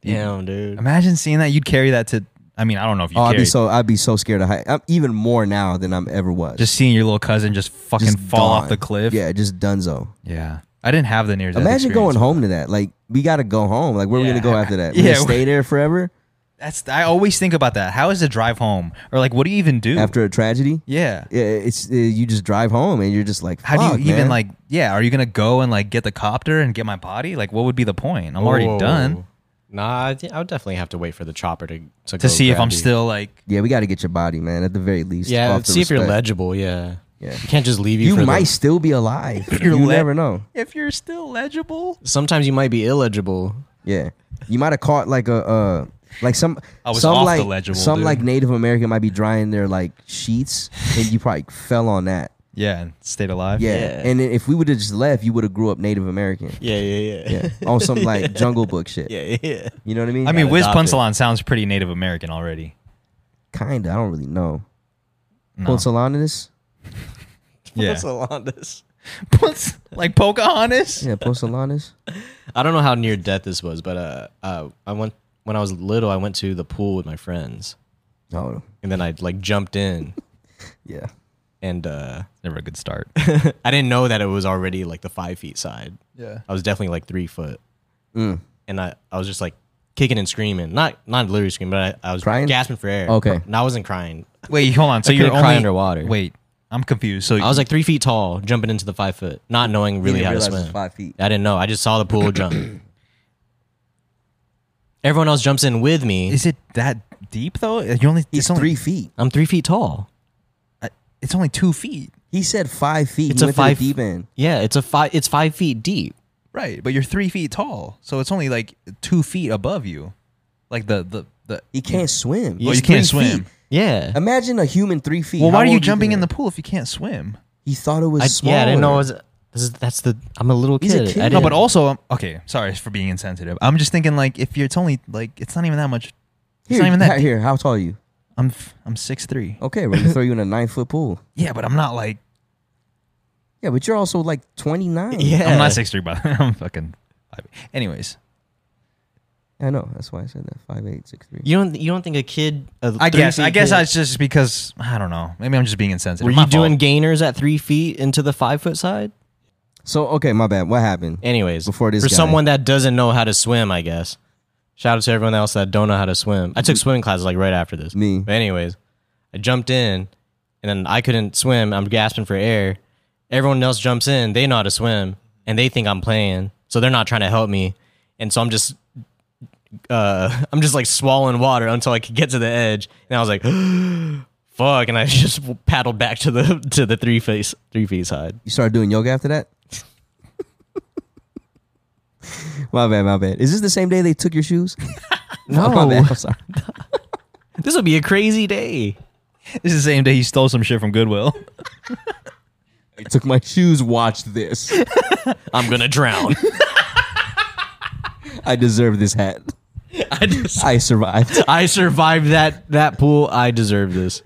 Speaker 1: Damn, dude.
Speaker 2: Imagine seeing that. You'd carry that to. I mean, I don't know if you.
Speaker 3: Oh, I'd be
Speaker 2: carried-
Speaker 3: so I'd be so scared of height. I'm even more now than I'm ever was.
Speaker 2: just seeing your little cousin just fucking
Speaker 3: Just
Speaker 2: fall off
Speaker 3: gone.
Speaker 2: the cliff.
Speaker 3: Yeah, just dunzo.
Speaker 2: Yeah. I didn't have the near death.
Speaker 3: Imagine going home to that. Like we gotta go home. Like where we
Speaker 2: Yeah.
Speaker 3: gonna go after that? We gonna
Speaker 2: Yeah.
Speaker 3: stay there forever
Speaker 2: That's I always think about that. How is the drive home? Or like, what do you even do?
Speaker 3: after a tragedy?
Speaker 2: yeah.
Speaker 3: Yeah, it's uh, you just drive home and you're just like,
Speaker 2: How do
Speaker 3: "Fuck,
Speaker 2: you even
Speaker 3: man."
Speaker 2: like? Yeah. Are you gonna go and like get the copter and get my body? Like, what would be the point? I'm already
Speaker 1: Whoa.
Speaker 2: done
Speaker 1: Nah, I, thi- I would definitely have to wait for the chopper to to,
Speaker 2: to
Speaker 1: go
Speaker 2: see if
Speaker 1: grab
Speaker 2: I'm
Speaker 1: you.
Speaker 2: still like.
Speaker 3: Yeah, we gotta get your body, man. At the very least,
Speaker 1: Yeah,
Speaker 3: off the
Speaker 1: see if you're
Speaker 3: respect.
Speaker 1: legible. Yeah,
Speaker 3: Yeah.
Speaker 1: You can't just leave you.
Speaker 3: You
Speaker 1: for the-
Speaker 3: might still be alive.
Speaker 2: You're
Speaker 3: you
Speaker 2: le-
Speaker 3: never know.
Speaker 2: If you're still legible.
Speaker 1: sometimes you might be illegible.
Speaker 3: Yeah, you might have caught like a uh like some
Speaker 2: I was
Speaker 3: some
Speaker 2: off the
Speaker 3: like
Speaker 2: legible,
Speaker 3: some
Speaker 2: dude.
Speaker 3: like Native American might be drying their like sheets and you probably fell on that.
Speaker 2: Yeah. and Stayed alive.
Speaker 3: Yeah,
Speaker 1: Yeah.
Speaker 3: and then if we would have just left, you would have grew up Native American.
Speaker 1: Yeah, yeah, Oh.
Speaker 3: Yeah, on some like Jungle Book shit.
Speaker 1: yeah, yeah.
Speaker 3: You know what I mean?
Speaker 2: I mean,
Speaker 1: Gotta
Speaker 2: Wiz
Speaker 1: adopt it.
Speaker 2: Punsalon sounds pretty Native American already.
Speaker 3: kinda. I don't really know.
Speaker 2: No.
Speaker 3: Poncelanus?
Speaker 2: Yeah.
Speaker 1: Ponsalandus.
Speaker 2: Punce- like Pocahontas.
Speaker 3: Yeah, Poncelanus.
Speaker 1: I don't know how near death this was, but uh, uh, I went when I was little. I went to the pool with my friends,
Speaker 3: oh,
Speaker 1: and then I like jumped in,
Speaker 3: yeah.
Speaker 1: and uh,
Speaker 2: Never a good start.
Speaker 1: I didn't know that it was already like the five feet side.
Speaker 2: Yeah.
Speaker 1: I was definitely like three foot,
Speaker 3: Mm.
Speaker 1: and I, I was just like kicking and screaming, not not literally screaming, but I, I was
Speaker 3: Crying?
Speaker 1: gasping for air.
Speaker 3: Okay.
Speaker 1: and I wasn't crying.
Speaker 2: Wait, hold on. So you're
Speaker 1: couldn't
Speaker 2: only
Speaker 1: cry underwater.
Speaker 2: Wait, I'm confused. So
Speaker 1: I was like three feet tall, jumping into the five foot, not knowing really
Speaker 3: Didn't
Speaker 1: how to
Speaker 3: realize it was
Speaker 1: swim.
Speaker 3: Five feet.
Speaker 1: I didn't know. I just saw the pool jump. Everyone else jumps in with me.
Speaker 2: is it that deep though? You only
Speaker 3: He's
Speaker 2: it's only,
Speaker 3: three feet.
Speaker 1: I'm three feet tall.
Speaker 2: uh, It's only two feet,
Speaker 3: He said five feet.
Speaker 1: It's
Speaker 3: he
Speaker 1: a
Speaker 3: went
Speaker 1: five-
Speaker 3: to the deep end.
Speaker 1: Yeah, it's a five. It's five feet deep.
Speaker 2: right? But you're three feet tall, so it's only like two feet above you, like the the the.
Speaker 3: He can't swim.
Speaker 2: Well,
Speaker 3: He's
Speaker 2: you can't
Speaker 3: three
Speaker 2: swim.
Speaker 3: feet.
Speaker 1: Yeah.
Speaker 3: Imagine a human three feet.
Speaker 2: Well,
Speaker 3: How
Speaker 2: why are
Speaker 3: old
Speaker 2: you
Speaker 3: do
Speaker 2: jumping
Speaker 3: think
Speaker 2: in
Speaker 3: they-
Speaker 2: the pool if you can't swim?
Speaker 3: He thought it was
Speaker 1: I,
Speaker 3: small.
Speaker 1: yeah, I didn't know. It was, this is, that's the. I'm a little kid.
Speaker 3: He's a
Speaker 1: I
Speaker 3: kid.
Speaker 1: didn't,
Speaker 2: No, but also, um, okay. Sorry for being insensitive. I'm just thinking like if you're, it's only like it's not even that much.
Speaker 3: Here,
Speaker 2: it's not even that.
Speaker 3: ha-
Speaker 2: deep.
Speaker 3: here, Oh. how tall are you?
Speaker 2: I'm f- I'm six three.
Speaker 3: Okay, we're gonna throw you in a nine foot pool.
Speaker 2: Yeah, but I'm not like
Speaker 3: Yeah, but you're also like 29.
Speaker 1: yeah,
Speaker 2: I'm not six three. By the way. I'm fucking. five- Anyways,
Speaker 3: I know. That's why I said that. Five eight six three.
Speaker 1: You don't. You don't think a kid? a
Speaker 2: I
Speaker 1: three
Speaker 2: guess I
Speaker 1: feet
Speaker 2: guess
Speaker 1: kid-
Speaker 2: that's just because I don't know. Maybe I'm just being insensitive.
Speaker 1: Were
Speaker 2: My
Speaker 1: you
Speaker 2: fault.
Speaker 1: doing gainers at three feet into the five foot side?
Speaker 3: So okay, my bad. What happened?
Speaker 1: Anyways,
Speaker 3: Before this
Speaker 1: for
Speaker 3: guy.
Speaker 1: someone that doesn't know how to swim, I guess. Shout out to everyone else that don't know how to swim. I took swimming classes like right after this.
Speaker 3: Mm. Me.
Speaker 1: But anyways, I jumped in, and then I couldn't swim. I'm gasping for air. Everyone else jumps in. They know how to swim, and they think I'm playing, so they're not trying to help me. And so I'm just, uh, I'm just like swallowing water until I could get to the edge. And I was like, "Fuck!" And I just paddled back to the to the three face three feet side.
Speaker 3: You started doing yoga after that? my bad, my bad. Is this the same day they took your shoes? no. My bad. I'm sorry.
Speaker 1: This would be a crazy day.
Speaker 2: This is the same day he stole some shit from Goodwill.
Speaker 3: They took my shoes. Watch this.
Speaker 1: I'm gonna drown.
Speaker 3: I deserve this hat.
Speaker 1: I, just,
Speaker 3: I survived.
Speaker 1: I survived that that pool. I deserve this.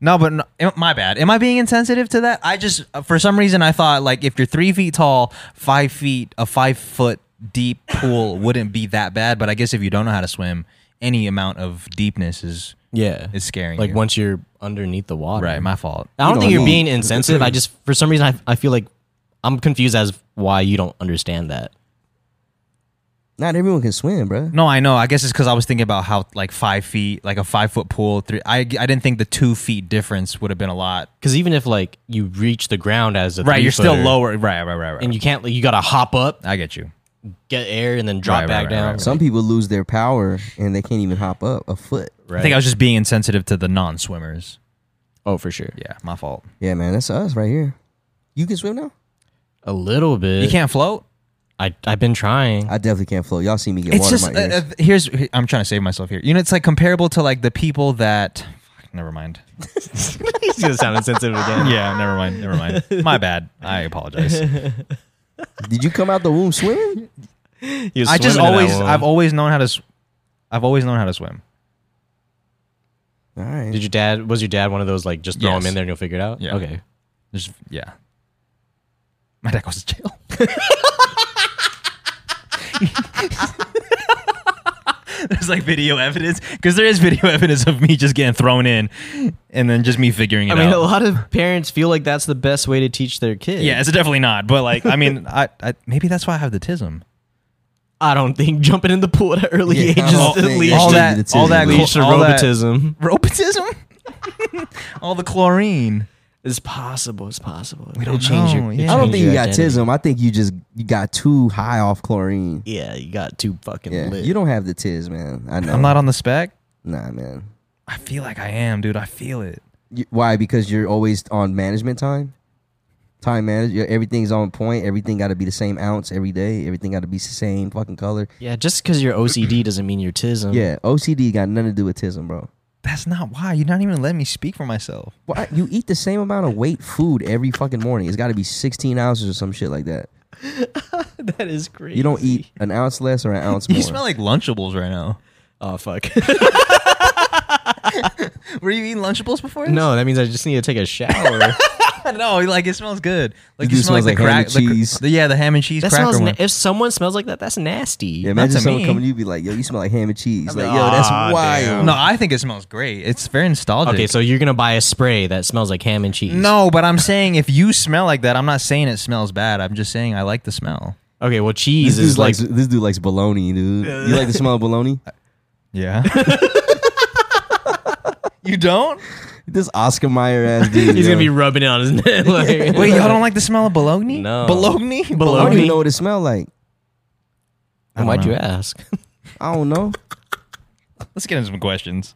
Speaker 2: No, but no, am- my bad. Am I being insensitive to that? I just, uh, for some reason, I thought like if you're three feet tall, five feet, a five foot deep pool wouldn't be that bad. But I guess if you don't know how to swim, any amount of deepness is
Speaker 1: Yeah,
Speaker 2: is scaring.
Speaker 1: like
Speaker 2: you.
Speaker 1: once you're underneath the water.
Speaker 2: right? My fault.
Speaker 1: I don't
Speaker 3: You
Speaker 1: think
Speaker 3: don't
Speaker 1: you're
Speaker 3: know.
Speaker 1: being insensitive. I just for some reason I I feel like I'm confused as why you don't understand that.
Speaker 3: Not everyone can swim, bro.
Speaker 2: No, I know. I guess it's because I was thinking about how like five feet, like a five foot pool. Three. I I didn't think the two feet difference would have been a lot.
Speaker 1: Because even if like you reach the ground as a
Speaker 2: Right, you're still
Speaker 1: three-footer,
Speaker 2: lower. Right, right, right, right.
Speaker 1: and you can't. Like, you gotta hop up,
Speaker 2: I get you.
Speaker 1: get air, and then drop
Speaker 2: Right, right,
Speaker 1: back
Speaker 2: right,
Speaker 1: down.
Speaker 2: right,
Speaker 3: Some people lose their power and they can't even hop up a foot.
Speaker 2: I think I was just being insensitive to the non-swimmers.
Speaker 1: oh, for sure.
Speaker 2: Yeah, my fault.
Speaker 3: Yeah, man, that's us right here. You can swim now?
Speaker 1: A little bit.
Speaker 2: You can't float.
Speaker 1: I I've been trying.
Speaker 3: I definitely can't float. Y'all see me get
Speaker 2: It's
Speaker 3: water
Speaker 2: just
Speaker 3: in
Speaker 2: uh,
Speaker 3: my ears.
Speaker 2: uh, here's. I'm trying to save myself here. You know, it's like comparable to like the people that. fuck, Never mind.
Speaker 1: He's gonna sound insensitive again.
Speaker 2: Yeah, never mind. Never mind. My bad. I apologize. uh,
Speaker 3: Did you come out the womb swimming?
Speaker 1: He was
Speaker 2: I just
Speaker 1: swimming in that
Speaker 2: always.
Speaker 1: one.
Speaker 2: I've always known how to. Sw- I've always known how to swim.
Speaker 3: All right.
Speaker 1: Did your dad? Was your dad one of those like just throw
Speaker 2: Yes.
Speaker 1: him in there and you'll figure it out?
Speaker 2: Yeah.
Speaker 1: Okay.
Speaker 2: There's, yeah. My dad goes to jail. There's like video evidence because there is video evidence of me just getting thrown in, and then just me figuring it
Speaker 1: I mean,
Speaker 2: out.
Speaker 1: a lot of parents feel like that's the best way to teach their kids.
Speaker 2: yeah, it's definitely not. But like, I mean, I, I maybe that's why I have the tism.
Speaker 1: I don't think jumping in the pool at an early
Speaker 3: Yeah,
Speaker 1: age
Speaker 3: I
Speaker 1: is
Speaker 3: don't
Speaker 1: the
Speaker 3: think
Speaker 1: least.
Speaker 3: it's
Speaker 2: all
Speaker 3: just
Speaker 2: that-
Speaker 3: the
Speaker 2: all
Speaker 3: tism.
Speaker 2: that
Speaker 1: Leash
Speaker 2: All that-
Speaker 1: aerobitism
Speaker 2: Robotism, all the chlorine.
Speaker 1: is possible. It's possible. We
Speaker 2: don't know, yeah.
Speaker 3: I don't
Speaker 2: change
Speaker 3: think you got tism. I think you just you got too high off chlorine.
Speaker 1: Yeah, you got too fucking
Speaker 3: Yeah,
Speaker 1: lit.
Speaker 3: you don't have the tiz, man. I know.
Speaker 2: I'm not on the spec.
Speaker 3: Nah, man.
Speaker 2: I feel like I am, dude. I feel it.
Speaker 3: You- why? Because you're always on management time. Time management. Everything's on point. Everything got to be the same ounce every day. Everything got to be the same fucking color.
Speaker 1: yeah, just because you're OCD doesn't mean you're tism.
Speaker 3: Yeah, OCD got nothing to do with tism, bro.
Speaker 2: That's not why. You're not even letting me speak for myself.
Speaker 3: Why you eat the same amount of weight food every fucking morning? It's got to be 16 ounces or some shit like that.
Speaker 1: that is crazy.
Speaker 3: You don't eat an ounce less or an ounce more.
Speaker 2: You smell like Lunchables right now.
Speaker 1: Oh fuck.
Speaker 2: Were you eating Lunchables before? this?
Speaker 1: no, that means I just need to take a shower.
Speaker 2: no. Like it smells good. Like
Speaker 3: It do smells like ham and
Speaker 2: the cra-
Speaker 3: cheese.
Speaker 2: the- yeah, the ham and cheese
Speaker 1: that
Speaker 2: cracker
Speaker 1: smells.
Speaker 2: one.
Speaker 1: Na- if someone smells like that, that's nasty.
Speaker 3: yeah,
Speaker 2: Not
Speaker 3: imagine
Speaker 2: to
Speaker 3: someone
Speaker 2: me. "Oh,
Speaker 3: coming to you be like, "Yo, you smell like ham and cheese." Like, yo, that's
Speaker 1: "Ah,
Speaker 3: wild.
Speaker 1: damn."
Speaker 2: no, I think it smells great. It's very nostalgic.
Speaker 1: Okay, so you're gonna buy a spray that smells like ham and cheese.
Speaker 2: no, but I'm saying if you smell like that, I'm not saying it smells bad. I'm just saying I like the smell.
Speaker 1: Okay, well,
Speaker 3: This
Speaker 1: cheese
Speaker 3: dude
Speaker 1: is like.
Speaker 3: likes this dude likes bologna, dude. You like the smell of bologna?
Speaker 2: Yeah. you don't?
Speaker 3: This Oscar Mayer ass dude.
Speaker 1: he's
Speaker 3: yo.
Speaker 1: gonna be rubbing it on his neck. like-
Speaker 2: Wait, y'all don't like the smell of bologna?
Speaker 1: No.
Speaker 2: Bologna?
Speaker 3: I don't
Speaker 1: Bologna.
Speaker 3: even know what it smell like.
Speaker 1: And why'd
Speaker 2: know.
Speaker 1: you ask?
Speaker 3: I don't know.
Speaker 2: Let's get into some questions.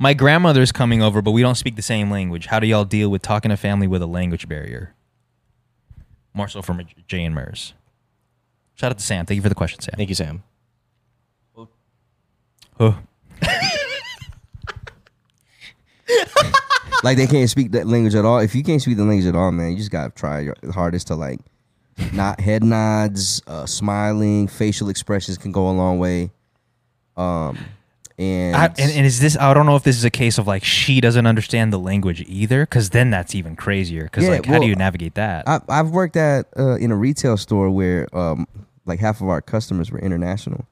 Speaker 2: My grandmother's coming over, but we don't speak the same language. How do y'all deal with talking to family with a language barrier? Marcel from J and Mers. Shout out to Sam. Thank you for the question, Sam.
Speaker 1: Thank you, Sam.
Speaker 2: Huh.
Speaker 3: Like they can't speak that language at all. If you can't speak the language at all, man, you just gotta try your hardest to like not head nods, uh, smiling, facial expressions can go a long way. Um, and,
Speaker 2: I, and, and is this? I don't know if this is a case of like she doesn't understand the language either, because then that's even crazier. Because
Speaker 3: Yeah,
Speaker 2: like, how do
Speaker 3: well,
Speaker 2: you navigate that?
Speaker 3: I, I've worked at uh, in a retail store where um, like half of our customers were international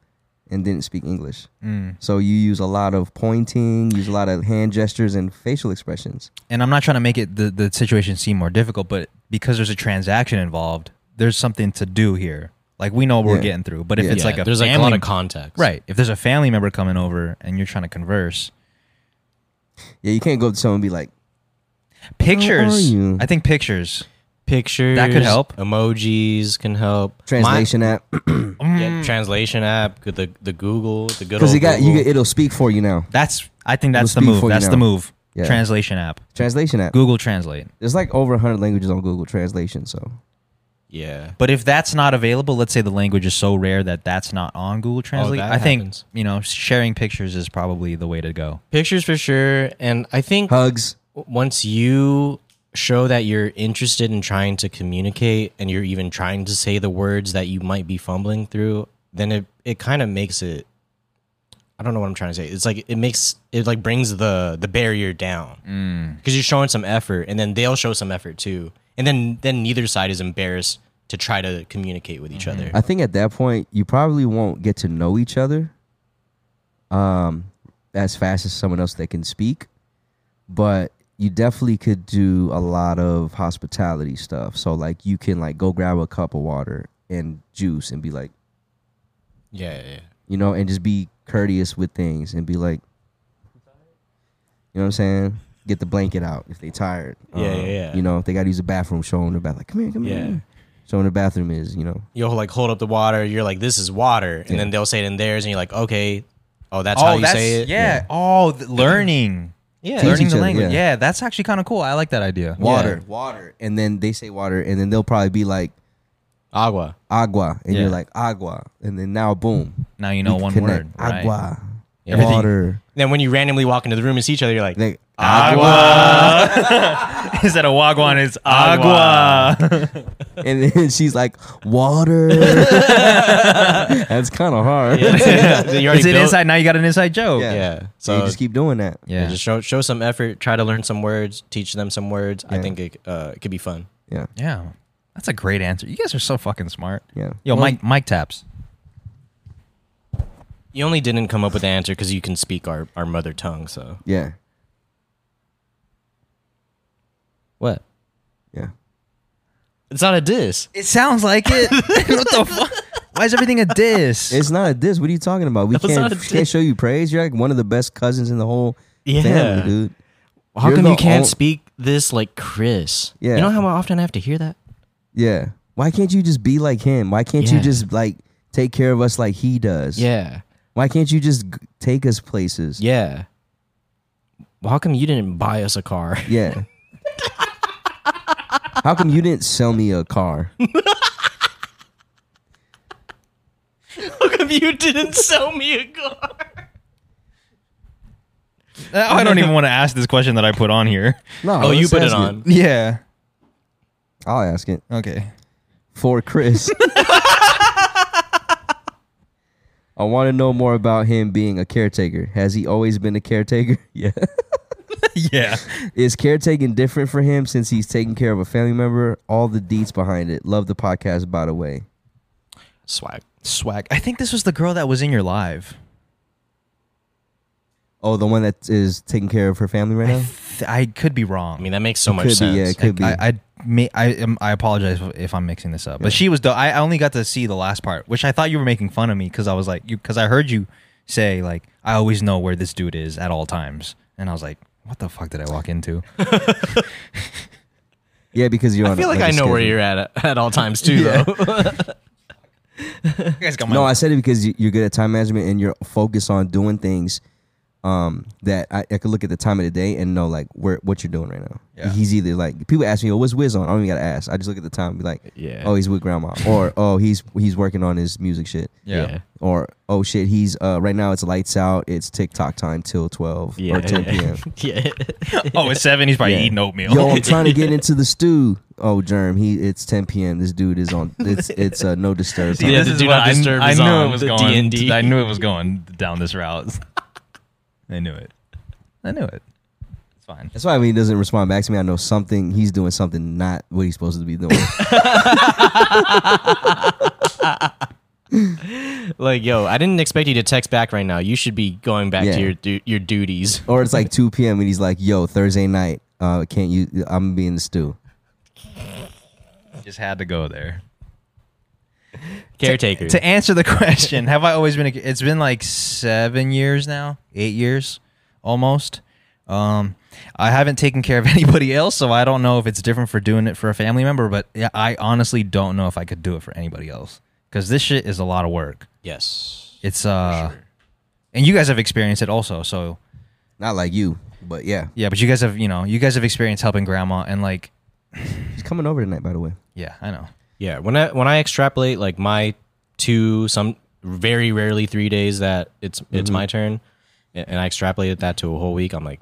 Speaker 3: and didn't speak English.
Speaker 2: Mm.
Speaker 3: So you use a lot of pointing, use a lot of hand gestures and facial expressions.
Speaker 2: and I'm not trying to make it the, the situation seem more difficult, but because there's a transaction involved, there's something to do here. Like we know what we're
Speaker 3: Yeah.
Speaker 2: getting through, but if
Speaker 3: Yeah.
Speaker 2: it's
Speaker 1: Yeah,
Speaker 2: like a
Speaker 1: there's like a
Speaker 2: family,
Speaker 1: lot of context.
Speaker 2: right? If there's a family member coming over and you're trying to converse,
Speaker 3: Yeah, you can't go up to someone and be like,
Speaker 2: pictures.
Speaker 3: you?
Speaker 2: I think pictures.
Speaker 1: Pictures
Speaker 2: That could help.
Speaker 1: Emojis can help.
Speaker 3: translation app
Speaker 1: My, yeah, translation app. good- The the Google. The good old.
Speaker 3: because it got you.
Speaker 1: Google.
Speaker 3: Get, it'll speak for you now.
Speaker 2: That's I think
Speaker 3: It'll
Speaker 2: that's the
Speaker 3: speak
Speaker 2: move.
Speaker 3: for you
Speaker 2: That's
Speaker 3: now.
Speaker 2: the move.
Speaker 3: Yeah.
Speaker 2: Translation app,
Speaker 3: Translation app.
Speaker 2: Google Translate.
Speaker 3: There's like over 100 languages on Google Translation. So
Speaker 1: yeah.
Speaker 2: But if that's not available, let's say the language is so rare that that's not on Google Translate.
Speaker 1: Oh, that
Speaker 2: I think
Speaker 1: happens.
Speaker 2: you know sharing pictures is probably the way to go.
Speaker 1: Pictures for sure. And I think
Speaker 3: hugs.
Speaker 1: once you show that you're interested in trying to communicate and you're even trying to say the words that you might be fumbling through, then it, it kind of makes it I don't know what I'm trying to say. It's like it makes it like brings the the barrier down. Cuz you're showing some effort and then they'll show some effort too. And then then neither side is embarrassed to try to communicate with each other.
Speaker 3: I think at that point you probably won't get to know each other, um, as fast as someone else that can speak, but you definitely could do a lot of hospitality stuff. So like you can like go grab a cup of water and juice and be like,
Speaker 1: yeah, yeah, yeah.
Speaker 3: you know, and just be courteous with things and be like, you know what I'm saying? Get the blanket out if they tired. Um,
Speaker 1: Yeah, yeah, yeah.
Speaker 3: You know, if they got to use the bathroom, show them the bath. Like, come here, come
Speaker 1: Yeah.
Speaker 3: here. Show them the bathroom is, you know.
Speaker 1: You'll like hold up the water, you're like this is water, and
Speaker 3: Yeah.
Speaker 1: then they'll say it in theirs and you're like, "Okay, oh that's how you say it."
Speaker 2: Yeah. Oh, the learning.
Speaker 1: Yeah.
Speaker 3: Teach
Speaker 2: learning
Speaker 3: each
Speaker 2: the
Speaker 3: other,
Speaker 2: language.
Speaker 3: yeah.
Speaker 2: Yeah. that's actually kind of cool. I like that idea.
Speaker 3: Water, water. And then they say water, and then they'll probably be like,
Speaker 1: Agua.
Speaker 3: agua. And
Speaker 2: Yeah.
Speaker 3: you're like, agua. And then now, boom.
Speaker 2: Now you know
Speaker 3: we
Speaker 2: one
Speaker 3: connect.
Speaker 2: word. Right?
Speaker 3: Agua.
Speaker 1: Yeah.
Speaker 2: Everything-
Speaker 3: Water.
Speaker 1: Then when you randomly walk into the room and see each other, you're like,
Speaker 3: Like,
Speaker 1: agua.
Speaker 2: Instead of wagwan, it's agua.
Speaker 3: and then she's like, water. That's kind of hard. Yeah.
Speaker 1: you already
Speaker 2: it's an
Speaker 1: built-
Speaker 2: inside. Now you got an inside joke.
Speaker 3: Yeah.
Speaker 1: Yeah.
Speaker 3: So
Speaker 1: So
Speaker 3: you just keep doing that.
Speaker 1: yeah,
Speaker 2: Yeah.
Speaker 1: just show show some effort. Try to learn some words. Teach them some words. I
Speaker 3: Yeah.
Speaker 1: think it uh, it could be fun.
Speaker 3: Yeah.
Speaker 2: Yeah. That's a great answer. You guys are so fucking smart.
Speaker 3: Yeah.
Speaker 2: Yo,
Speaker 3: Well,
Speaker 2: Mike, Mike taps.
Speaker 1: You only didn't come up with the answer because you can speak our, our mother tongue. So
Speaker 3: Yeah.
Speaker 1: what?
Speaker 3: Yeah.
Speaker 1: It's not a diss.
Speaker 2: It sounds like it. what the fuck? Why is everything a diss?
Speaker 3: It's not a diss. What are you talking about? We
Speaker 1: it's not
Speaker 3: can't,
Speaker 1: a diss.
Speaker 3: can't show you praise. You're like one of the best cousins in the whole
Speaker 1: Yeah.
Speaker 3: family, dude.
Speaker 1: How
Speaker 3: You're
Speaker 1: come you
Speaker 3: the
Speaker 1: can't
Speaker 3: ol-
Speaker 1: speak this like Chris?
Speaker 3: Yeah.
Speaker 1: You know how often I have to hear that?
Speaker 3: Yeah. Why can't you just be like him? Why can't you
Speaker 1: Yeah.
Speaker 3: just like take care of us like he does?
Speaker 1: Yeah.
Speaker 3: Why can't you just g- take us places?
Speaker 1: Yeah. Well, how come you didn't buy us a car?
Speaker 3: Yeah. How come you didn't sell me a car?
Speaker 1: how come you didn't sell me a car?
Speaker 2: I don't even want to ask this question that I put on here.
Speaker 3: No.
Speaker 1: Oh, you
Speaker 3: let's
Speaker 1: put it
Speaker 3: ask
Speaker 1: on.
Speaker 2: Yeah.
Speaker 3: I'll ask it
Speaker 2: Okay.
Speaker 3: for Chris. I want to know more about him being a caretaker. Has he always been a caretaker? Yeah.
Speaker 2: yeah.
Speaker 3: Is caretaking different for him since he's taking care of a family member? All the deets behind it. Love the podcast, by the way.
Speaker 1: Swag.
Speaker 2: Swag. I think this was the girl that was in your live.
Speaker 3: Oh, the one that is taking care of her family right
Speaker 2: I,
Speaker 3: now?
Speaker 2: th- I could be wrong.
Speaker 1: I mean, that makes so much
Speaker 3: could
Speaker 1: sense.
Speaker 3: be, yeah, it could be.
Speaker 2: I, I, may, I, am- I apologize if- if I'm mixing this up, but she was. The, I I only got to see the last part, which I thought you were making fun of me because I was like, you because I heard you say like, I always know where this dude is at all times, and I was like, what the fuck did I walk into?
Speaker 3: yeah, because you're on
Speaker 1: I feel like I know where you're at at, all times too, though.
Speaker 2: you guys got my.
Speaker 3: No, I said it because you- you're good at time management and you're focused on doing things um, that I, I could look at the time of the day and know like where what you're doing right now.
Speaker 2: Yeah.
Speaker 3: He's either like people ask me, "Oh, what's Wiz on?" I don't even gotta ask. I just look at the time, and be like,
Speaker 1: Yeah.
Speaker 3: oh, he's with grandma," or "Oh, he's he's working on his music shit,"
Speaker 2: yeah.
Speaker 3: or "Oh shit, he's uh, right now it's lights out, it's TikTok time till twelve
Speaker 1: Yeah.
Speaker 3: or ten p.m."
Speaker 1: yeah.
Speaker 2: Oh, it's seven. He's probably
Speaker 3: Yeah.
Speaker 2: eating oatmeal.
Speaker 3: Yo, I'm trying to get into the stew. Oh, germ, he it's 10 p.m. This dude is on. It's it's uh, no disturb.
Speaker 2: See,
Speaker 3: time.
Speaker 1: Yeah,
Speaker 2: this
Speaker 1: the
Speaker 2: is
Speaker 1: do
Speaker 2: what
Speaker 1: not
Speaker 2: I, kn-
Speaker 1: disturb
Speaker 2: I
Speaker 1: is
Speaker 2: knew
Speaker 1: on
Speaker 2: it was
Speaker 1: the
Speaker 2: going.
Speaker 1: D&D.
Speaker 2: I knew it was going down this route. I knew it. I knew it. It's fine.
Speaker 3: That's why when he doesn't respond back to me, I know something. He's doing something not what he's supposed to be doing.
Speaker 1: Like, yo, I didn't expect you to text back right now. You should be going back
Speaker 3: Yeah.
Speaker 1: to your du- your duties.
Speaker 3: or it's like 2 p.m. and he's like, "Yo, Thursday night, uh, can't you? I'm gonna be in the stew."
Speaker 2: Just had to go there.
Speaker 1: Caretaker.
Speaker 2: to answer the question, have I always been? A, it's been like seven years now, eight years, almost. Um, I haven't taken care of anybody else, so I don't know if it's different for doing it for a family member. But yeah, I honestly don't know if I could do it for anybody else because this shit is a lot of work.
Speaker 1: yes.
Speaker 2: It's uh, and you guys have experienced it also. So
Speaker 3: Not like you, but yeah,
Speaker 2: yeah, but you guys have you know you guys have experienced helping grandma and like
Speaker 3: he's coming over tonight. By the way,
Speaker 2: yeah, I know.
Speaker 1: Yeah, when I when I extrapolate like my two, some very rarely three days that it's it's my turn, a- and I extrapolated that to a whole week, I'm like,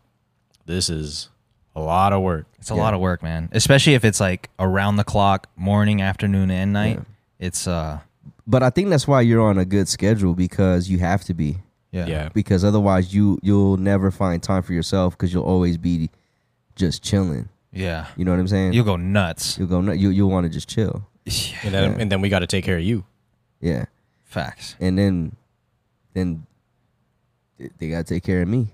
Speaker 1: this is a lot of work.
Speaker 2: It's a lot of work, man. Especially if it's like around the clock, morning, afternoon, and night. It's uh,
Speaker 3: but I think that's why you're on a good schedule because you have to be.
Speaker 1: Yeah,
Speaker 3: Because otherwise, you you'll never find time for yourself because you'll always be just chilling.
Speaker 2: yeah.
Speaker 3: You know what I'm saying?
Speaker 2: You'll go nuts.
Speaker 3: you'll go. nu- You you'll want to just chill.
Speaker 1: and then and then we got to take care of you.
Speaker 3: Yeah,
Speaker 2: Facts.
Speaker 3: and then then they- they gotta take care of me.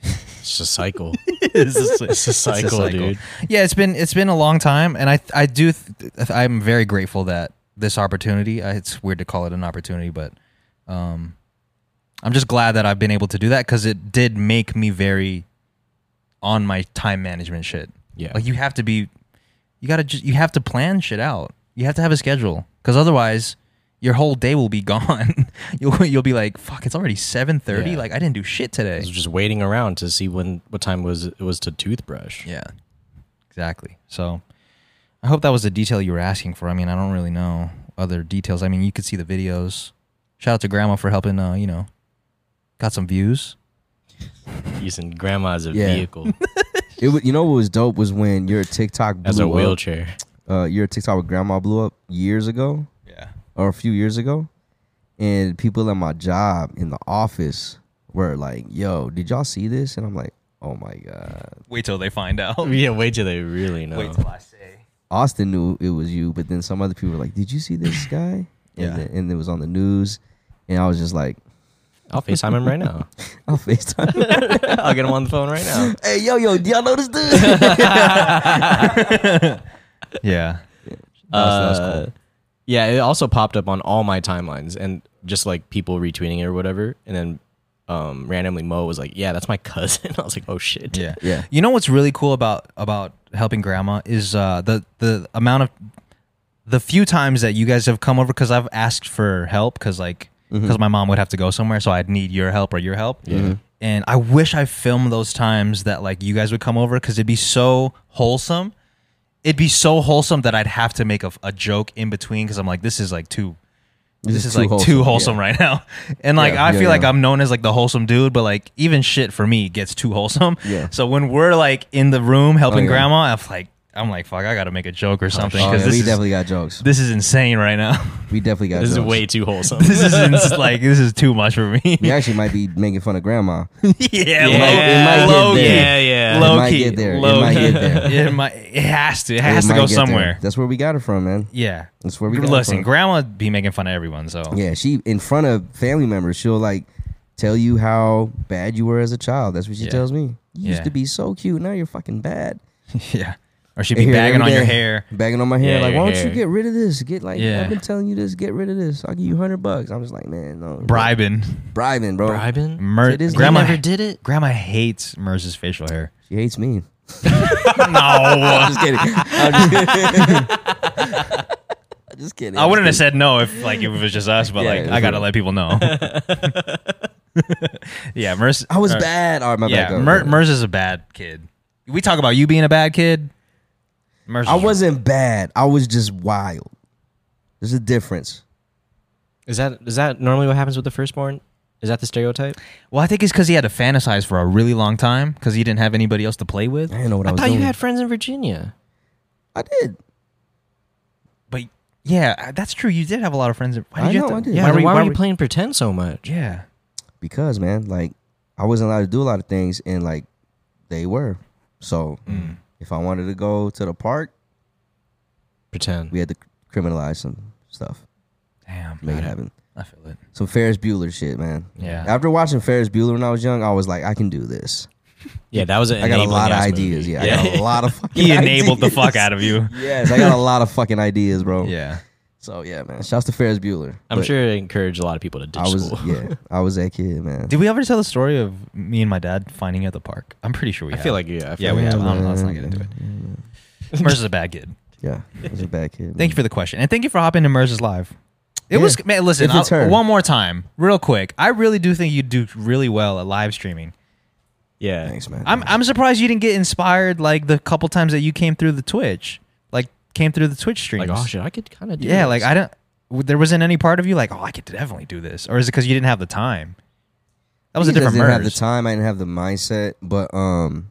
Speaker 1: It's a cycle.
Speaker 2: it's, a,
Speaker 1: it's a cycle, dude.
Speaker 2: Yeah, it's been it's been a long time, and I I do th- I'm very grateful that this opportunity. I, it's weird to call it an opportunity, but um, I'm just glad that I've been able to do that because it did make me very on my time management shit.
Speaker 1: Yeah.
Speaker 2: like you have to be, you gotta just you have to plan shit out. You have to have a schedule because otherwise. Your whole day will be gone. you'll you'll be like, "Fuck! It's already seven thirty.
Speaker 1: Yeah.
Speaker 2: Like I didn't do shit
Speaker 1: I
Speaker 2: today."
Speaker 1: was just waiting around to see when what time was it was to toothbrush.
Speaker 2: Yeah, exactly. So I hope that was the detail you were asking for. I mean, I don't really know other details. I mean, you could see the videos. Shout out to Grandma for helping. Uh, you know, got some views.
Speaker 1: Using grandma as a
Speaker 3: Yeah.
Speaker 1: vehicle.
Speaker 3: It was, you know what was dope was when your TikTok blew
Speaker 1: as a
Speaker 3: up.
Speaker 1: wheelchair.
Speaker 3: Uh, your TikTok with grandma blew up years ago
Speaker 2: Yeah.
Speaker 3: or a few years ago, and people at my job in the office were like, "Yo, did y'all see this?" And I'm like, "Oh my god."
Speaker 2: Wait till they find out.
Speaker 1: Yeah, Oh. wait till they really know.
Speaker 2: Wait till I say.
Speaker 3: Austin knew it was you, but then some other people were like, "Did you see this guy?"
Speaker 2: Yeah.
Speaker 3: And, the- and it was on the news, and I was just like,
Speaker 1: I'll FaceTime him right now.
Speaker 3: "I'll Facetime." him."
Speaker 1: I'll get him on the phone right now.
Speaker 3: hey, yo, yo, do y'all know this dude?
Speaker 2: Yeah.
Speaker 1: Uh, Yeah, it also popped up on all my timelines and just like people retweeting it or whatever. And then um, randomly Mo was like, "Yeah, that's my cousin." I was like, "Oh shit."
Speaker 2: Yeah.
Speaker 3: Yeah.
Speaker 2: You know what's really cool about about helping grandma is uh the the amount of the few times that you guys have come over cuz I've asked for help cuz like
Speaker 3: Mm-hmm.
Speaker 2: cuz my mom would have to go somewhere so I'd need your help or your help. Yeah. And I wish I filmed those times that like you guys would come over cuz it'd be so wholesome. It'd be so wholesome that I'd have to make a, a joke in between cuz I'm like this is like too this, is,
Speaker 3: too
Speaker 2: like
Speaker 3: wholesome,
Speaker 2: too wholesome right now. And like
Speaker 3: Yeah,
Speaker 2: I
Speaker 3: yeah,
Speaker 2: feel like
Speaker 3: yeah.
Speaker 2: I'm known as like the wholesome dude, but like even shit for me gets too wholesome.
Speaker 3: Yeah. Oh,
Speaker 2: So when we're like in the room helping
Speaker 3: yeah.
Speaker 2: grandma, I'm like I'm like fuck, I gotta make a joke or something
Speaker 3: Oh,
Speaker 2: because
Speaker 3: yeah, we
Speaker 2: this is
Speaker 3: definitely got jokes.
Speaker 2: this is insane right now.
Speaker 3: We definitely got.
Speaker 1: This is
Speaker 3: jokes.
Speaker 1: way too wholesome.
Speaker 2: this is ins- like this is too much for me.
Speaker 3: We actually might be making fun of grandma.
Speaker 2: yeah,
Speaker 1: It might- it might
Speaker 2: low,
Speaker 1: get
Speaker 2: low key,
Speaker 1: there. Yeah, yeah.
Speaker 2: low
Speaker 3: It might
Speaker 2: key,
Speaker 3: get there. It
Speaker 2: low
Speaker 3: might
Speaker 2: key.
Speaker 3: get there.
Speaker 2: It might- it has to. It has to
Speaker 3: might
Speaker 2: go
Speaker 3: get there.
Speaker 2: somewhere.
Speaker 3: That's where we got it from, man.
Speaker 2: Yeah.
Speaker 3: That's where we got
Speaker 2: Listen,
Speaker 3: it from.
Speaker 2: grandma be making fun of everyone, so
Speaker 3: yeah, she in front of family members, she'll like tell you how bad you were as a child. That's what she
Speaker 2: Yeah.
Speaker 3: tells me. You used
Speaker 2: Yeah.
Speaker 3: to be so cute. Now you're fucking bad.
Speaker 2: yeah. Or she'd
Speaker 3: And
Speaker 2: be
Speaker 3: here
Speaker 2: bagging
Speaker 3: every
Speaker 2: on your
Speaker 3: day,
Speaker 2: hair.
Speaker 3: Bagging on my hair.
Speaker 1: Yeah,
Speaker 3: like,
Speaker 1: your
Speaker 3: why don't
Speaker 1: hair.
Speaker 3: you get rid of this? Get like,
Speaker 2: Yeah.
Speaker 3: I've been telling you this. Get rid of this. I'll give you hundred bucks. I'm just like, man, no.
Speaker 2: Bribing.
Speaker 3: bribing, bro.
Speaker 1: Bribing?
Speaker 2: Mer-
Speaker 3: To this day,
Speaker 2: grandma
Speaker 1: never did it.
Speaker 2: Grandma hates Merz's facial hair.
Speaker 3: She hates me.
Speaker 2: no,
Speaker 3: I'm just kidding. I'm just kidding. I'm just kidding.
Speaker 2: I wouldn't have said no if like if it was just us, but
Speaker 3: Yeah,
Speaker 2: like
Speaker 3: it's
Speaker 2: I gotta
Speaker 3: real.
Speaker 2: let people know. yeah, Merz.
Speaker 3: I was
Speaker 2: or-
Speaker 3: bad. All right, my
Speaker 2: Yeah,
Speaker 3: bad.
Speaker 2: Mer- Merz is a bad kid. We talk about you being a bad kid. Merz,
Speaker 3: I
Speaker 2: is-
Speaker 3: wasn't bad. I was just wild. There's a difference.
Speaker 1: Is that is that normally what happens with the firstborn? Is that the stereotype?
Speaker 2: Well, I think it's because he had to fantasize for a really long time because he didn't have anybody else to play with.
Speaker 3: I didn't know what I,
Speaker 1: I
Speaker 3: was
Speaker 1: thought
Speaker 3: doing.
Speaker 1: you had friends in Virginia.
Speaker 3: I did.
Speaker 2: But yeah, I- that's true. You did have a lot of friends. Why did
Speaker 3: I
Speaker 2: you
Speaker 3: know,
Speaker 2: have
Speaker 3: I
Speaker 2: to,
Speaker 3: did.
Speaker 1: Yeah.
Speaker 3: Yeah,
Speaker 1: why,
Speaker 2: were you-
Speaker 1: were
Speaker 2: were
Speaker 1: you playing pretend so much?
Speaker 2: Yeah.
Speaker 3: Because man, like I wasn't allowed to do a lot of things, and like they were. So
Speaker 2: Mm.
Speaker 3: if I wanted to go to the park,
Speaker 1: Pretend.
Speaker 3: we had to criminalize some stuff,
Speaker 2: Damn.
Speaker 3: make it
Speaker 2: I-
Speaker 3: happen.
Speaker 2: I feel it.
Speaker 3: Some Ferris Bueller shit, man.
Speaker 2: Yeah.
Speaker 3: After watching Ferris Bueller when I was young, I was like, I can do this.
Speaker 1: Yeah, that was an
Speaker 3: I got a
Speaker 1: enabling
Speaker 3: lot of
Speaker 1: ass
Speaker 3: ideas.
Speaker 1: movie.
Speaker 3: Yeah, I got a lot of fucking.
Speaker 2: He enabled the
Speaker 3: ideas.
Speaker 2: fuck out of you.
Speaker 3: Yes, I got a lot of fucking ideas,
Speaker 1: Oh.
Speaker 3: bro.
Speaker 2: Yeah.
Speaker 3: So yeah, man. Shouts to Ferris Bueller.
Speaker 1: I'm
Speaker 3: But
Speaker 1: sure it encouraged a lot of people to ditch
Speaker 3: I was.
Speaker 1: school.
Speaker 3: Yeah, I was that kid, man.
Speaker 2: Did we ever tell the story of me and my dad finding you at the park? I'm pretty sure we
Speaker 1: I
Speaker 2: have.
Speaker 1: feel like yeah. I feel
Speaker 2: yeah, we
Speaker 1: like
Speaker 2: have.
Speaker 1: I-
Speaker 2: I don't know. Let's not get into it. Merz is a bad kid.
Speaker 3: Yeah, I was a bad kid.
Speaker 2: Thank you for the question, and thank you for hopping to Merz's live. It
Speaker 3: Yeah.
Speaker 2: was man. Listen,
Speaker 3: If it's
Speaker 2: I'll-
Speaker 3: her.
Speaker 2: one more time, real quick. I really do think you do really well at live streaming.
Speaker 1: Yeah.
Speaker 3: Thanks, man.
Speaker 2: I'm I'm surprised you didn't get inspired like the couple times that you came through the Twitch, like came through the Twitch streams.
Speaker 1: Like oh shit, I could kind of do
Speaker 2: yeah,
Speaker 1: this.
Speaker 2: like I don't. w- There wasn't any part of you like, oh, I could definitely do this, or is it because you didn't have the time? That was a
Speaker 3: I just
Speaker 2: different
Speaker 3: didn't have the
Speaker 2: Merz.
Speaker 3: time. I didn't have the mindset. But um,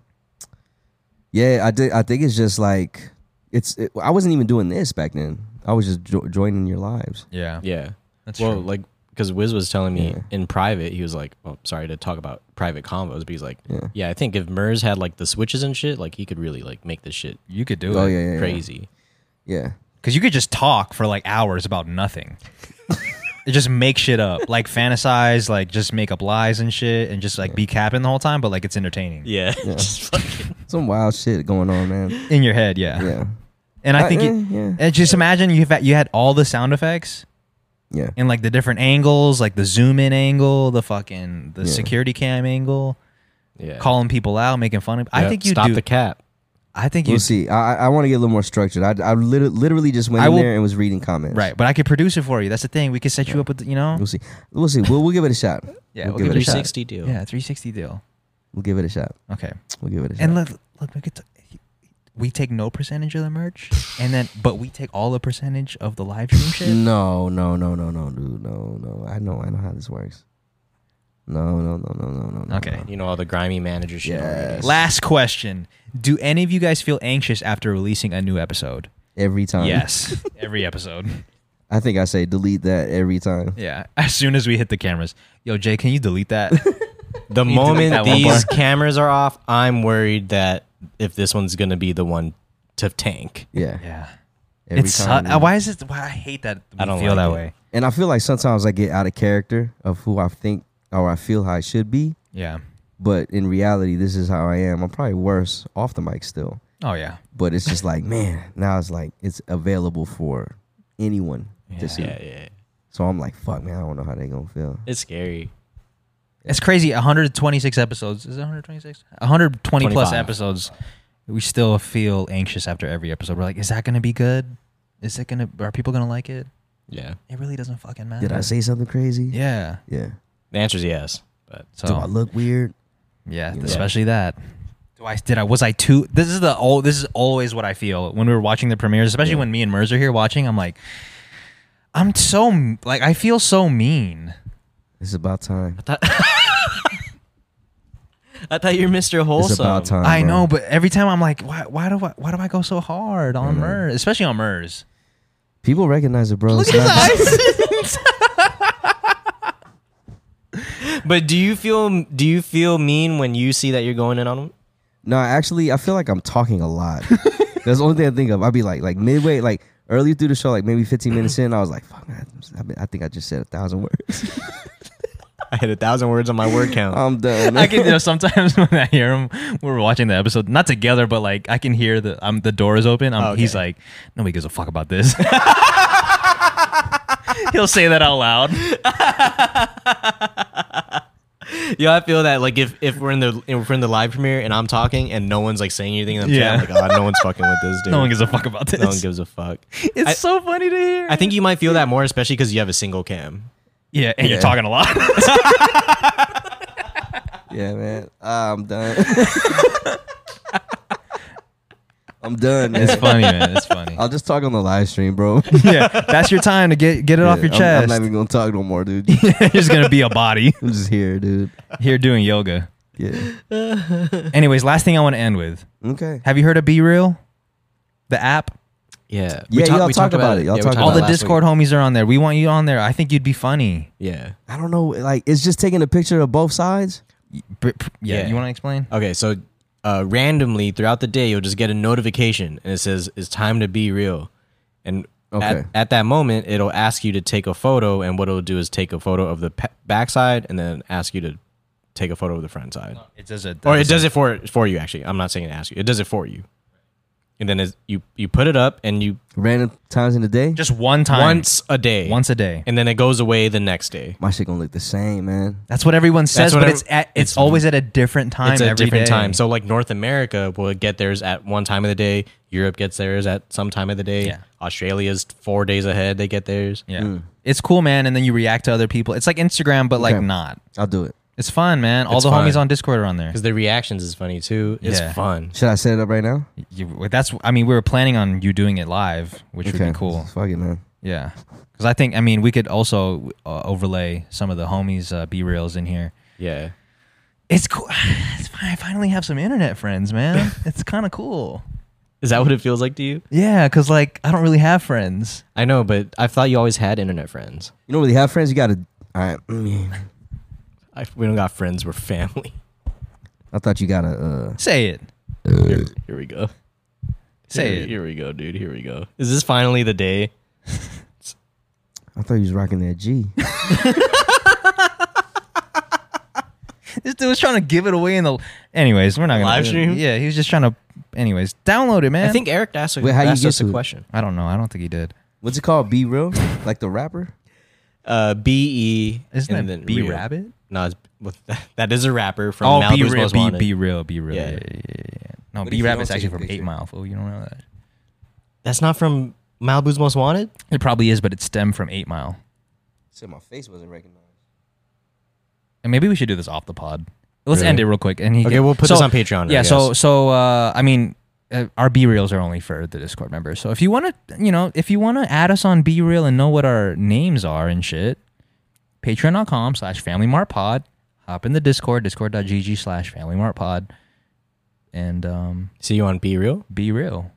Speaker 3: yeah, I did. I think it's just like it's. It, I wasn't even doing this back then. I was just jo- joining your lives.
Speaker 2: Yeah,
Speaker 1: Yeah.
Speaker 2: That's
Speaker 1: well,
Speaker 2: true.
Speaker 1: like because Wiz was telling me
Speaker 3: Yeah.
Speaker 1: in private, he was like, "Well, sorry to talk about private combos," but he's like, "Yeah,
Speaker 3: Yeah.
Speaker 1: I think if Murs had like the switches and shit, like he could really like make this shit
Speaker 2: you could do it.
Speaker 3: Oh yeah, yeah, yeah.
Speaker 1: crazy."
Speaker 3: Yeah,
Speaker 2: Because you could just talk for like hours about nothing. You just make shit up, like fantasize, like just make up lies and shit, and just like be capping the whole time. But like it's entertaining
Speaker 1: Yeah, Just fucking-
Speaker 3: some wild shit going on, man.
Speaker 2: in your head, yeah.
Speaker 3: Yeah,
Speaker 2: And I
Speaker 3: Uh,
Speaker 2: think,
Speaker 3: eh,
Speaker 2: it,
Speaker 3: yeah.
Speaker 2: and just imagine you had you had all the sound effects
Speaker 3: yeah.
Speaker 2: and like the different angles, like the zoom in angle, the fucking the
Speaker 3: Yeah.
Speaker 2: security cam angle,
Speaker 1: yeah.
Speaker 2: calling people out, making fun of. I
Speaker 1: Yeah,
Speaker 2: think you
Speaker 1: stop
Speaker 2: do.
Speaker 1: the cap.
Speaker 2: I think you
Speaker 3: We'll see. I I- I want to get a little more structured. I I literally, literally just went
Speaker 2: I
Speaker 3: in
Speaker 2: will-
Speaker 3: there and was reading comments.
Speaker 2: right, but I could produce it for you. That's the thing. We could set you up with, you know,
Speaker 3: We'll see. We'll see. We'll, we'll give it a shot.
Speaker 2: Yeah,
Speaker 3: we'll,
Speaker 2: we'll
Speaker 3: give it a shot.
Speaker 1: 360 deal.
Speaker 2: yeah, three sixty deal.
Speaker 3: We'll give it a shot.
Speaker 2: Okay.
Speaker 3: We'll give it a shot.
Speaker 2: And look, look, we could t- we take no percentage of the merch, and then but we take all the percentage of the live stream shit.
Speaker 3: No, no, no, no, no, dude. No, no. I know. I know how this works. No, no, no, no, no, no, no.
Speaker 2: Okay.
Speaker 1: You know all the grimy manager shit.
Speaker 3: Yes.
Speaker 2: Last question. Do any of you guys feel anxious after releasing a new episode?
Speaker 3: Every time.
Speaker 2: Yes. Every episode.
Speaker 3: I think I say delete that every time.
Speaker 2: Yeah. As soon as we hit the cameras. Yo, Jay, can you delete that?
Speaker 1: The
Speaker 2: You delete
Speaker 1: moment
Speaker 2: that one
Speaker 1: these cameras are off, I'm worried that if this one's gonna be the one to tank.
Speaker 3: Yeah.
Speaker 2: yeah.
Speaker 3: Every
Speaker 2: it's
Speaker 3: time.
Speaker 2: uh, why is it why I hate that we
Speaker 1: I don't like
Speaker 2: feel that
Speaker 1: it.
Speaker 2: way.
Speaker 3: And I feel like sometimes I get out of character of who I think or I feel how I should be,
Speaker 2: Yeah.
Speaker 3: but in reality, this is how I am. I'm probably worse off the mic still,
Speaker 2: Oh yeah.
Speaker 3: but it's just like, man, now it's like it's available for anyone
Speaker 2: Yeah.
Speaker 3: to see.
Speaker 1: Yeah, yeah.
Speaker 3: So I'm like, fuck, man, I don't know how they gonna feel.
Speaker 1: It's scary.
Speaker 2: It's crazy. 126 episodes. Is it 126? 120 plus
Speaker 1: 25.
Speaker 2: episodes. We still feel anxious after every episode. We're like, is that going to be good? Is it going to, are people going to like it?
Speaker 1: Yeah.
Speaker 2: It really doesn't fucking matter.
Speaker 3: Did I say something crazy?
Speaker 2: Yeah.
Speaker 3: Yeah.
Speaker 1: The answer's yes. But
Speaker 2: So,
Speaker 3: Do I look weird?
Speaker 2: yeah,
Speaker 3: you know?
Speaker 2: especially that. Do I, did I, was I too, this is the, all, this is always what I feel when we were watching the premieres, especially when me and Merz are here watching. I'm like, I'm so, m- like, I feel so mean.
Speaker 3: It's about time.
Speaker 1: I thought you're Mr. Wholesome.
Speaker 3: It's about time.
Speaker 2: I
Speaker 3: bro.
Speaker 2: know, but every time I'm like, why, why do I, why do I go so hard on
Speaker 3: Mhm.
Speaker 2: Merz, especially on Merz?
Speaker 3: People recognize it, bro. It's not-
Speaker 1: But do you feel do you feel mean when you see that you're going in on them?
Speaker 3: No, actually, I feel like I'm talking a lot. That's the only thing I think of. I'd be like, like midway, like early through the show, like maybe 15 minutes in, I was like, fuck, man, I, I think I just said a thousand words.
Speaker 1: I had a thousand words on my word count.
Speaker 3: I'm done.
Speaker 2: I can, you know, sometimes when I hear him, we're watching the episode, not together, but like I can hear the um, the door is open. Um,
Speaker 1: Oh, okay.
Speaker 2: He's like, nobody gives a fuck about this. He'll say that out loud.
Speaker 1: Yeah, I feel that like if if we're in the if we're in the live premiere and I'm talking and no one's like saying anything, in the
Speaker 2: Yeah.
Speaker 1: chat, I'm like, oh, no one's fucking with this dude.
Speaker 2: No one gives a fuck about this.
Speaker 1: No one gives a fuck.
Speaker 2: it's
Speaker 1: I-
Speaker 2: so funny to hear.
Speaker 1: I think you might feel that more, especially because you have a single cam.
Speaker 2: yeah, and you're
Speaker 3: Yeah.
Speaker 2: talking a lot.
Speaker 3: yeah, man. Ah, I'm done. I'm done, man.
Speaker 2: it's funny, man. It's funny.
Speaker 3: I'll just talk on the live stream, bro.
Speaker 2: yeah, that's your time to get get it off
Speaker 3: Yeah,
Speaker 2: your
Speaker 3: I'm- I'm,
Speaker 2: chest.
Speaker 3: not even gonna talk no more, dude.
Speaker 2: you're just gonna be a body
Speaker 3: I'm just here, dude.
Speaker 2: here doing yoga.
Speaker 3: Yeah.
Speaker 2: Anyways, last thing I want to end with:
Speaker 3: Okay.
Speaker 2: Have you heard of Be Real, the app?
Speaker 1: Yeah,
Speaker 3: Yeah, y'all talk about it. Y'all
Speaker 1: we
Speaker 3: talk
Speaker 1: talked
Speaker 3: about
Speaker 2: All the
Speaker 1: it last
Speaker 2: Discord homies are on there. We want you on there. I think you'd be funny.
Speaker 1: week. Yeah.
Speaker 3: I don't know. Like, it's just taking a picture of both sides.
Speaker 2: Br- pr- yeah,
Speaker 1: Yeah.
Speaker 2: you want to explain?
Speaker 1: Okay, so uh, randomly throughout the day, you'll just get a notification and it says it's time to be real, and
Speaker 3: Okay.
Speaker 1: at, at that moment, it'll ask you to take a photo, and what it'll do is take a photo of the pa- backside and then ask you to take a photo of the front side.
Speaker 2: It does it.
Speaker 1: or it does it for for you actually. I'm not saying it asks you. It does it for you. And then it's- you you put it up and you
Speaker 3: Random times in the day.
Speaker 2: just one time,
Speaker 1: once
Speaker 2: once,
Speaker 1: a day.
Speaker 2: a day.
Speaker 1: and then it goes away the next day.
Speaker 3: My shit gonna look the same, man.
Speaker 2: That's what everyone says,
Speaker 1: what
Speaker 2: but
Speaker 1: ev-
Speaker 2: it's at, it's,
Speaker 1: it's-
Speaker 2: always at a different time.
Speaker 1: It's a
Speaker 2: every
Speaker 1: different
Speaker 2: day.
Speaker 1: time. So like North America will get theirs at one time of the day. Europe gets theirs at some time of the day.
Speaker 2: Yeah.
Speaker 1: Australia's four days ahead. They get theirs.
Speaker 2: yeah, it's cool, man. And then you react to other people. It's like Instagram, but like
Speaker 3: Okay.
Speaker 2: not.
Speaker 3: I'll do it.
Speaker 2: It's fun, man. All
Speaker 1: It's
Speaker 2: the homies
Speaker 1: fun.
Speaker 2: on Discord are on there.
Speaker 1: Because their reactions is funny too. It's
Speaker 2: Yeah.
Speaker 1: fun.
Speaker 3: Should I set it up right now?
Speaker 2: You, that's. I mean, we were planning on you doing it live, which would be cool.
Speaker 3: Fuck it, man.
Speaker 2: Yeah, because I think I mean we could also uh, overlay some of the homies uh, b reels in here.
Speaker 1: Yeah.
Speaker 2: It's cool. It's fine. I finally have some internet friends, man. it's kind of cool.
Speaker 1: Is that what it feels like to you?
Speaker 2: Yeah, because like I don't really have friends.
Speaker 1: I know, but I thought you always had internet friends.
Speaker 3: You don't really have friends. You gotta. All right. mm,
Speaker 1: I, we don't got friends. We're family.
Speaker 3: I thought you uh, gotta.
Speaker 2: Say it.
Speaker 1: Here, here we go.
Speaker 2: Say
Speaker 1: here,
Speaker 2: it.
Speaker 1: Here we go, dude. Here we go. Is this finally the day?
Speaker 3: I thought you was rocking that G.
Speaker 2: This dude was trying to give it away in the. Anyways, we're not gonna
Speaker 1: Live stream?
Speaker 2: Yeah, he was just trying to. Anyways, download it, man.
Speaker 1: I think Eric asked,
Speaker 3: Wait, how you
Speaker 1: asked
Speaker 3: get
Speaker 1: us
Speaker 3: to
Speaker 1: a
Speaker 3: it?
Speaker 1: question.
Speaker 2: I don't know. I don't think he did.
Speaker 3: What's it called? B real, like the rapper.
Speaker 1: Uh, B E
Speaker 2: Isn't
Speaker 1: and
Speaker 2: that
Speaker 1: then
Speaker 2: B
Speaker 1: real.
Speaker 2: Rabbit?
Speaker 1: No, it's, well, that, that is a rapper from
Speaker 2: Oh,
Speaker 1: Malibu's
Speaker 2: be real,
Speaker 1: Most
Speaker 2: be,
Speaker 1: Wanted.
Speaker 2: be real, be real. Yeah,
Speaker 1: Yeah.
Speaker 2: yeah, yeah. yeah. No,
Speaker 3: What if
Speaker 2: B
Speaker 3: you
Speaker 2: Rabbit's
Speaker 3: don't
Speaker 2: actually
Speaker 3: take a
Speaker 2: from Eight
Speaker 3: picture?
Speaker 2: Mile. Fool, you don't know that.
Speaker 1: That's not from Malibu's Most Wanted.
Speaker 2: It probably is, but it stemmed from Eight Mile.
Speaker 3: Said my face wasn't recognized.
Speaker 2: And maybe we should do this off the pod. Let's
Speaker 1: Really?
Speaker 2: end it real quick. And he
Speaker 1: Okay, we'll put this on Patreon, I
Speaker 2: Yeah. So
Speaker 1: guess.
Speaker 2: so uh, I mean, uh, our B reels are only for the Discord members. So if you want to, you know, if you want to add us on B reel and know what our names are and shit, Patreon.com/slash Family Mart Pod. hop in the Discord, discord.gg slash Family Mart Pod, and um,
Speaker 1: See you on Be Real.
Speaker 2: be real.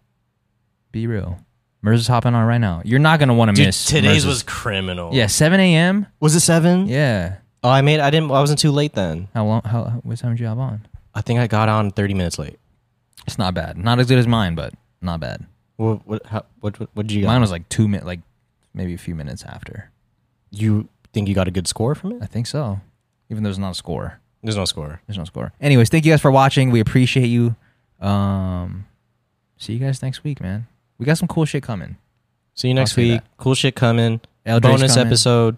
Speaker 2: Be real. Mers is hopping on right now. You're not going to want to
Speaker 1: Dude,
Speaker 2: miss.
Speaker 1: today's
Speaker 2: Merz's-
Speaker 1: was criminal.
Speaker 2: Yeah, 7 a.m.
Speaker 1: Was it seven?
Speaker 2: Yeah.
Speaker 1: Oh, I made. I didn't. I wasn't too late then.
Speaker 2: How long? How, how- what time did you hop on?
Speaker 1: I think I got on thirty minutes late.
Speaker 2: It's not bad. Not as good as mine, but not bad.
Speaker 1: What? What? How, what, what? What did you? Got?
Speaker 2: Mine was like two minutes, like maybe a few minutes after.
Speaker 1: You think you got a good score from it?
Speaker 2: I think so. Even though there's not a score.
Speaker 1: There's no score.
Speaker 2: There's no score. Anyways, thank you guys for watching. We appreciate you. Um, see you guys next week, man. We got some cool shit coming.
Speaker 1: See you next
Speaker 2: say
Speaker 1: week. Cool shit coming.
Speaker 2: LJ's
Speaker 1: Bonus
Speaker 2: coming.
Speaker 1: episode.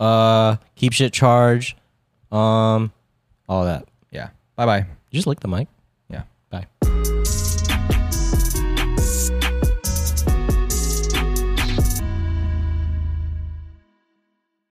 Speaker 1: Uh, keep shit charged. Um, all that.
Speaker 2: Yeah. Bye bye.
Speaker 1: You just lick the mic.